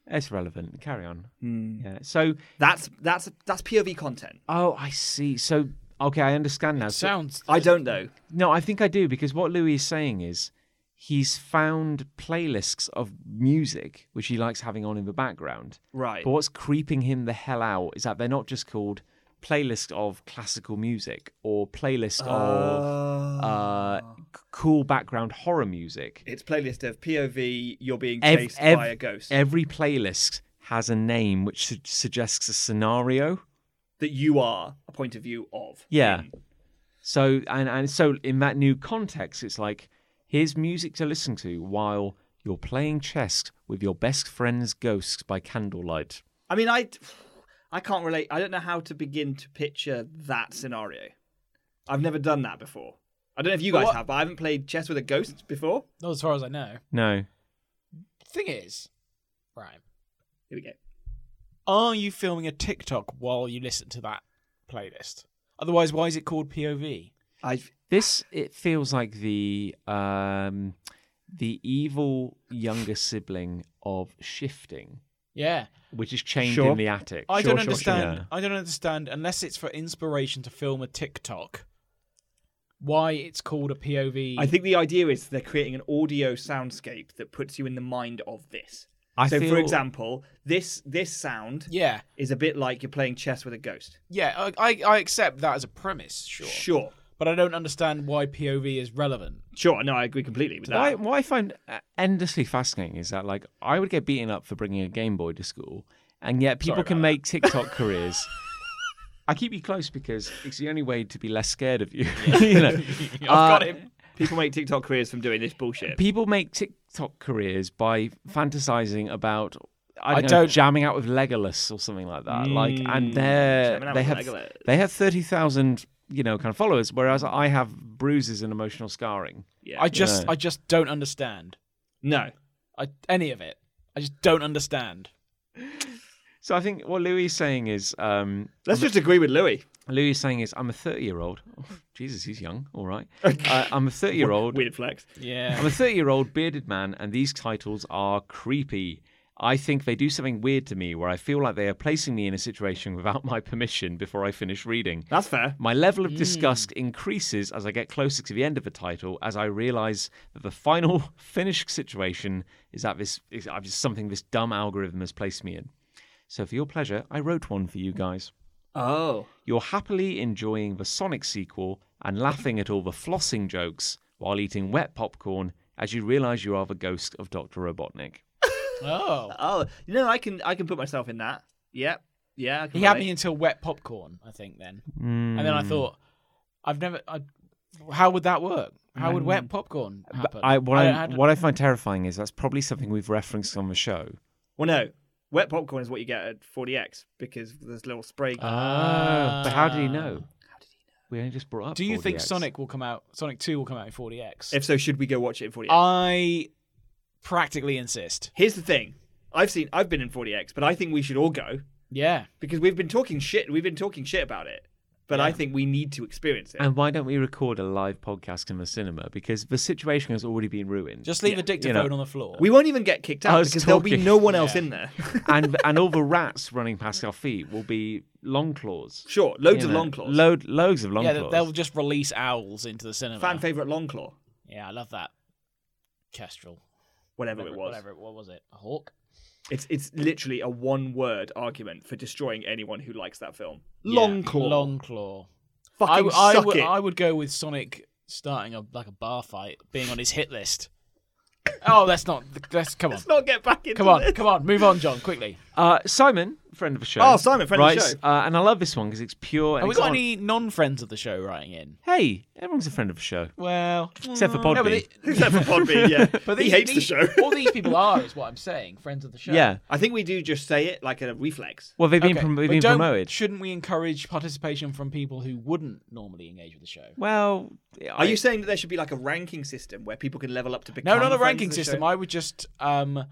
A: It's relevant. Carry on. Yeah. So,
B: That's that's that's POV content.
A: oh, I see. So, okay, I understand now. So,
C: Sounds.
B: I don't know.
A: no, I think I do because what Louis is saying is he's found playlists of music which he likes having on in the background.
B: Right.
A: But what's creeping him the hell out is that they're not just called playlist of classical music or playlist of uh, c- cool background horror music.
B: Ah. It's playlist of POV, you're being
A: Ev-
B: chased
A: ev-
B: by a ghost.
A: Every playlist has a name which su- suggests a scenario.
B: that you are a point of view of. Hmm.
A: Yeah.
B: in.
A: So and and so in that new context, it's like here's music to listen to while you're playing chess with your best friend's ghost by candlelight.
B: I mean, I, I can't relate. I don't know how to begin to picture that scenario. I've never done that before. I don't know if you guys
C: What-
B: have, but I haven't played chess with a ghost before.
C: Not as far as I know.
A: No,
C: Thing is, right?
B: Here we go.
C: Are you filming a TikTok while you listen to that playlist? Otherwise, why is it called POV?
B: I've
A: this it feels like the um the evil younger sibling of shifting,
C: Yeah.
A: which is chained
B: Sure.
A: in the attic.
C: I don't understand.
A: Yeah.
C: I don't understand unless it's for inspiration to film a TikTok. Why it's called a POV?
B: I think the idea is they're creating an audio soundscape that puts you in the mind of this.
A: I
B: so,
A: feel-
B: for example, this this sound
C: Yeah,
B: is a bit like you're playing chess with a ghost.
C: yeah. I, I, I accept that as a premise, sure.
B: Sure,
C: But I don't understand why POV is relevant.
B: sure. No, I agree completely with that.
A: Why, what I find uh, endlessly fascinating is that, like, I would get beaten up for bringing a Game Boy to school, and yet people can make TikTok careers. I keep you close because it's the only way to be less scared of you. you know, I've got him.
B: Uh, People make TikTok careers from doing this bullshit.
A: People make TikTok careers by fantasizing about. I
C: I
A: don't, know,
C: don't-
A: jamming out with Legolas or something like that. like, and they're
B: Mm, jamming out
A: they
B: with
A: have
B: Legolas.
A: they have thirty thousand, you know, kind of followers, whereas I have bruises and emotional scarring.
B: Yeah.
C: I just,
A: Yeah.
C: I just don't understand.
B: no.
C: I, any of it. I just don't understand.
A: So I think what Louis is saying is, um,
B: Let's just agree with Louis.
A: Louis is saying is, I'm a 30 year old. Jesus, he's young. All right. Uh, I'm a 30 year old.
B: Weird flex.
A: I'm
C: Yeah.
A: a 30 year old bearded man, and these titles are creepy. I think they do something weird to me where I feel like they are placing me in a situation without my permission before I finish reading.
B: That's fair.
A: My level of disgust increases as I get closer to the end of the title, as I realise that the final finished situation is that this is I've just something this dumb algorithm has placed me in. So, for your pleasure, I wrote one for you guys.
B: Oh,
A: You're happily enjoying the Sonic sequel and laughing at all the flossing jokes while eating wet popcorn as you realize you are the ghost of Dr. Robotnik.
C: oh.
B: oh. You know, I can I can put myself in that. Yep. Yeah. I can
C: He had
B: relate.
C: me until wet popcorn, I think. Then, and then I thought, I've never. I, how would that work? How would wet popcorn happen?
A: Mm. I, what,
C: I
A: I,
C: had-
A: what I find terrifying is that's probably something we've referenced on the show.
B: Well, no. Wet popcorn is what you get at 40x because there's little spray.
A: but how did he know? How did he know? We only just brought up.
C: Ah. Uh, Do you think
A: 4DX.
C: Sonic will come out? Sonic Two will come out in 40x.
B: if so, should we go watch it in 40x?
C: I practically insist.
B: Here's the thing. I've seen I've been in 40x, but I think we should all go
C: Yeah.
B: because we've been talking shit. We've been talking shit about it, but I think we need to experience it.
A: And why don't we record a live podcast in the cinema? Because the situation has already been ruined.
C: Just leave a dictaphone
A: you know.
C: on the floor.
B: we won't even get kicked
A: I
B: out
A: was
B: because there'll be
A: talking-
B: no one else in there.
A: and and all the rats running past our feet will be long claws.
B: sure, loads
A: you
B: of
A: know.
B: long claws.
A: Load, loads of long
C: yeah,
A: claws.
C: they- they'll just release owls into the cinema.
B: Fan favorite long claw.
C: yeah, I love that. Kestrel.
B: whatever it was.
C: Whatever. What was it? A hawk.
B: It's it's literally a one word argument for destroying anyone who likes that film. Long
C: Yeah,
B: claw.
C: Long claw. I,
B: Fucking
C: w- I
B: suck
C: would-
B: it.
C: I would go with Sonic starting a, like a bar fight, being on his hit list. Oh, that's not. That's come on.
B: Let's not get back into
C: Come on,
B: this.
C: come on, move on, John, quickly.
A: Uh, Simon, friend of the show.
B: Oh, Simon, friend of the
A: writes,
B: show.
A: Uh, and I love this one because it's pure. And
C: Have we
A: it's
C: got
A: on-
C: any non-friends of the show writing in?
A: Hey, everyone's a friend of the show
C: Well, uh,
A: except for Podbean.
C: no, but, they-
B: Except for Podbean, yeah.
C: but
B: he
C: these-
B: hates
C: these-
B: the show.
C: all these people are, is what I'm saying, friends of the show.
A: yeah.
B: I think we do just say it like a reflex.
A: Well, they've been,
C: Okay,
A: prom-
C: but
A: they've been
C: don't-
A: promoted.
C: Shouldn't we encourage participation from people who wouldn't normally engage with the show?
A: well,
B: Are you saying that there should be like a ranking system where people can level up to become
C: No, not a
B: friends of
C: ranking
B: the
C: system.
B: show?
C: I would just um,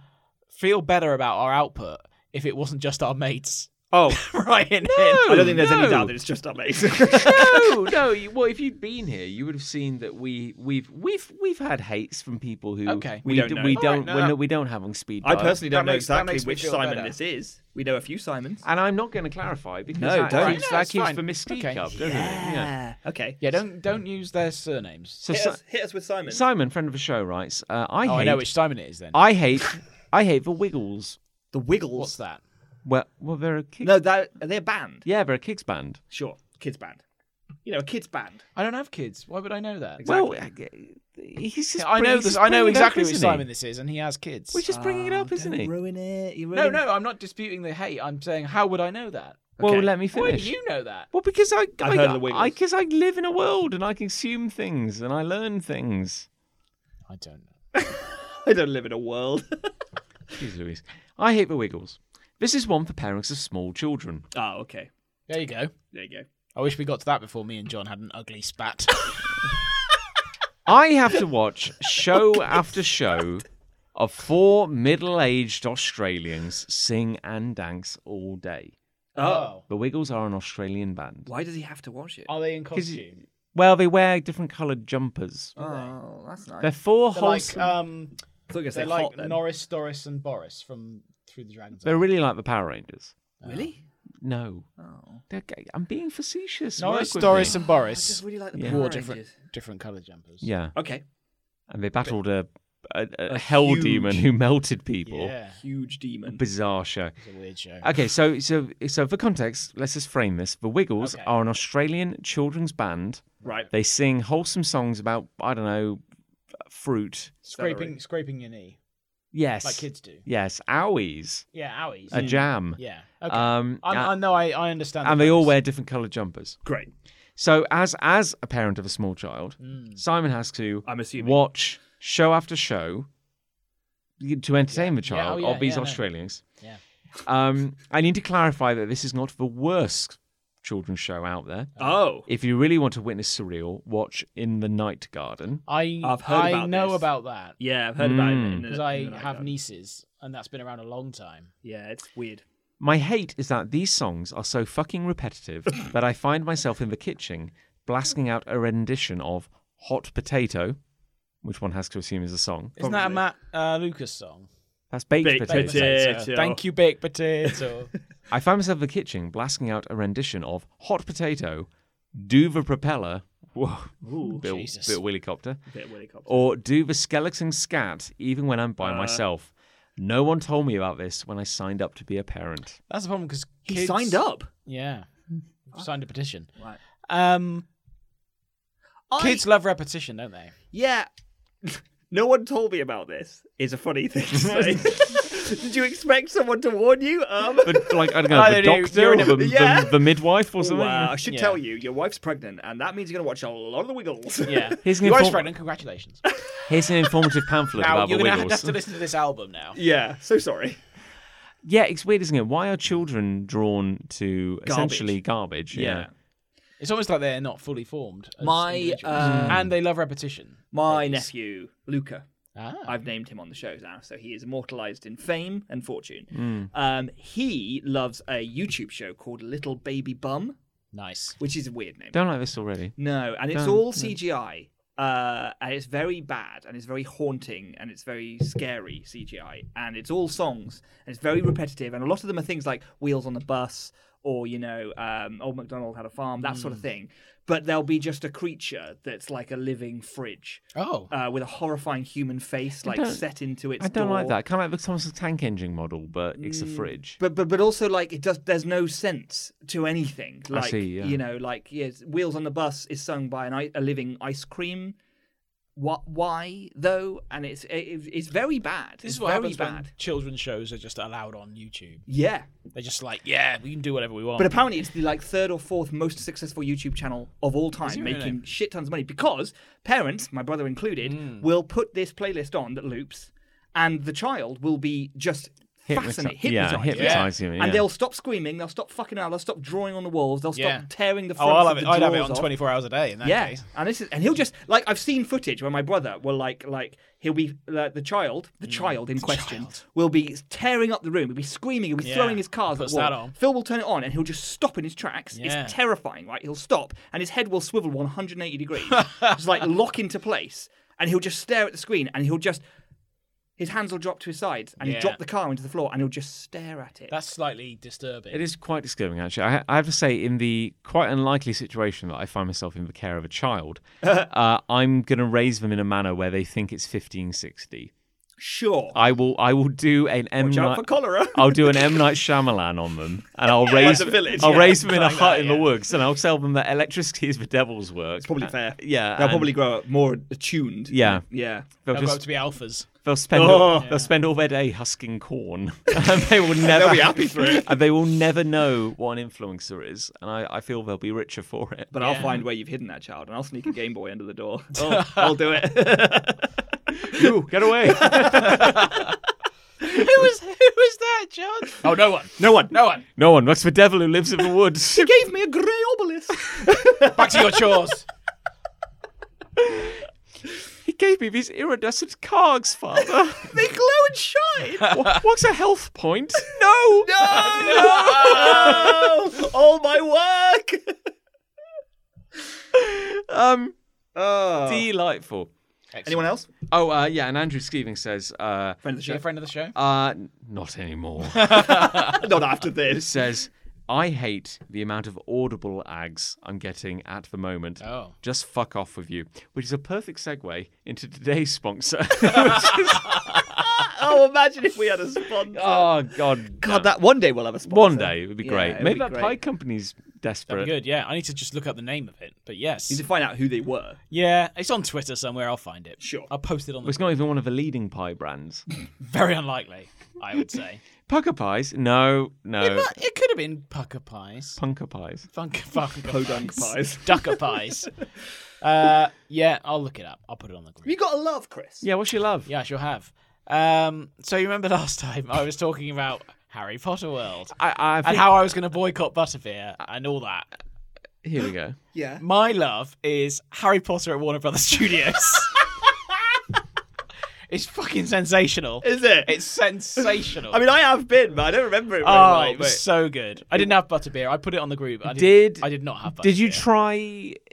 C: feel better about our output if it wasn't just our mates
B: Oh,
C: writing
B: I don't think there's any
A: no.
B: doubt that it's just amazing.
A: no, no. you- Well, if you'd been here, you would have seen that we we've we've we've had hates from people who
C: Okay.
A: we,
B: We don't
A: d-
B: know.
A: we
B: All
A: don't
C: right, no,
A: we're
C: no.
A: not- we don't have on speed.
B: I
A: dial.
B: personally
F: That
B: don't know
F: makes- that
B: exactly
F: makes me
B: which
F: feel
B: Simon
F: better.
B: this is. We know a few Simons.
A: and I'm not going to clarify because
B: No,
A: that
B: don't.
A: keeps,
C: No,
A: that
C: it's
A: keeps
C: fine.
A: the mystique
C: Okay.
A: up, doesn't it? Yeah.
B: Ah, Okay.
C: in. Yeah, don't don't use their surnames.
A: So
B: Hit,
A: Si-
B: us, hit us with Simon.
A: Simon, friend of the show, writes, uh, I
C: Oh,
A: hate
C: I know which Simon it is then.
A: I hate I hate the Wiggles.
B: the Wiggles.
C: What's that?
A: Well, well, they're a kick.
B: No, that they're a band.
A: Yeah, they're a kicks band.
B: Sure, kids band. You know, a kids band.
C: I don't have kids. Why would I know that?
A: Well, I g- he's just.
C: I
A: bring-
C: know
A: he's
C: this.
A: just
C: I know
A: bringing it up,
C: exactly which
A: isn't he?
C: Simon this is, and he has kids.
A: We're just bringing it up, isn't he?
B: Ruin it. You
C: No, no, I'm not disputing the hate. I'm saying, how would I know that?
A: Well,
B: Okay.
A: let me
C: Why do
A: finish.
C: you know that?
A: Well, because I,
B: I've heard of the
A: I,
B: Wiggles.
A: I, because I live in a world and I consume things and I learn things.
C: I don't know.
B: I don't live in a world.
A: Jeez Louise. I hate the Wiggles. This is one for parents of small children.
B: oh, okay.
C: There you go.
B: There you go.
C: I wish we got to that before me and John had an ugly spat.
A: I have to watch show after show of four middle-aged Australians sing and dance all day.
C: oh,
A: The Wiggles are an Australian band.
B: Why does he have to watch it?
C: are they in
A: 'Cause
C: costume?
A: you- Well, they wear different coloured jumpers.
B: Oh, that's nice.
A: They're four
C: They're
A: whole.
C: like um,
B: I thought you were gonna say
C: they're like
B: hot then.
C: Norris, Doris, and Boris from Through the Dragon's Eye.
A: They're really like the Power Rangers.
B: Oh. Really?
A: No,
B: Oh.
A: They're gay. I'm being facetious.
C: Norris,
A: Work with
C: Doris,
A: me.
C: and
B: I just
C: Boris
B: really like the
A: Yeah.
B: Power
C: wore
B: Rangers.
C: different different colour jumpers.
A: Yeah,
B: Okay.
A: and they battled a, a, a hell demon
B: huge-
A: who melted people.
C: yeah.
B: Huge demon.
A: Bizarre show.
C: It's a weird show.
A: Okay, so so so for context, let's just frame this. The Wiggles
C: Okay.
A: are an Australian children's band.
B: Right.
A: They sing wholesome songs about I don't know fruit.
C: scraping, scraping your knee
A: Yes,
C: like kids do.
A: Yes, owies,
C: Yeah, owies.
A: a jam.
C: yeah. Okay.
A: Um,
C: I'm,
A: uh,
C: I know. I, I understand. the
A: and they all
C: premise.
A: wear different coloured jumpers.
B: Great.
A: So as as a parent of a small child,
C: Mm.
A: Simon has to
B: I'm assuming.
A: watch show after show to entertain the
C: Yeah, oh,
A: child
C: yeah,
A: of these
C: yeah, no.
A: Australians.
C: Yeah.
A: Um, I need to clarify that this is not the worst children's show out there.
B: Oh.
A: If you really want to witness surreal, watch In the Night Garden.
C: I
B: I've heard
C: I
B: about
C: know
B: this.
C: about that
B: Yeah, I've heard about
A: Mm.
B: it.
C: because
B: Because
C: I have nieces, and that's been around a long time.
B: Yeah, it's weird.
A: My hate is that these songs are so fucking repetitive that I find myself in the kitchen blasting out a rendition of Hot Potato, which one has to assume is a song.
C: Isn't that a Matt uh, Lucas song?
A: That's baked,
B: Baked
A: potato.
B: potato. Potato.
C: Thank you, baked potato.
A: I find myself in the kitchen blasting out a rendition of Hot Potato, Do the Propeller, whoa, Bill,
C: Jesus.
A: Bill Willycopter,
B: Bit of Willycopter.
A: or Do the Skeleton Scat, even when I'm by
B: Uh.
A: myself. No one told me about this when I signed up to be a parent.
C: that's the problem because
B: He signed up.
C: Yeah, signed a petition.
B: Right.
C: Um,
B: I-
C: kids love repetition, don't they?
B: Yeah. No one told me about this. Is a funny thing to say. Did you expect someone to warn you? Um,
A: But, like, I don't
C: I
A: know, the
C: don't know,
A: doctor
C: you're
A: or
C: in a-
A: the, the-
B: yeah.
A: the midwife or something?
B: wow, I should
C: Yeah.
B: tell you, your wife's pregnant, and that means you're going to watch a lot of The Wiggles.
C: Yeah,
A: Here's an
C: you are
A: inform-
C: pregnant. Congratulations.
A: Here's an informative pamphlet
C: now
A: about
C: you're
A: the
C: gonna
A: Wiggles.
C: have to listen to this album now.
B: Yeah, so sorry.
A: Yeah, it's weird, isn't it? Why are children drawn to essentially garbage?
B: Yeah.
C: It's almost like they're not fully formed. as
B: My,
C: individuals. Mm.
B: uh,
C: and they love repetition.
B: My nephew, Luca,
C: Ah.
B: I've named him on the show now, so he is immortalized in fame and fortune. Um, he loves a YouTube show called Little Baby Bum,
C: nice.
B: which is a weird name.
A: Don't like this already.
B: No, and it's
A: Don't-
B: all CGI. Uh, and it's very bad, and it's very haunting, and it's very scary CGI, and it's all songs, and it's very repetitive, and a lot of them are things like "Wheels on the Bus" or you know, um, old MacDonald had a farm, that
A: Hmm.
B: sort of thing. But there'll be just a creature that's like a living fridge
C: Oh,
B: uh, with a horrifying human face, like
A: don't-
B: set into its.
A: I don't like
B: door.
A: that. Kind of like the Thomas the Tank Engine model, but it's a fridge.
B: But but but also like it does. There's no sense to anything. Like
A: see, yeah.
B: you know, like yes, Wheels on the Bus is sung by an i- a living ice cream. What? Why though? And it's it, it's very bad.
C: this
B: it's
C: is what
B: very
C: happens
B: bad.
C: when children's shows are just allowed on YouTube.
B: Yeah,
C: They're just like, yeah, we can do whatever we want.
B: but apparently it's the like third or fourth most successful YouTube channel of all time,
C: really?
B: making shit tons of money because parents, my brother included,
C: Hmm.
B: will put this playlist on that loops, and the child will be just fascinated,
A: Hypnoti- yeah,
B: hypnotized.
A: hypnotising me, yeah.
B: And they'll stop screaming, they'll stop fucking out, they'll stop drawing on the walls, they'll stop
C: Yeah.
B: tearing the
C: oh,
B: fronts
C: I'll
B: of
C: have it.
B: the
C: I'd have it
B: drawers
C: on
B: off.
C: 24 hours a day in that
B: Yeah,
C: case.
B: and this is, and he'll just like I've seen footage where my brother will like like he'll be like the child,
C: Mm.
B: the child in question will be tearing up the room, he'll be screaming, he'll be
C: Yeah,
B: throwing his cars
C: puts
B: at the wall.
C: that on.
B: Phil will turn it on and he'll just stop in his tracks.
C: Yeah.
B: It's terrifying, right? He'll stop and his head will swivel 180 degrees, just like lock into place, and he'll just stare at the screen and he'll just. His hands will drop to his sides, and
C: Yeah.
B: he'll drop the car into the floor, and he'll just stare at it.
C: That's slightly disturbing.
A: It is quite disturbing, actually. I, I have to say, in the quite unlikely situation that I find myself in the care of a child, uh, I'm going to raise them in a manner where they think it's 1560.
B: sure.
A: I will, I will do an M.
B: Watch out
A: Night-
B: for cholera.
A: I'll do an M Night Shyamalan on them, and I'll raise
B: the village,
A: I'll
B: yeah.
A: raise them in a
C: Like
A: hut
C: that,
A: in
C: yeah.
A: the woods, and I'll tell them that electricity is the devil's work. It's
B: probably fair.
A: Yeah,
B: They'll
A: and
B: probably grow up more attuned.
A: Yeah.
B: Uh, Yeah.
A: They'll,
C: They'll grow up
A: just
C: to be alphas.
A: they'll spend all, they'll spend all their day husking corn, and they will never
B: Oh. be happy for it.
A: and they will never know what an influencer is, and I, I feel they'll be richer for it.
B: But I'll find where you've hidden that child, and I'll sneak a Game Boy under the door. Oh, I'll do it.
A: Ooh, get away!
C: who was who was that, John? Oh, no one.
B: No one.
C: No one.
A: no one. That's the devil who lives in the woods.
B: Gave me a grey obelisk.
C: Back to your chores.
A: he gave me these iridescent cards, father.
B: they glow and shine.
A: Wha- What's a health point?
B: Oh.
A: No,
B: no! All my work.
A: Um,
B: Oh.
A: delightful.
B: Anyone else?
A: Oh, uh, yeah, and Andrew Skeeving says, uh,
B: Friend of the
C: Be a
B: show.
C: friend of the show.
A: uh, n- not anymore.
B: Not after
A: It
B: this.
A: says, I hate the amount of audible ags I'm getting at the moment.
C: Oh.
A: Just fuck off with you. Which is a perfect segue into today's sponsor. Which is-
B: Oh, imagine if we had a sponsor.
A: oh, God.
B: God, that one day we'll have a sponsor.
A: One day it would be
B: Yeah,
A: great.
B: it'd
A: Maybe
B: be
A: that
B: great.
A: pie company's desperate.
C: That'd be good. Yeah, I need to just look up the name of it. But yes,
B: You need to find out who they were.
C: yeah, it's on Twitter somewhere. I'll find it.
B: Sure.
C: I'll post it on.
A: Well,
C: The...
A: It's not even one of the leading pie brands.
C: Very unlikely, I would say.
A: Pucker pies? No,
C: it,
A: no.
C: mu- it could have been pucker pies,
A: Punker pies.
C: funk, funk,
B: Podunk pies.
C: ducker pies. Uh, yeah, I'll look it up. I'll put it on the group.
B: You got a love, Chris.
A: Yeah, what's your love?
C: Yeah, I sure have. Um, so you remember last time I was talking about Harry Potter World
A: I, I
C: and
A: think-
C: how I was going to boycott Butterbeer and all that.
A: Here we go.
B: Yeah.
C: My love is Harry Potter at Warner Brothers Studios. it's fucking sensational.
B: Is it?
C: It's sensational.
B: I mean, I have been, but I don't remember it very
C: oh,
B: well.
C: it was
B: but-
C: so good. I didn't have Butterbeer. I put it on the group. I
A: Did-
C: I did not have Butterbeer.
A: Did you try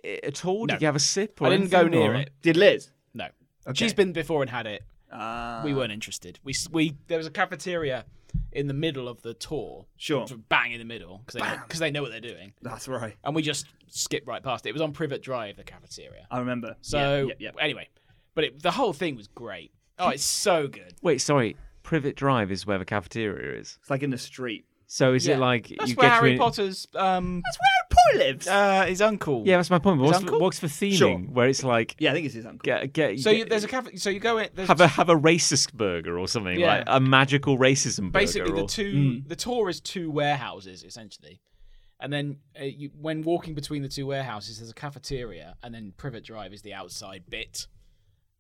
A: it at all?
C: No.
A: Did you have a sip? Or
C: I didn't go
A: anything,
C: near
A: or-
C: it.
B: Did Liz?
C: No. She's been before and had it.
B: Uh,
C: we weren't interested. We s- we there was a cafeteria in the middle of the tour.
B: Sure.
C: Sort of Bang in the middle because they because they know what they're doing,
B: That's right.
C: and we just skipped right past it. It was on Privet Drive, the cafeteria.
B: I remember.
C: So
B: yeah, yeah, yeah.
C: anyway, but it, the whole thing was great. Oh, it's so good.
A: Wait, sorry. Privet Drive is where the cafeteria is.
B: it's like in the street.
A: So is
C: Yeah.
A: it like
C: that's
A: you
C: where
A: get
C: Harry
A: to in-
C: Potter's um
B: That's where Paul lives.
C: uh his uncle.
A: Yeah, that's my point. But what's,
C: that
A: for,
C: cool?
A: what's for theming?
B: Sure.
A: Where it's like
B: yeah, I think it's his uncle.
A: get get
C: So
A: get-
C: you, there's a cafe. So you go in. There's
A: have a have a racist burger or something
C: Yeah.
A: like a magical racism burger.
C: basically the
A: or-
C: two
A: Mm.
C: the tour is two warehouses essentially and then uh, you, when walking between the two warehouses there's a cafeteria and then privet drive is the outside bit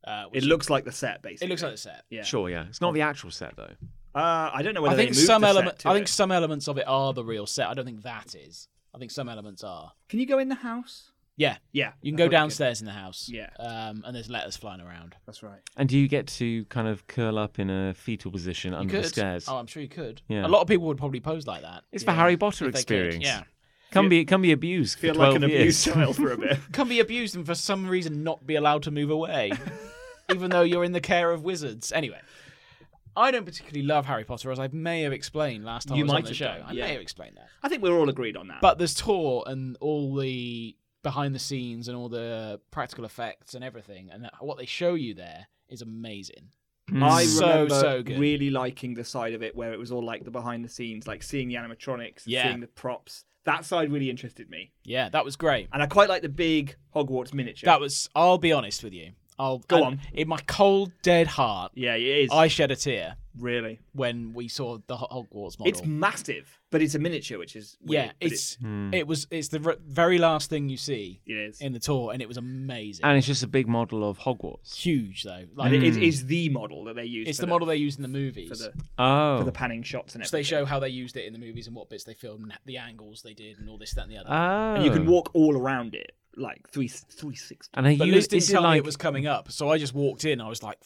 C: uh, which
B: It looks like the set, basically.
C: it looks like the set
B: Yeah.
A: Sure, yeah. It's not the actual set though.
B: Uh, I don't know whether
C: i think
B: they moved
C: some
B: the set
C: element
B: to
C: i think
B: it.
C: some elements of it are the real set i don't think that is i think some elements are
B: Can you go in the house?
C: yeah
B: Yeah,
C: you can
B: I
C: go
B: thought
C: downstairs in the house
B: Yeah.
C: um, and there's letters flying around
B: That's right.
A: And do you get to kind of curl up in a fetal position
C: you
A: under
C: could
A: the stairs?
C: oh i'm sure you could
A: Yeah.
C: a lot of people would probably pose like that
A: it's the Harry Potter
C: if they could,
A: experience.
C: yeah
A: Come be come be abused.
B: Feel
A: for
B: like an
A: 12 years.
B: abused child for a bit.
C: can be abused and for some reason not be allowed to move away, even though you're in the care of wizards. Anyway, I don't particularly love Harry Potter, as I may have explained last time
B: You
C: I was on
B: might
C: the
B: have
C: show.
B: done,
C: I
B: yeah.
C: may have explained that.
B: I think we're all agreed on that.
C: But there's Tor and all the behind the scenes and all the practical effects and everything, and that, what they show you there is amazing.
B: Mm. I
C: So,
B: remember
C: so good.
B: really liking the side of it where it was all like the behind the scenes, like seeing the animatronics, and
C: Yeah.
B: seeing the props. That side really interested me,
C: Yeah, that was great.
B: and I quite like the big Hogwarts miniature.
C: That was. I'll be honest with you. I'll
B: Go
C: and
B: on.
C: In my cold dead heart,
B: yeah, it is
C: I shed a tear
B: really.
C: when we saw the Ho- Hogwarts model.
B: It's massive, but it's a miniature, which is weird,
C: yeah,
B: but
C: it's it was it's the ver- very last thing you see
B: it is.
C: in the tour, and it was amazing.
A: And it's just a big model of Hogwarts.
C: huge though. Like
B: and it
A: Hmm.
B: is, is the model that they use.
C: it's
B: for
C: the model they used in the movies.
B: for the
A: Oh.
B: for the panning shots and
C: So they
B: everything.
C: show how they used it in the movies and what bits they filmed, and the angles they did, and all this, that, and the other.
A: oh.
B: and you can walk all around it like three three sixty.
A: And are
C: but
A: you,
C: Liz didn't
A: is it
C: tell me
A: like
C: it was coming up, so I just walked in. I was like,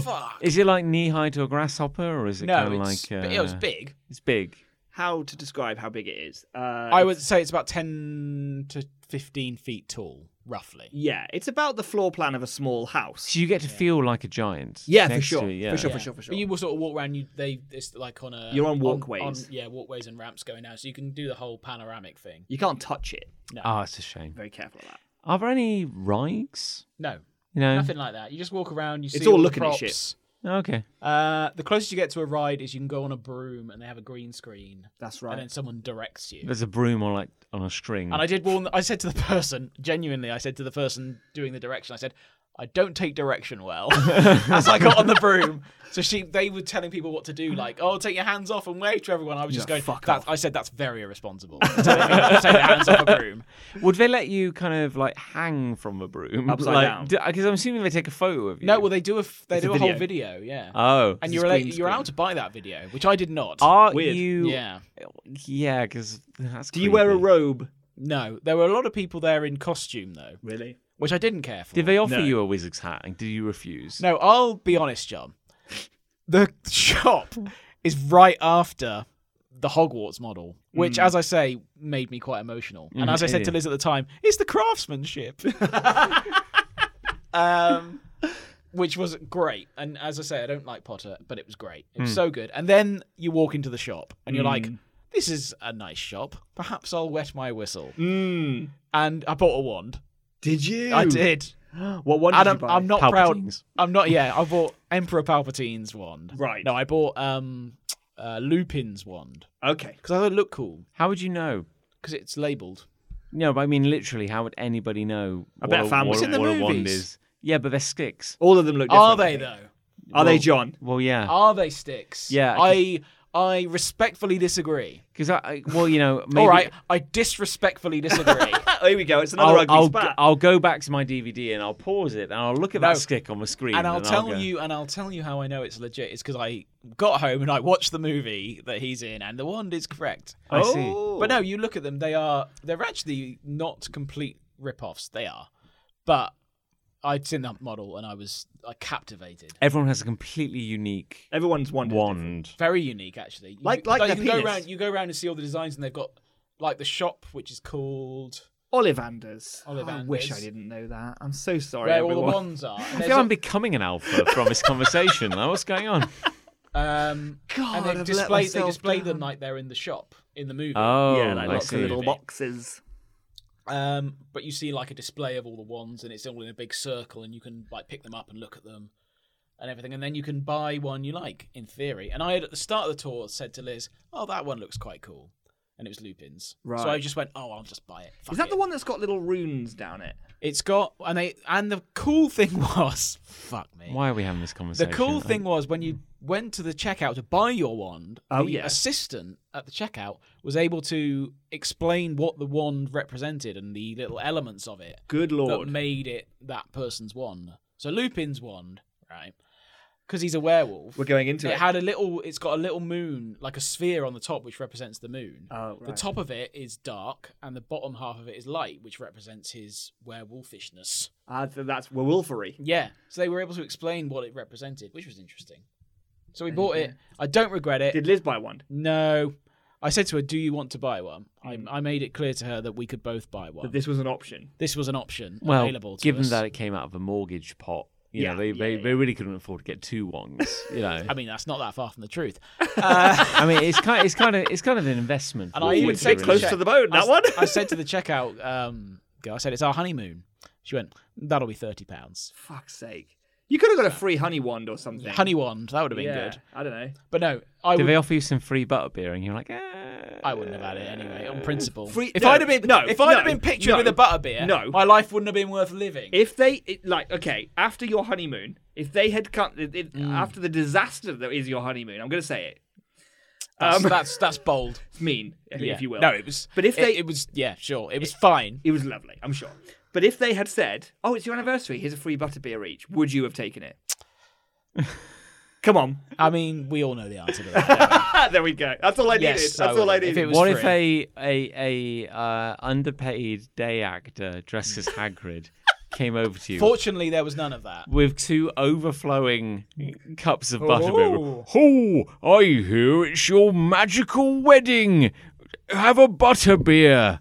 C: "Fuck!"
A: is it like knee high to a grasshopper or is it
C: No,
A: kind of
C: it's,
A: like uh,
C: but it was big.
A: It's big.
B: How to describe how big it is? Uh,
C: I would say it's about ten to fifteen feet tall, roughly.
B: Yeah, it's about the floor plan of a small house.
A: So you get to feel like a giant.
B: Yeah, for
A: next to
B: sure,
A: you, yeah.
B: for sure,
C: Yeah.
B: for sure, for sure.
C: But you will sort of walk around. You they it's like on a
B: You're on walkways.
C: yeah, walkways and ramps going down, so you can do the whole panoramic thing.
B: You can't touch it.
A: Oh, it's a shame.
B: Very careful of that.
A: Are there any rides?
C: No,
A: You know?
C: nothing like that. You just walk around. You see
B: It's all
C: the
B: looking at
C: props.
B: shit.
A: Okay.
C: Uh, the closest you get to a ride is you can go on a broom and they have a green screen,
B: That's
C: and
B: right.
C: then someone directs you.
A: There's a broom on like on a string.
C: And I did warn. I said to the person, genuinely, I said to the person doing the direction, I said, I don't take direction well. as I got on the broom, so she, they were telling people what to do, like, oh, take your hands off and wave to everyone. I was just
B: Yeah,
C: going,
B: fuck
C: that,
B: off.
C: I said that's very irresponsible. take your hands off a broom.
A: Would they let you kind of like hang from a broom?
B: Upside down.
A: like, Because I'm assuming they take a photo of you.
C: No, well, they do a, f- they
B: It's a
C: do a, whole
B: video.
C: video, Uh, yeah.
A: Oh.
C: and
B: it's a
C: you're allowed,
B: green
C: you're allowed
B: screen.
C: to buy that video, which I did not.
A: are
B: Weird.
A: you?
C: yeah.
A: Yeah, because that's.
B: Do you wear a
A: creepy.
B: robe?
C: No, there were a lot of people there in costume though,
B: Really?
C: which I didn't care for.
A: Did they offer
B: No.
A: you a wizard's hat? And did you refuse?
C: No, I'll be honest, John. The shop is right after the Hogwarts model, which, as I say, made me quite emotional. And as I said to Liz at the time, it's the craftsmanship. um, which was great. And as I say, I don't like Potter, but it was great. It was so good. And then you walk into the shop and you're like, this is a nice shop. Perhaps I'll wet my whistle.
B: Mm.
C: And I bought a wand.
B: Did you?
C: I did.
B: What one did
C: And
B: you
C: I'm,
B: buy?
C: I'm not proud.
A: Palpatine's.
C: I'm not. Yeah, I bought Emperor Palpatine's wand.
B: Right.
C: No, I bought um, uh, Lupin's wand
B: Okay.
C: because I thought it looked cool
A: How would you know?
C: because it's labeled.
A: No, but I mean literally, how would anybody know? I
B: bet
A: what,
B: families- It's
A: a-
C: in the
A: what a wand
C: movies.
A: is? Yeah, but they're sticks.
B: All of them look different.
C: Are
B: I
C: they
B: think.
C: though?
B: Are they John?
A: Well, yeah,
C: Are they sticks?
A: Yeah,
C: I I respectfully disagree.
A: because I, I- well, you know, maybe
C: All right, I disrespectfully disagree.
B: Oh, here we go. It's another
A: I'll,
B: ugly
A: I'll,
B: spat.
A: I'll go back to my DVD and I'll pause it and I'll look at
C: No.
A: that stick on the screen
C: and I'll tell
A: go,
C: you, and I'll tell you how I know it's legit. It's because I got home and I watched the movie that he's in, and the wand is correct.
A: I see.
C: But no, you look at them; they are they're actually not complete rip-offs. They are, but I'd seen that model and I was like captivated.
A: Everyone has a completely unique
B: Everyone's one.
A: wand.
C: Very unique, actually. You,
B: Like- like
C: you
B: their
C: can go
B: penis.
C: around, you go around and see all the designs, and they've got like the shop, which is called
B: Ollivanders. I
C: Ollivanders.
B: wish I didn't know that. I'm so sorry,
C: where all
B: everyone.
C: the wands are. And
A: I
C: there's
A: feel
C: a-
A: I'm becoming an alpha from this conversation. Now, What's going on?
C: um,
B: God,
C: and
B: I've
C: they've
B: let
C: displayed they
B: myself
C: display them
B: down.
C: like they're in the shop in the movie.
A: Oh,
B: yeah, like
A: I
B: lots
A: see.
B: of little boxes.
C: Um, but you see like a display of all the wands, and it's all in a big circle, and you can like pick them up and look at them, and everything, and then you can buy one you like in theory. And I had at the start of the tour said to Liz, "Oh, that one looks quite cool," and it was Lupin's.
B: Right.
C: So I just went, "Oh, I'll just buy it." Fuck
B: Is that
C: it."
B: the one that's got little runes down it?
C: It's got and they and the cool thing was, fuck me.
A: Why are we having this
C: The
A: conversation?
C: cool thing was when you went to the checkout to buy your wand,
B: Oh,
C: the
B: yeah.
C: assistant at the checkout was able to explain what the wand represented and the little elements of it
B: Good lord.
C: that made it that person's wand. So Lupin's wand, right? Because he's a werewolf.
B: We're going into
C: it
B: it.
C: had a little. It's got a little moon, like a sphere on the top, which represents the moon.
B: Oh,
C: The
B: right.
C: top of it is dark, and the bottom half of it is light, which represents his werewolfishness.
B: Ah, th- that's Werewolfery.
C: Yeah. So they were able to explain what it represented, which was interesting. So we bought it. I don't regret it.
B: Did Liz buy one?
C: No. I said to her, "Do you want to buy one?"
B: Hmm.
C: I, I made it clear to her that we could both buy one.
B: That this was an option.
C: this was an option
A: well,
C: available to
A: given
C: us.
A: that it came out of a mortgage pot You
B: Yeah,
A: know, they,
B: yeah,
A: they,
B: yeah.
A: they really couldn't afford to get two wongs. You know,
C: I mean, that's not that far from the truth.
A: I mean, it's kind, it's kind of, it's kind of an investment.
C: And
A: for
C: I
A: what
C: even
A: we're
C: said
A: doing.
B: Close to the bone, that one.
C: I said to the checkout um, girl, I said, it's our honeymoon. She went, that'll be £30.
B: Fuck's sake. You could have got a free honey wand or something.
C: Honey wand, that would have been
B: yeah,
C: good.
B: I don't know.
C: But no, I
A: Do
C: would,
A: they offer you some free butterbeer? And you're like, eh.
C: I wouldn't have had it anyway, on principle.
B: Free-
C: if
B: no,
C: I'd have been,
B: no,
C: if I'd have
B: no,
C: been pictured
B: no,
C: with a butterbeer,
B: no.
C: my life wouldn't have been worth living.
B: If they it, like, okay, after your honeymoon, if they had come if, if- after the disaster that is your honeymoon, I'm going to say it.
C: that's,
B: um,
C: that's that's bold,
B: It's mean, if,
C: yeah.
B: if you will.
C: No, it was.
B: But if
C: it-
B: they-
C: it, was yeah, sure, it was fine.
B: It was lovely, I'm sure. But if they had said, "Oh, it's your anniversary. Here's a free butterbeer each," would you have taken it? Come on,
C: I mean, we all know the answer to that.
B: ah, there we go. That's all I needed.
C: Yes, I
B: That's all I
C: would. If
B: needed.
C: it was-
A: What if
C: free.
A: a a a uh, underpaid day actor dressed as Hagrid came over to you
C: Fortunately, there was none of that.
A: with two overflowing cups of
C: Oh.
A: butterbeer? Oh, I hear it's your magical wedding. Have a butterbeer,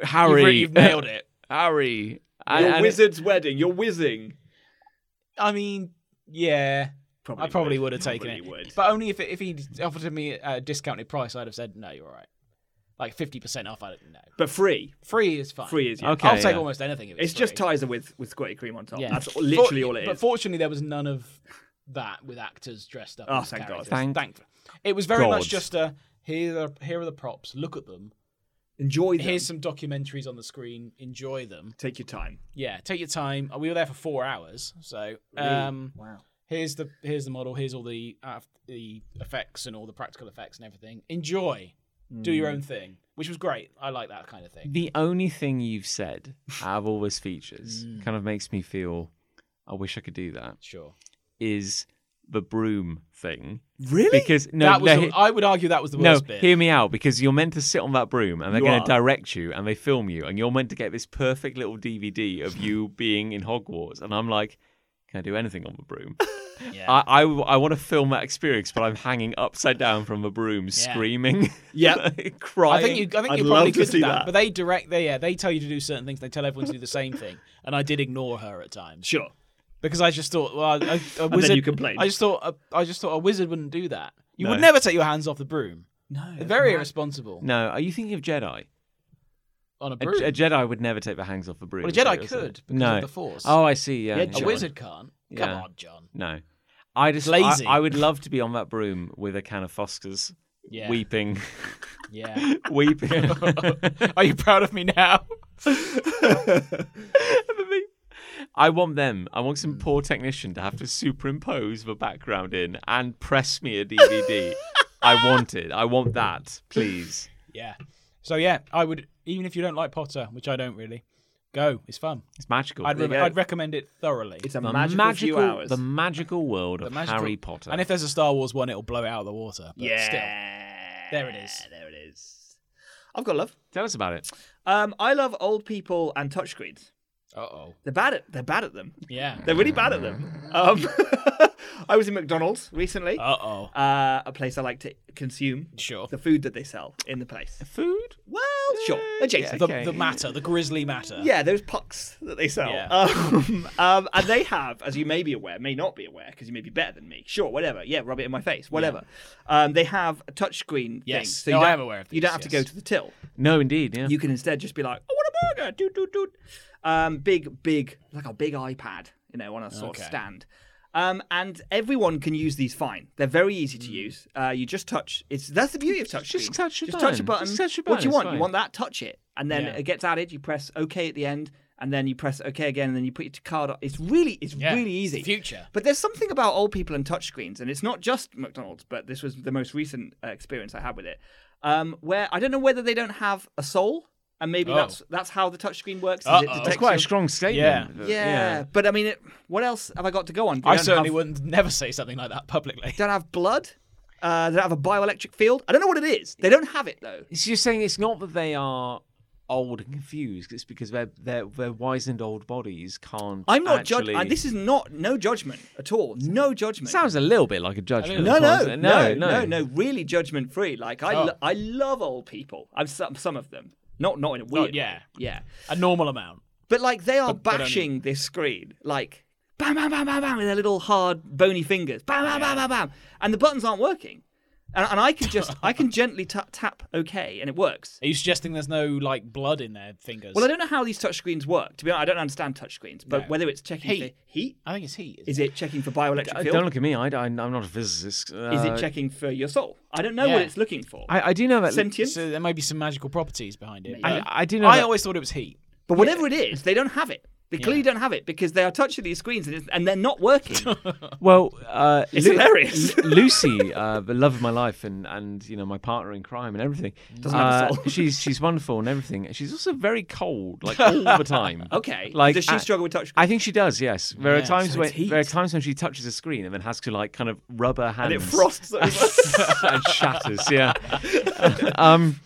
C: You've,
A: Harry.
C: re- you've nailed it.
A: Harry.
B: your
A: And- and-
B: wizard's wedding. You're whizzing.
C: I mean, yeah,
B: Probably
C: I probably would have
B: would.
C: taken it,
B: Probably would.
C: but only if it, if he offered me a discounted price, I'd have said no. You're all right. Like fifty percent off, I don't know.
B: But free,
C: Free is fine.
B: free is yeah.
A: Okay,
C: I'll take
A: yeah.
C: almost anything. If it's
B: It's just
C: free.
B: Tizer with with squirty cream on top.
C: Yeah.
B: That's literally
C: For-
B: all it
C: But
B: is.
C: fortunately, there was none of that with actors dressed up.
B: Oh,
C: as
B: thank God.
C: characters.
A: Thank
C: Thank- It was very
A: God.
C: much just a here are, here are the props. Look at them.
B: Enjoy them.
C: Here's some documentaries on the screen. Enjoy them.
B: Take your time.
C: Yeah, take your time. We were there for four hours, so um,
B: Wow.
C: here's the here's the model. Here's all the uh, the effects and all the practical effects and everything. Enjoy. Do your
B: Mm.
C: own thing, which was great. I like that kind of thing.
A: The only thing you've said out of all those features
B: Mm.
A: kind of makes me feel I wish I could do that.
C: Sure.
A: Is the broom thing.
B: Really?
A: Because no,
C: that was.
A: no,
C: the-
A: he-
C: I would argue that was the
A: no
C: worst bit.
A: hear me out because you're meant to sit on that broom and they're
B: You
A: going
B: are.
A: to direct you and they film you and you're meant to get this perfect little DVD of you being in Hogwarts and I'm like can I do anything on the broom?
C: Yeah.
A: I, I, want to film that experience, but I'm hanging upside down from a broom, screaming,
B: Yeah.
A: like, crying.
C: I think you. I think
B: I'd
C: you
B: love
C: probably
B: to
C: could
B: see
C: do that,
B: that.
C: But they direct. They yeah. They tell you to do certain things. They tell everyone to do the same thing. And I did ignore her at times
B: Sure.
C: because I just thought, well, a, a wizard.
B: you complained.
C: I just thought. A, I just thought a wizard wouldn't do that. You would never take your hands off the broom.
B: No.
C: Very irresponsible
A: No, are you thinking of Jedi?
C: on a
A: A,
C: broom.
A: a Jedi would never take the hands off the broom.
C: Well, a
A: so
C: Jedi
A: it was like-
C: could, because
A: no.
C: of the Force.
A: Oh, I see. Yeah,
B: Yeah,
A: yeah.
C: a
B: John.
C: wizard can't. Come
A: Yeah.
C: on, John.
A: No, I just
C: Lazy.
A: I, I would love to be on that broom with a can of Foscas,
C: Yeah.
A: weeping,
C: Yeah.
A: weeping.
C: Are you proud of me now?
A: I want them. I want some poor technician to have to superimpose the background in and press me a DVD. I want it. I want that, please.
C: Yeah. So yeah, I would even if you don't like Potter, which I don't really. Go, it's fun.
A: It's magical.
C: I'd,
A: The
C: re- I'd recommend it thoroughly.
B: It's a magical, few hours.
A: the magical world of
C: The magical-
A: Harry Potter.
C: And if there's a Star Wars one, it'll blow it out of the water. But
B: yeah.
C: Still. There it is.
B: There it is. I've got love.
A: Tell us about it.
B: Um, I love old people and touchscreens.
C: Uh oh.
B: They're bad at they're bad at them.
C: Yeah.
B: They're really bad at them. Um, I was in McDonald's recently,
C: Uh oh.
B: uh, a place I like to consume
C: Sure.
B: the food that they sell in the place.
A: Food?
B: Well, sure, adjacent.
C: The, the matter, the grisly matter.
B: Yeah, those pucks that they sell.
C: Yeah.
B: Um, um, and they have, as you may be aware, may not be aware, because you may be better than me. Sure, whatever. Yeah, rub it in my face, whatever. Um, they have a touchscreen.
C: Yes.
B: things,
C: No,
B: you
C: I
B: don't-
C: am aware of
B: You don't
C: these,
B: have to go
C: yes.
B: to the till.
A: No, indeed. Yeah.
B: You can instead just be like, I want a burger. Doot, doot, doot. Um, big, big, like a big iPad, you know, on a sort
C: Okay.
B: of stand. Um, and everyone can use these fine. They're very easy to use. Uh, you just touch. It's that's the beauty of touch.
A: Hmm. just touch a
B: just touch a
A: button.
B: button.
A: Just touch a
B: What do you
A: button, it's
B: want? You
A: fine.
B: want that? Touch it, and then
C: Yeah.
B: it gets added. You press OK at the end, and then you press OK again, and then you put your card. On. It's really, it's
C: Yeah.
B: really easy.
C: Future.
B: But there's something about old people and touchscreens, and it's not just McDonald's, but this was the most recent uh, experience I had with it, um, where I don't know whether they don't have a soul, and maybe
C: Oh.
B: that's that's how the touchscreen works. is it
C: Uh-oh.
B: detects
A: That's quite
B: your-
A: a strong statement.
C: Yeah.
A: Uh,
B: yeah, but I mean, it, what else have I got to go on? They
C: I
B: don't
C: certainly
B: have,
C: wouldn't never say something like that publicly.
B: Don't have blood. Uh, they don't have a bioelectric field. I don't know what it is. They don't have it though.
A: So you're saying it's not that they are old and confused; it's because their their their wizened old bodies can't.
B: I'm not
A: actually...
B: judging. this is not no judgment at all. No judgment.
A: sounds a little bit like a judgment.
B: no, no,
A: doesn't it?
B: no, no, no, Really judgment free. Like I, lo- I love old people. I'm some some of them. Not not in a weird.
C: yeah.
B: way. yeah.
C: A normal amount.
B: But like they are
C: but only-
B: bashing this screen. Like bam, bam, bam, bam, bam, with their little hard bony fingers, bam, bam, bam, bam, bam, and the buttons aren't working. And, and I can just, I can gently tap, tap OK, and it works.
C: Are you suggesting there's no like blood in their fingers?
B: Well, I don't know how these touchscreens work. To be honest, I don't understand touchscreens, but whether it's checking for
C: Heat.
B: heat,
C: I think it's heat.
B: is it checking for bioelectric
A: Uh,
B: field?
A: Don't look at me. I, I, am not a physicist. Uh,
B: is it checking for your soul? I don't know what
C: yeah.
B: it's looking for.
A: I, I do know that.
B: Sentience?
C: So there may be some magical properties behind it.
A: I,
B: Uh,
C: but-
A: I do know.
C: I
A: that-
C: always thought it was heat.
B: But whatever it is, they don't have it. They clearly don't have it because they are touching these screens and, it's, and they're not working.
A: Well, uh,
B: It's
A: Lu-
B: hilarious.
A: Lu- Lucy, uh, the love of my life, and and you know my partner in crime and everything.
B: Doesn't have a
A: uh,
B: soul.
A: she's she's wonderful and everything. She's also very cold, like all the time.
B: okay.
A: Like,
B: Does she
A: I-
B: struggle with touch?
A: I think she does. Yes, there are
C: Yeah,
A: times
C: so
A: when
C: it's heat.
A: there are times when she touches a screen and then has to like kind of rub her hands
B: and it frosts over.
A: and shatters. Yeah. um, yeah.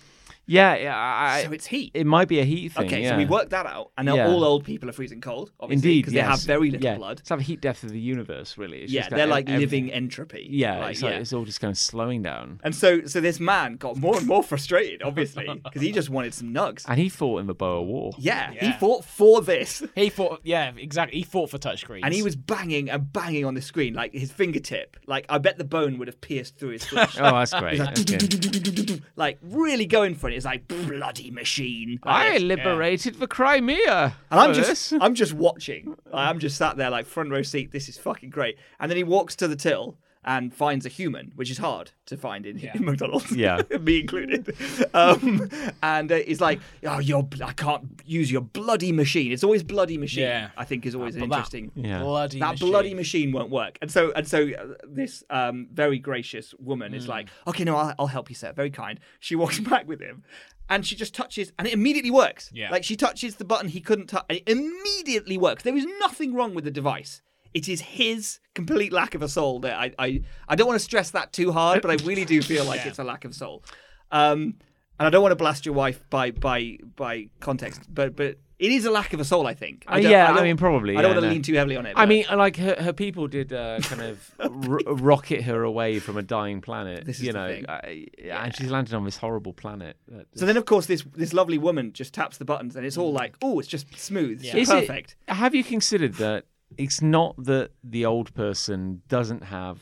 A: Yeah. I,
B: so it's heat.
A: it might be a heat thing.
B: okay,
A: yeah.
B: so we worked that out. And now
A: Yeah.
B: all old people are freezing cold, obviously,
A: Indeed,
B: because
A: yes.
B: they have very little
A: yeah.
B: blood.
A: It's like the heat death of the universe, really. It's
B: Yeah,
A: just that
B: they're
A: ev-
B: like
A: ev-
B: living entropy.
A: Yeah,
B: Like,
A: it's, like, it's all just kind of slowing down.
B: And so, so this man got more and more frustrated, obviously, because he just wanted some nugs.
A: And he fought in the Boer War.
B: Yeah, he
C: Yeah.
B: fought for this.
C: He fought, yeah, exactly. He fought for touchscreens.
B: And he was banging and banging on the screen, like his fingertip. Like, I bet the bone would have pierced through his flesh.
A: Oh, that's great.
B: It's
A: Okay.
B: like, like, really going for it. It's like bloody machine. Like,
A: I liberated the Crimea.
B: and I'm
A: for
B: just
A: this.
B: I'm just watching. Like, I'm just sat there like front row seat. This is fucking great. And then he walks to the till and finds a human, which is hard to find in, in McDonald's.
A: Yeah.
B: me included. Um, and uh, he's like, "Oh, your bl- I can't use your bloody machine. It's always bloody machine.
C: Yeah.
B: I think is
A: Uh,
B: always an
C: But that
B: interesting.
A: Yeah.
C: Bloody
B: that
C: machine.
B: bloody machine won't work. And so and so uh, this um, very gracious woman
A: Hmm.
B: is like, okay, no, I'll, I'll help you, sir. Very kind. She walks back with him, and she just touches, and it immediately works.
C: Yeah.
B: like she touches the button he couldn't touch, and it immediately works. There is nothing wrong with the device. It is his complete lack of a soul that I I, I don't want to stress that too hard, but I really do feel like it's a lack of soul. Um, and I don't want to blast your wife by by by context, but but. It is a lack of a soul, I think.
A: Uh,
B: I don't-
A: yeah, I
B: don't-
A: mean, probably,
B: I don't
A: yeah,
B: want to
A: no.
B: lean too heavily on it.
A: I
B: but-
A: mean, uh, like her, her people did uh, kind of r- rocket her away from a dying planet.
B: This is
A: you
B: the
A: know,
B: thing.
A: I- and she's landed on this horrible planet. that-
B: So then, of course, this this lovely woman just taps the buttons, and it's all like, oh, it's just smooth, it's
A: Is
B: just
A: it-
B: perfect.
A: have you considered that it's not that the old person doesn't have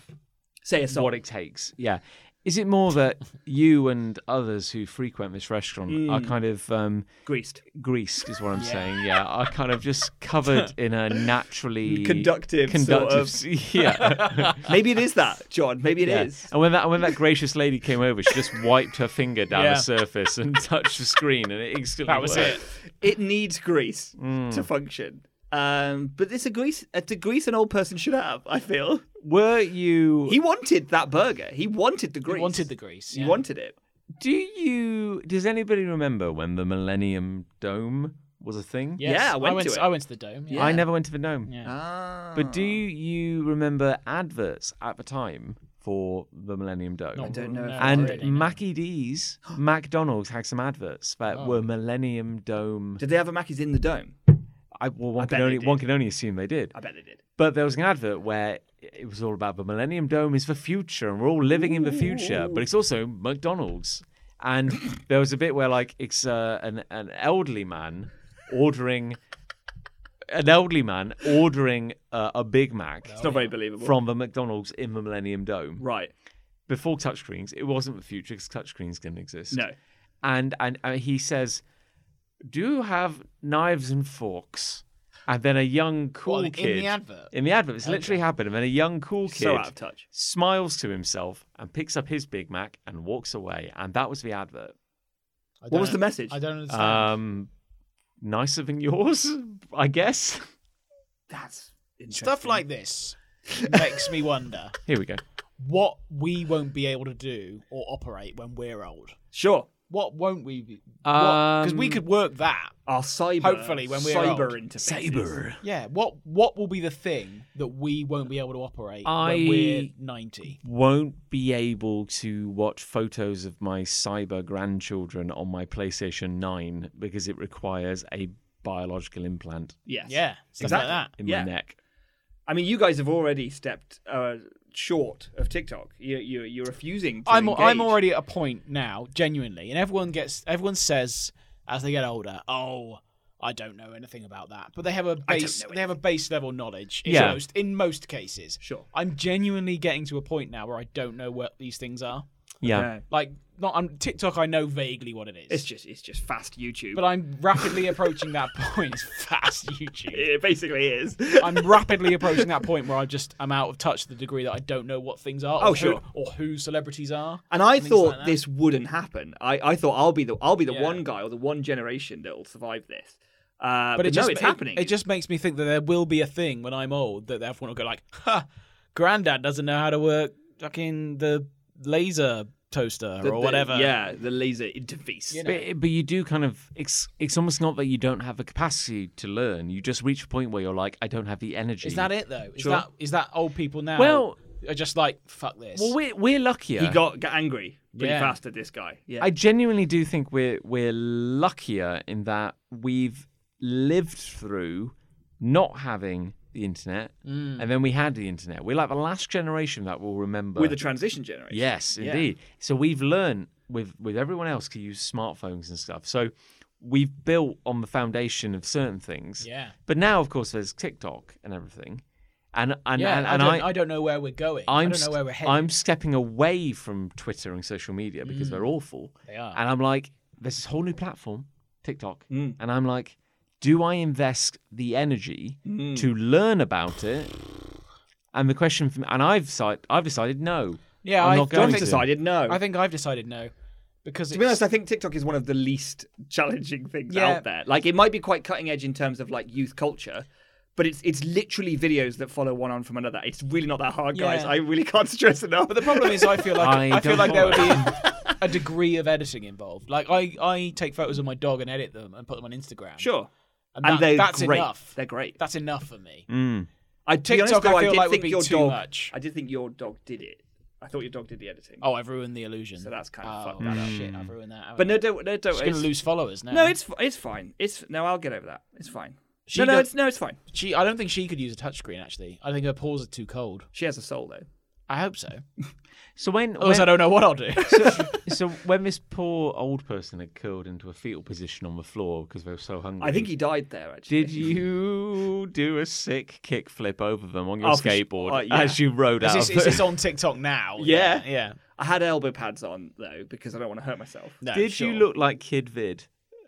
B: Say a song.
A: what it takes? Yeah. Is it more that you and others who frequent this restaurant are
B: Mm.
A: kind of um,
B: Greased,
A: greased is what I'm saying. Yeah, are kind of just covered in a naturally
B: Conductive
A: conductive. s- yeah,
B: maybe it is that, John. Maybe it is.
A: yeah. And when that when that gracious lady came over, she just wiped her finger down
C: Yeah.
A: the surface and touched the screen, and it instantly
C: That was
A: worked.
C: it.
B: It needs grease to function. Um, but it's a grease, it's a grease an old person should have. I feel
A: Were you?
B: he wanted that burger. He wanted the grease.
C: He wanted the grease.
B: He
C: yeah.
B: wanted it.
A: Do you? Does anybody remember when the Millennium Dome was a thing?
C: Yes.
B: Yeah, I went to
C: to,
B: it.
C: I went to the dome. Yeah.
A: I never went to the dome.
C: Yeah.
B: Ah.
A: But do you remember adverts at the time for the Millennium Dome?
C: Not
B: don't know if
C: no,
B: I
A: And
C: really, no.
A: Mackie D's, McDonald's had some adverts that
C: Oh.
A: were Millennium Dome.
B: did they have a Mackey's in the dome?
A: I, well, one, can
B: bet they
A: only,
B: did.
A: one can only assume they did.
B: I bet they did.
A: But there was an advert where it was all about the Millennium Dome is the future and we're all living in the future, but it's also McDonald's. And there was a bit where, like, it's uh, an, an elderly man ordering. An elderly man ordering uh, a Big Mac
B: It's not very believable.
A: from the McDonald's in the Millennium Dome.
B: right?
A: Before touchscreens, it wasn't the future because touchscreens didn't exist
B: No.
A: and and uh, he says, "Do you have knives and forks?" And then a young cool
C: Well, in
A: kid
C: the advert.
A: in the advert, it's literally happened. And then a young cool kid
B: So out of touch.
A: smiles to himself and picks up his Big Mac and walks away. And that was the advert.
C: I
B: What was
C: don't-
B: the message?
C: I don't understand.
A: Um, nicer than yours, I guess.
B: That's interesting.
C: Stuff like this makes me wonder
A: Here we go.
C: what we won't be able to do or operate when we're old.
B: sure.
C: What won't we be? Because we
A: Um,
C: could work that.
B: Our cyber,
C: Hopefully when we're
B: cyber
C: old.
B: interfaces.
C: Yeah. What What will be the thing that we won't be able to operate
A: I-
C: when we're ninety?
A: won't be able to watch photos of my cyber grandchildren on my PlayStation 9 because it requires a biological implant
B: Yes.
C: Yeah. Stuff
B: Exactly.
C: like that.
A: in
B: Yeah.
A: my neck.
B: I mean, you guys have already stepped uh, short of TikTok. You, you, you're refusing to.
C: I'm I'm
B: engage.
C: already at a point now, genuinely, and everyone gets everyone says as they get older, oh, I don't know anything about that, but they have a base. They have a base level knowledge. In
A: Yeah.
C: most, in most cases.
B: Sure.
C: I'm genuinely getting to a point now where I don't know what these things are.
A: Yeah.
C: Like, not on TikTok, I know vaguely what it is.
B: It's just it's just fast YouTube.
C: but I'm rapidly approaching that point. It's fast YouTube.
B: it basically is.
C: I'm rapidly approaching that point where I just I'm out of touch to the degree that I don't know what things are. Or
B: Oh,
C: who-
B: sure. Uh,
C: or who celebrities are.
B: And I
C: things
B: thought
C: like that.
B: this wouldn't happen. I, I thought I'll be the I'll be the
C: Yeah.
B: one guy or the one generation that will survive this. Uh, but
C: it
B: no,
C: just,
B: it's
C: it-
B: happening.
C: It just makes me think that there will be a thing when I'm old that everyone will go like, "Ha, granddad doesn't know how to work fucking the laser toaster
B: The-
C: or
B: the-
C: whatever."
B: Yeah, the laser interface.
A: But, but you do kind of it's it's almost not that you don't have the capacity to learn. You just reach a point where you're like, I don't have the energy.
C: Is that it though? Is that is that old people now?
A: Well-
C: are just like fuck this.
A: Well, we're we're luckier.
B: He got, got angry pretty
C: Yeah.
B: fast at this guy. Yeah.
A: I genuinely do think we're we're luckier in that we've lived through not having the internet,
C: Mm.
A: and then we had the internet. We're like the last generation that will remember.
B: With the transition generation.
A: yes,
B: Yeah.
A: indeed. So we've learned with with everyone else to use smartphones and stuff. So we've built on the foundation of certain things.
C: yeah.
A: But now, of course, there's TikTok and everything, and and
C: Yeah,
A: and,
C: I,
A: and
C: don't, I, don't know where we're going. I
A: I'm
C: don't know
A: st-
C: where we're headed. Mm.
A: I'm stepping away from Twitter and social media because they're awful.
C: They are. Mm.
A: And I'm like, there's this whole new platform, TikTok. And I'm like, do I invest the energy
C: Mm.
A: to learn about it? And the question from and I've decided, I've decided no.
C: yeah,
A: I'm
C: I
A: not
C: don't
A: going
C: think
A: to.
B: So I didn't know.
C: I think I've decided no, because
B: to be honest, I think TikTok is one of the least challenging things
C: Yeah.
B: out there. Like it might be quite cutting edge in terms of like youth culture, but it's it's literally videos that follow one on from another. It's really not that hard, guys.
C: Yeah.
B: I really can't stress enough.
C: But the problem is, I feel like
A: I
C: I, feel
A: don't
C: like there would
A: follow
C: be a degree of editing involved. Like I, I take photos of my dog and edit them and put them on Instagram.
B: sure, and,
C: and, that-
B: they're
C: that's
B: great.
C: enough.
B: They're Mm. great.
C: That's enough for me.
B: I to be honest,
C: TikTok, I
B: though,
C: feel
B: did
C: like would
B: think
C: be
B: your
C: too
B: dog,
C: much.
B: I did think your dog did it. I thought your dog did the editing.
C: Oh, I've ruined the illusion.
B: So that's kind of
C: oh,
B: fucked that up.
C: Shit,
A: Mm.
C: I've ruined that.
B: But no, don't, no, don't.
C: she's gonna
B: it's-
C: lose followers now.
B: No, it's fi- it's fine. It's no, I'll get over that. It's fine.
C: She
B: no, no,
C: does-
B: it's no, it's fine.
C: she. I don't think she could use a touchscreen. Actually, I think her paws are too cold.
B: She has a soul though.
C: I hope so.
A: So when,
B: Oh,
C: Otherwise, I
A: when
C: don't know what I'll do.
A: so when this poor old person had curled into a fetal position on the floor because they were so hungry.
B: I think he died there actually.
A: did you do a sick kickflip over them on your
B: Oh, for sure.
A: skateboard
B: Oh, yeah.
A: as you rode
C: is,
A: out?
C: this,
A: of
C: is
A: the-
C: this on TikTok now?
B: Yeah.
C: yeah.
B: I had elbow pads on though because I don't want to hurt myself.
C: No,
A: Did
C: sure.
A: you look like Kid Vid?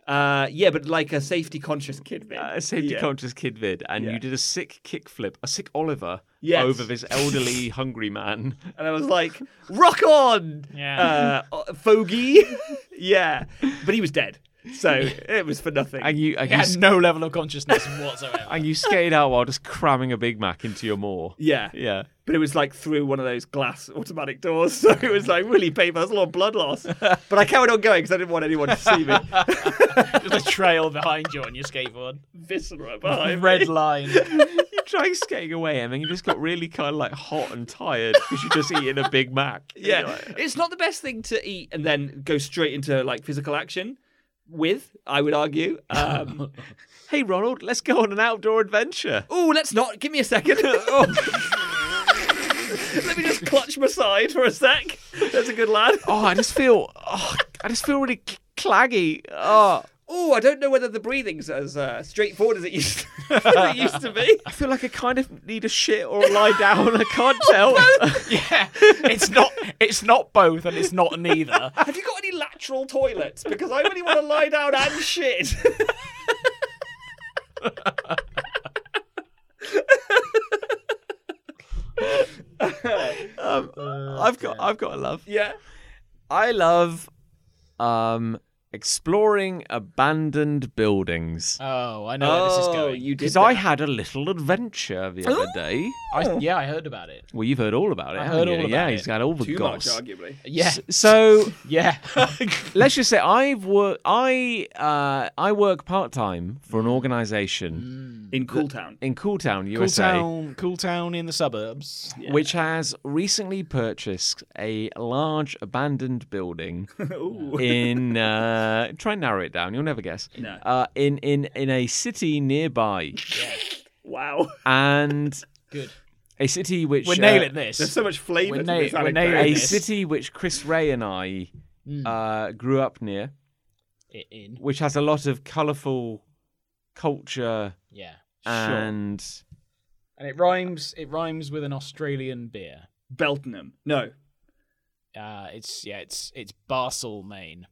B: Uh, yeah, but like a safety conscious kid. Bit.
A: a safety
B: Uh, yeah.
A: conscious kid vid, and
B: Yeah.
A: you did a sick kickflip, a sick Oliver
B: Yes.
A: over this elderly, hungry man.
B: And I was like, rock on,
C: Yeah.
B: uh, uh, fogey, yeah. But he was dead, so it was for nothing.
A: And you, and,
C: He
A: you,
C: had
A: s-
C: no level of consciousness whatsoever.
A: and you skated out while just cramming a Big Mac into your maw.
B: yeah,
A: Yeah.
B: But it was like through one of those glass automatic doors, so it was like really painful. That's a lot of blood loss. But I carried on going because I didn't want anyone to see me.
C: There's a trail behind you on your skateboard.
B: Viscera behind me.
C: Red line.
A: You try skating away, and then you just got really kind of like hot and tired because you're just eating a Big Mac.
B: Yeah, it's not the best thing to eat and then go straight into like physical action with. I would argue. Um,
A: Hey, Ronald, let's go on an outdoor adventure.
B: oh, let's not. Give me a second. Oh. Let me just clutch my side for a sec. That's a good lad.
A: Oh, I just feel, oh, I just feel really cl- claggy. Oh,
B: Oh, I don't know whether the breathing's as uh, straightforward as it used as it used to be.
A: I feel like I kind of need a shit or a lie down. I can't tell.
C: Yeah, it's not. It's not both, and it's not neither.
B: Have you got any lateral toilets? Because I really want to lie down and shit.
A: I've got, I've got a love.
B: yeah.
A: I love um exploring abandoned buildings.
C: Oh, I know where this is going.
B: you did.
A: Because I had a little adventure the other day.
C: I, yeah, I heard about it.
A: Well, you've heard all about it.
C: I've
A: haven't
C: heard
A: you?
C: all about
A: yeah,
C: it.
A: he's got all the
B: too much,
A: goss.
B: arguably.
C: Yeah,
A: S- So
C: yeah.
A: let's just say I've worked. I uh, I work part time for an organisation
B: In Cooltown.
A: in Cooltown,
C: Mm. cool
A: USA,
C: town, cool town in the suburbs.
A: which has recently purchased a large abandoned building in. Uh, try and narrow it down. You'll never guess.
B: No.
A: Uh, in in in a city nearby.
B: Wow.
A: and
C: Good.
A: a city which
C: We're
A: uh,
C: nailing
B: There's
C: this.
B: so much flavour
C: We're
B: to
C: na-
B: this
C: we're
B: anecdote.
C: nailing
A: a
C: this. Mm.
A: city which Chris Ray and I uh, grew up near,
C: In.
A: which has a lot of colourful culture
C: Yeah.
A: and
C: And it rhymes. It rhymes with an Australian beer.
B: Beltenham. No.
C: Uh, it's yeah. It's it's Basel, Maine.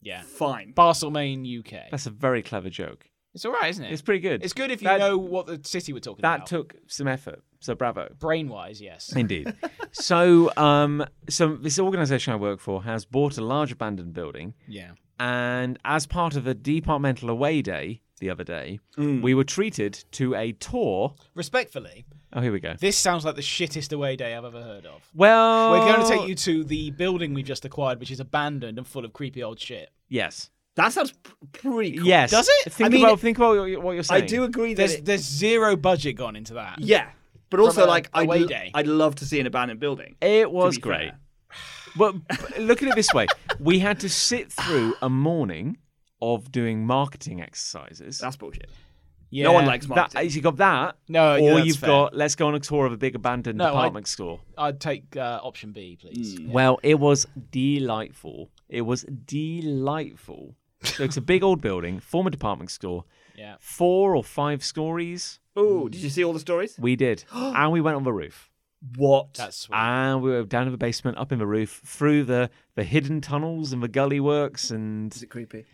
C: Yeah,
B: Fine.
C: Basel, Maine, UK.
A: that's a very clever joke.
C: it's all right, isn't it?
A: It's pretty good.
C: It's good if you
A: That-
C: know what the city we're talking
A: that
C: about.
A: took some effort. So bravo.
C: brain-wise, yes.
A: Indeed. so, um, so this organisation I work for has bought a large abandoned building,
C: Yeah.
A: and as part of a departmental away day the other day,
C: Mm.
A: we were treated to a tour.
C: Respectfully,
A: Oh, here we go.
C: this sounds like the shittest away day I've ever heard of.
A: Well,
C: We're going to
B: Oh.
C: take you to the building we've just acquired, which is abandoned and full of creepy old shit.
A: Yes.
B: That sounds p- pretty cool.
A: Yes.
C: Does it?
A: Think
C: I mean-
A: about think about what you- what you're
B: I
A: saying.
B: do agree that
C: There's
B: it-
C: there's zero budget gone into that.
B: yeah, but also
C: a
B: like I'd,
C: away
B: l-
C: day.
B: I'd love to see an abandoned building.
A: It was
B: be
A: great.
B: fair.
A: But but look at it this way: we had to sit through a morning of doing marketing exercises. Uh,
B: That's bullshit.
C: Yeah.
B: No one likes
A: that,
B: marketing.
A: you got that,
C: No,
A: or
C: yeah, that's
A: you've
C: fair.
A: got let's go on a tour of a big abandoned
C: No, I-
A: department store.
C: I'd take uh, option B, please.
B: Hmm.
A: Well, it was delightful. It was delightful. So it's a big old building, former department store,
C: Yeah.
A: four or five stories.
B: Oh, did you see all the stories?
A: We did, and we went on the roof,
B: What?
C: That's sweet.
A: and we were down in the basement, up in the roof, through the the hidden tunnels and the gully works, and
B: Is it creepy?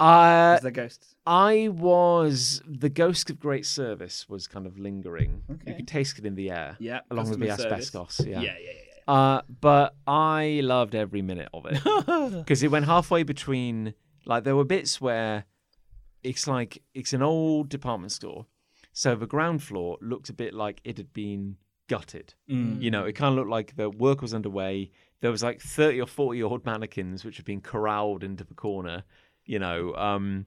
A: uh,
B: Is there ghosts?
A: I was the ghost of great service was kind of lingering. You could taste it in the air.
B: Yeah,
A: along with the
B: customer service.
A: asbestos. Yeah.
B: Yeah, yeah, yeah. yeah.
A: Uh, but I loved every minute of it because it went halfway between. Like there were bits where it's like it's an old department store, so the ground floor looked a bit like it had been gutted. You know, it kind of looked like the work was underway. There was like thirty or forty old mannequins which had been corralled into the corner. You know, um,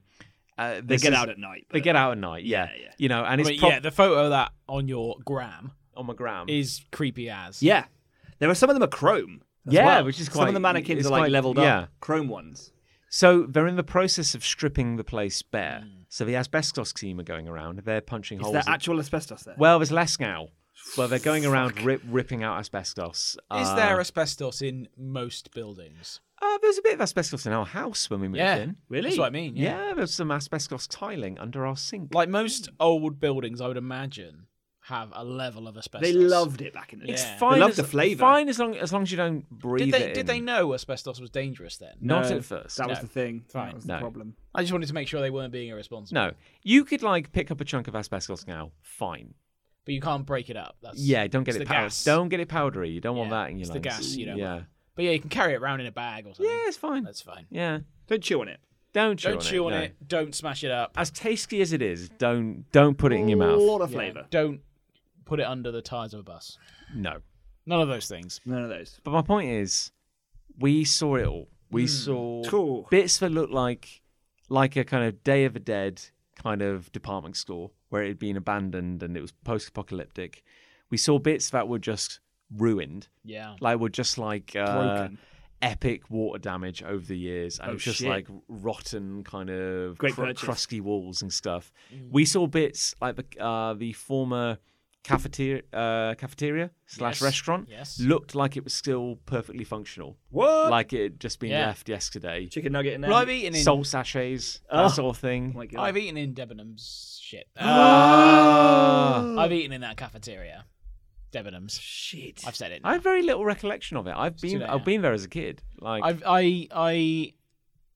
A: uh,
B: They get out at night.
A: They
B: but-
A: get out at night. Yeah,
B: Yeah, yeah.
A: you know, and
C: I
A: it's
C: mean,
A: prob-
C: yeah, the photo of that on your gram
A: on my gram.
C: is creepy as.
B: Yeah, there are some of them are chrome. as
A: Yeah,
B: well.
A: which is
B: some of
A: quite-
B: the mannequins
A: it's
B: are like
A: quite-
B: leveled
A: yeah.
B: up chrome ones.
A: So they're in the process of stripping the place bare.
C: Hmm.
A: So the asbestos team are going around. They're punching
B: Is
A: holes.
B: there
A: in-
B: actual asbestos there?
A: well, there's less now. Well, they're going around rip, ripping out asbestos.
C: Is
A: Uh,
B: Ah.
C: there asbestos in most buildings?
A: Uh, there's a bit of asbestos in our house when we moved
C: Yeah.
A: in.
B: Really?
C: That's what I mean. Yeah.
A: Yeah, there's some asbestos tiling under our sink.
C: Like most old buildings, I would imagine have a level of asbestos.
B: they loved it back in the day.
C: It's
B: They
C: Yeah.
A: fine
B: loved
A: as,
B: the flavour.
A: Fine as long as long as you don't breathe
C: Did they
A: it
C: did they
A: in.
C: know asbestos was dangerous then?
A: Not
B: No,
A: at first.
B: That was
C: No.
B: the thing.
C: Fine.
B: That was the
A: No.
B: problem.
C: I just wanted to make sure they weren't being irresponsible.
A: No, you could like pick up a chunk of asbestos now. Fine.
C: but you can't break it up. That's
A: Yeah, don't get
C: it's
A: it
C: the
A: pow-
C: gas.
A: Don't get it powdery. You don't want
C: Yeah,
A: that in your
C: it's the
A: lungs.
C: gas, you don't
A: Yeah.
C: want But yeah, you can carry it around in a bag or something.
A: Yeah, it's fine.
C: that's fine.
A: Yeah.
B: Don't chew on it.
A: Don't chew
C: Don't
A: on
C: chew
A: it.
C: on
A: no.
C: it. Don't smash it up.
A: as tasty as it is, don't don't put it in your
B: A
A: mouth.
B: lot of flavour.
C: Don't put it under the tires of a bus.
A: No.
C: None of those things.
B: None of those.
A: But my point is, we saw it all. We
C: Mm.
A: saw
B: Cool.
A: bits that looked like like a kind of Day of the Dead kind of department store where it had been abandoned and it was post-apocalyptic. We saw bits that were just ruined,
C: Yeah.
A: like were just like uh,
B: Broken. Oh,
A: epic water damage over the years, and it was just
B: shit.
A: like rotten kind of
B: Great
A: cru-
B: purchase. Mm.
A: crusty walls and stuff. We saw bits like the uh, the former cafeteria uh, cafeteria slash
C: Yes.
A: restaurant
C: Yes.
A: looked like it was still perfectly functional,
B: What?
A: like it had just been
C: Yeah.
A: left yesterday.
B: Chicken nugget in there.
C: Well, I've eaten in
A: Salt sachets, that sort of thing.
B: Oh my God.
C: I've eaten in Debenham's shit. Uh,
A: Ah.
C: I've eaten in that cafeteria. Debenham's.
B: Shit.
C: I've said it.
A: I have very little recollection of it. I've been
C: late now.
A: I've been there as a kid. Like
C: I've, I I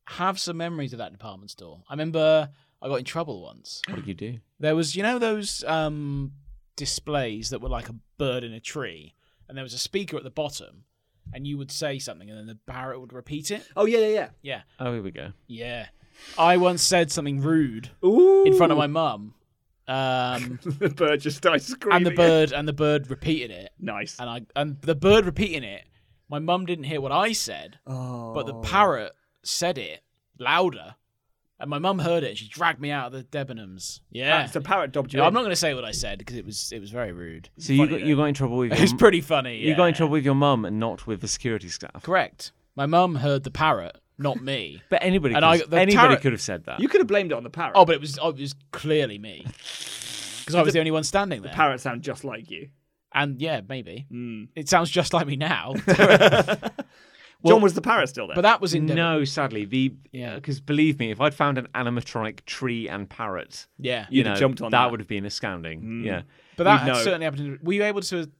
C: have some memories of that department store. I remember I got in trouble once.
A: what did you do?
C: There was, you know, those um, displays that were like a bird in a tree, and there was a speaker at the bottom, and you would say something, and then the parrot would repeat it.
B: Oh yeah, yeah,
C: Yeah,
A: Oh, here we go.
C: yeah. I once said something rude
B: yeah. Ooh.
C: in front of my mum, um,
B: the bird just starts screaming.
C: and the bird and the bird repeated it,
B: Nice.
C: and I and the bird repeating it. My mum didn't hear what I said,
B: Oh.
C: but the parrot said it louder, and my mum heard it, and she dragged me out of the Debenhams. Yeah.
B: It's a parrot dobbed you.
C: Yeah, I'm
B: in.
C: not going to say what I said because it was it was very rude.
A: So you got, you got in trouble with
C: It
A: your,
C: was pretty funny.
A: you got in
C: yeah.
A: trouble with your mum and not with the security staff.
C: Correct. My mum heard the parrot, not me.
A: But anybody,
C: And
A: could,
C: I-
A: have-
C: the
A: anybody
C: tarot-
A: could have said that.
B: You could have blamed it on the parrot.
C: oh, but it was oh, it was clearly me because I was the only one standing there.
B: parrot sound just like you.
C: and yeah, maybe it sounds just like me now.
B: John was the parrot still there.
C: But that was in Devon.
A: No, sadly, the
C: Yeah.
A: because believe me, if I'd found an animatronic tree and parrot,
C: Yeah.
A: you
B: You'd have
A: know,
B: jumped on
A: that,
B: that. Mm.
A: would have been astounding. Yeah,
C: But that
B: You'd know.
C: certainly happened. Were you able to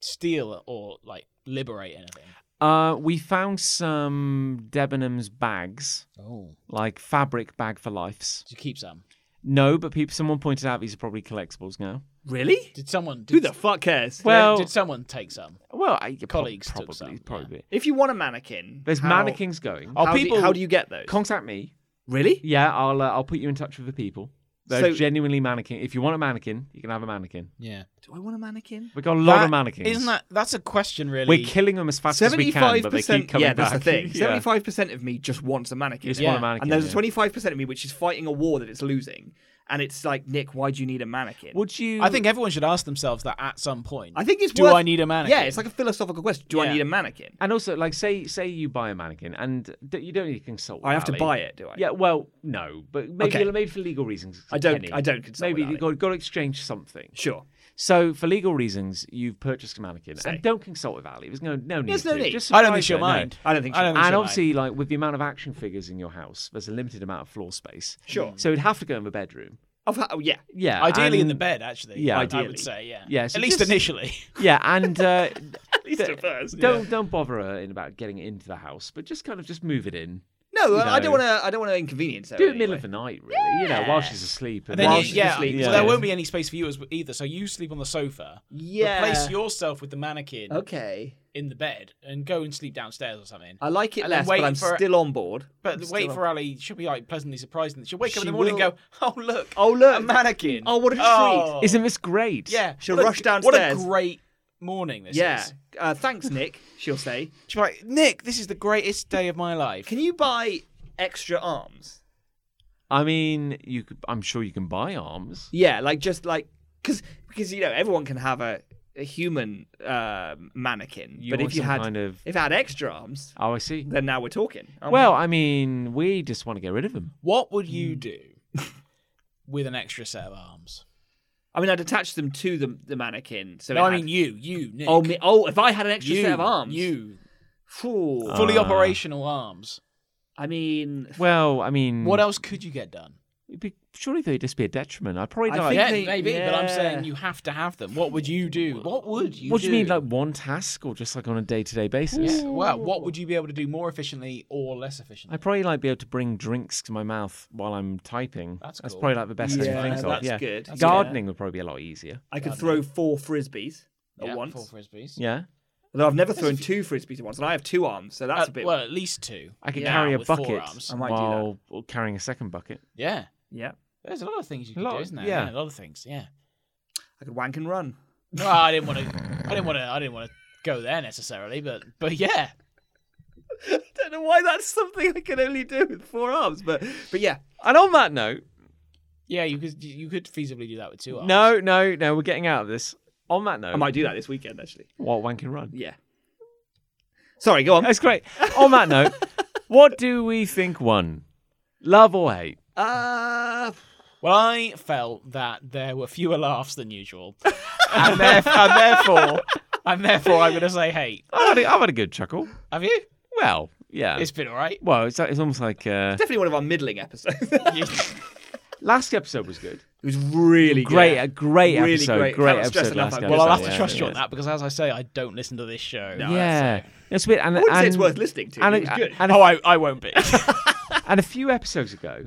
C: steal or like liberate anything?
A: uh, we found some Debenhams bags,
C: Oh,
A: like fabric bag for lifes.
C: did you keep some?
A: No, but people, someone pointed out these are probably collectibles now.
B: really?
C: Did someone? Did,
B: Who the fuck cares?
C: did-
A: Well,
C: did someone take some?
A: well, I, prob-
C: colleagues took
A: probably,
C: some, yeah.
A: probably.
B: if you want a mannequin,
A: There's
B: how-
A: mannequins going.
C: Oh,
B: How,
C: people.
B: do, how do you get those?
A: Contact me.
B: really?
A: Yeah, I'll uh, I'll put you in touch with the people. They're
B: So-
A: genuinely mannequin. If you want a mannequin, you can have a mannequin.
C: yeah.
B: Do I want a mannequin?
A: We got a lot
C: That-
A: of mannequins.
C: Isn't that? That's a question, really.
A: We're killing them as fast as we can, but they keep coming
B: yeah, that's
A: back.
B: the thing.
A: Yeah.
B: Seventy-five percent of me just wants a mannequin.
A: You just
C: Yeah.
A: want a mannequin.
B: and there's
A: yeah.
B: a twenty-five percent of me which is fighting a war that it's losing, and it's like, Nick, why do you need a mannequin?
A: Would you?
C: I think everyone should ask themselves that at some point.
B: I think it's
C: Do
B: worth-
C: I need a mannequin?
B: Yeah, it's like a philosophical question. Do
C: Yeah.
B: I need a mannequin?
A: And also, like, say say you buy a mannequin, and d- you don't need to consult.
B: I have to
A: Ali.
B: buy it, do I?
A: Yeah. Well, no, but maybe
B: Okay.
A: maybe for legal reasons.
B: I don't-
A: Kenny.
B: I don't consult
A: Maybe
B: with
A: you
B: Ali.
A: got, got to exchange something.
B: Sure.
A: So for legal reasons, you've purchased a mannequin,
B: Say.
A: and don't consult with Ali. There's no no need.
B: There's no
A: to.
B: need.
A: Just
C: I don't
A: surprise
C: think she'll
A: her, no.
C: mind.
B: I don't think
C: I
B: she
C: don't think
A: And
C: she'll
A: obviously, like with the amount of action figures in your house, there's a limited amount of floor space.
B: Sure.
A: So it'd have to go in the bedroom.
B: I've had, oh, yeah.
A: Yeah.
C: mind. ideally in
A: and-
C: the bed. Actually,
A: Yeah.
C: I- I
B: Ideally.
C: would say yeah.
A: Yeah, so
C: at least
A: just-
C: initially.
A: Yeah, and uh,
B: least
A: th-
B: at first,
A: don't don't bother her in about getting it into the house, but just kind of just move it in.
B: No, I
A: know.
B: don't want to. I don't want to inconvenience her.
A: Do it
B: in any
A: middle
B: way.
A: of the night, really. You know, while she's asleep.
C: And then
B: While
C: you,
B: she's
C: yeah,
B: asleep,
C: so
A: yeah.
C: there won't be any space for you as, either. So you sleep on the sofa.
B: Yeah. Oh.
C: Replace yourself with the mannequin
B: Okay.
C: in the bed and go and sleep downstairs or something.
B: I like it
C: And then
B: less,
C: wait
B: but I'm
C: for-
B: still on board.
C: But
B: I'm
C: wait
B: still
C: for Ali. She'll be like pleasantly surprised. and She'll wake up in
B: She
C: the morning
B: will.
C: and go, "Oh look,
B: Oh, look.
C: a mannequin!
B: Oh, what a
C: Oh.
A: Isn't this great?
C: yeah."
B: She'll
C: what a-
B: rush
C: What a
B: downstairs.
C: great morning this
B: Yeah.
C: is.
B: Uh, thanks, Nick. She'll say.
C: She'll be like, "Nick, this is the greatest day of my life."
B: Can you buy extra arms?
A: I mean, you. Could, I'm sure you can buy arms.
B: Yeah, like just like because because you know everyone can have a, a human um mannequin,
A: You
B: but
A: want
B: if you
A: some
B: had
A: kind of-
B: if it had extra arms,
A: Oh, I see.
B: then now we're talking.
C: Um,
B: aren't
A: Well, I mean, we just want to get rid of them.
C: What would you
B: Mm.
C: do with an extra set of arms?
B: we? I mean, I'd attach them to the the mannequin. So
C: No,
B: it
C: I
B: had-
C: mean you, you, Nick.
B: oh, me, oh, if I had an extra
C: you,
B: set of arms,
C: You,
B: Phew.
C: fully
A: Ah.
C: operational arms.
B: I mean,
A: Well, I mean,
C: What else could you get done?
A: it'd be- surely they'd just be a detriment. I probably
B: I
A: don't.
B: think
C: Yeah,
B: they-
C: maybe, but I'm
B: yeah.
C: saying you have to have them. What would you do? What would you
A: what do you mean,
C: do?
A: like one task or just like on a day-to-day basis?
C: Yeah, well, what would you be able to do more efficiently or less efficiently?
A: I'd probably like be able to bring drinks to my mouth while I'm typing.
C: That's cool.
A: probably like the best thing I
B: Yeah,
A: can think of.
B: that's
A: yeah,
B: good. That's
A: Gardening would probably be a lot easier.
B: I could throw four frisbees at
C: Yeah,
B: once.
C: Four frisbees.
A: Yeah,
B: Although I've never thrown two frisbees at once, and I have two arms, so that's a
C: Uh,
B: bit.
C: well, at least two.
A: I could
C: Yeah,
A: carry a
C: with four
A: bucket
C: arms.
B: I might do that.
A: while carrying a second bucket.
C: Yeah.
B: yeah,
C: There's a lot of things you could
A: lot
C: do,
A: of-
C: isn't there?
A: yeah.
C: a lot of things. Yeah.
B: I could wank and run.
C: No, I didn't want to. I didn't want to. I didn't want to go there necessarily, but but yeah.
B: don't know why that's something I can only do with four arms, but but yeah,
A: And on that note,
C: Yeah, you could you could feasibly do that with two arms.
A: no, no, no, we're getting out of this. On that note,
B: I might do that this weekend actually.
A: what one can run?
B: Yeah. Sorry, go on.
A: That's great. On that note, what do we think won? Love or hate?
B: Uh,
C: Well, I felt that there were fewer laughs than usual, and, theref- and therefore, and therefore, I'm going to say hate.
A: I've had a, I've had a good chuckle.
C: Have you?
A: Well, yeah.
C: It's been all right.
A: well, it's, it's almost like uh,
B: definitely one of our middling episodes. it
C: You-
A: last episode was good.
B: was really
A: Great,
B: Good.
A: a great
B: Really
A: episode.
B: great.
A: Great
B: Cannot stress
A: episode last
B: enough how
A: episode.
B: good
C: well, I'll have
B: Yeah,
C: to trust you on that because, as I say, I don't listen to this show.
A: Yeah, it's weird. And,
B: I wouldn't
A: and,
B: say it's worth listening to.
A: and
B: it was
A: a-
B: good. Oh.
A: and a
C: Oh, I, I won't be.
A: And a few episodes ago,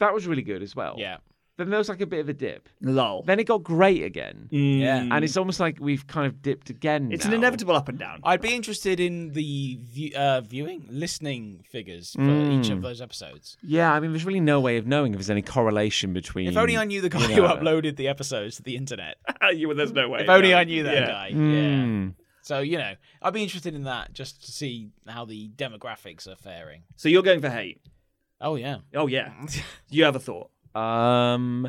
A: that was really good as well.
C: yeah.
A: Then there was like a bit of a dip.
B: Lol.
A: Then it got great again.
C: Yeah.
A: And it's almost like we've kind of dipped again.
B: Mm. It's
A: now.
B: an inevitable up and down.
C: I'd be interested in the view, uh, viewing, listening figures for
B: Hmm.
C: each of those episodes.
A: Yeah, I mean, there's really no way of knowing if there's any correlation between.
B: Hmm.
C: If only I knew the guy
A: you
C: who
A: know.
C: uploaded the episodes to the internet.
B: You- there's no way.
C: If only
B: no.
C: I knew that
B: Yeah. Hmm.
C: guy. Yeah.
A: Mm.
C: So you know, I'd be interested in that just to see how the demographics are faring.
B: So you're going for hate.
C: Oh yeah.
B: Oh yeah. you have a thought.
A: Um,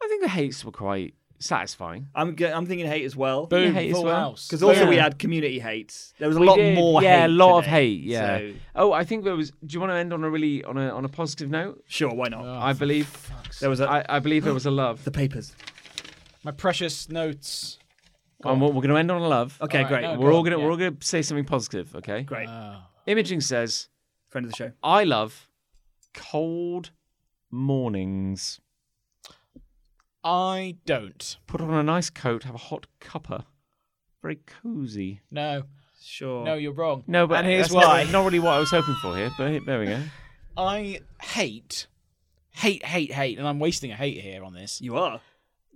A: I think the hates were quite satisfactory.
B: I'm go- I'm thinking hate as well.
A: Yeah,
C: Boom.
A: hate as
C: full
A: well.
C: house.
B: Because also
A: Yeah.
B: we had community hates. There was a
A: We
B: lot
A: did,
B: more.
A: yeah,
B: hate
A: a lot of
B: today.
A: hate. Yeah.
B: So,
A: Oh, I think there was. Do you want to end on a really on a on a positive note?
B: sure, why not?
A: I believe
B: There was a,
A: I, I believe there was a love.
B: the papers.
C: my precious notes.
A: And we're, we're going to end on a love.
B: Okay,
C: All right,
B: great.
C: no,
A: We're
C: go
A: all
C: on,
A: gonna
C: yeah.
A: we're all gonna say something positive. Okay.
B: Great.
C: Oh,
A: Imaging says,
B: Friend of the show.
A: I love cold mornings.
C: I don't.
A: Put on a nice coat, have a hot cuppa. Very cozy.
C: No.
B: Sure.
C: No, you're wrong.
A: No, but
C: and here's
A: that's not-
C: why.
A: Not, really what I was hoping for here, but there we go.
C: I hate, hate, hate, hate, and I'm wasting a hate here on this.
B: you are.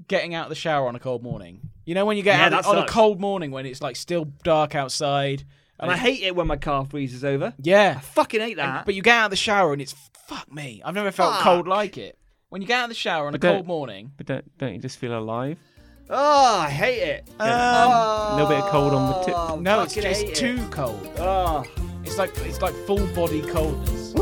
C: Getting out of the shower on a cold morning. You know when you get
B: Yeah,
C: out
B: that
C: on a
B: sucks.
C: cold morning when it's like still dark outside.
B: And I hate it when my car freezes over.
C: Yeah.
B: I fucking hate that.
C: But you get out of the shower and it's fuck me. I've never felt cold like it. When you get out of the shower on a
A: But don't-
C: cold morning,
A: But don't, don't you just feel alive?
B: oh, I hate it.
A: A little bit of cold on the tip.
B: Oh,
C: no, it's,
B: fucking
C: it's
B: hate it.
C: too cold.
B: Oh.
C: It's like it's like full body coldness.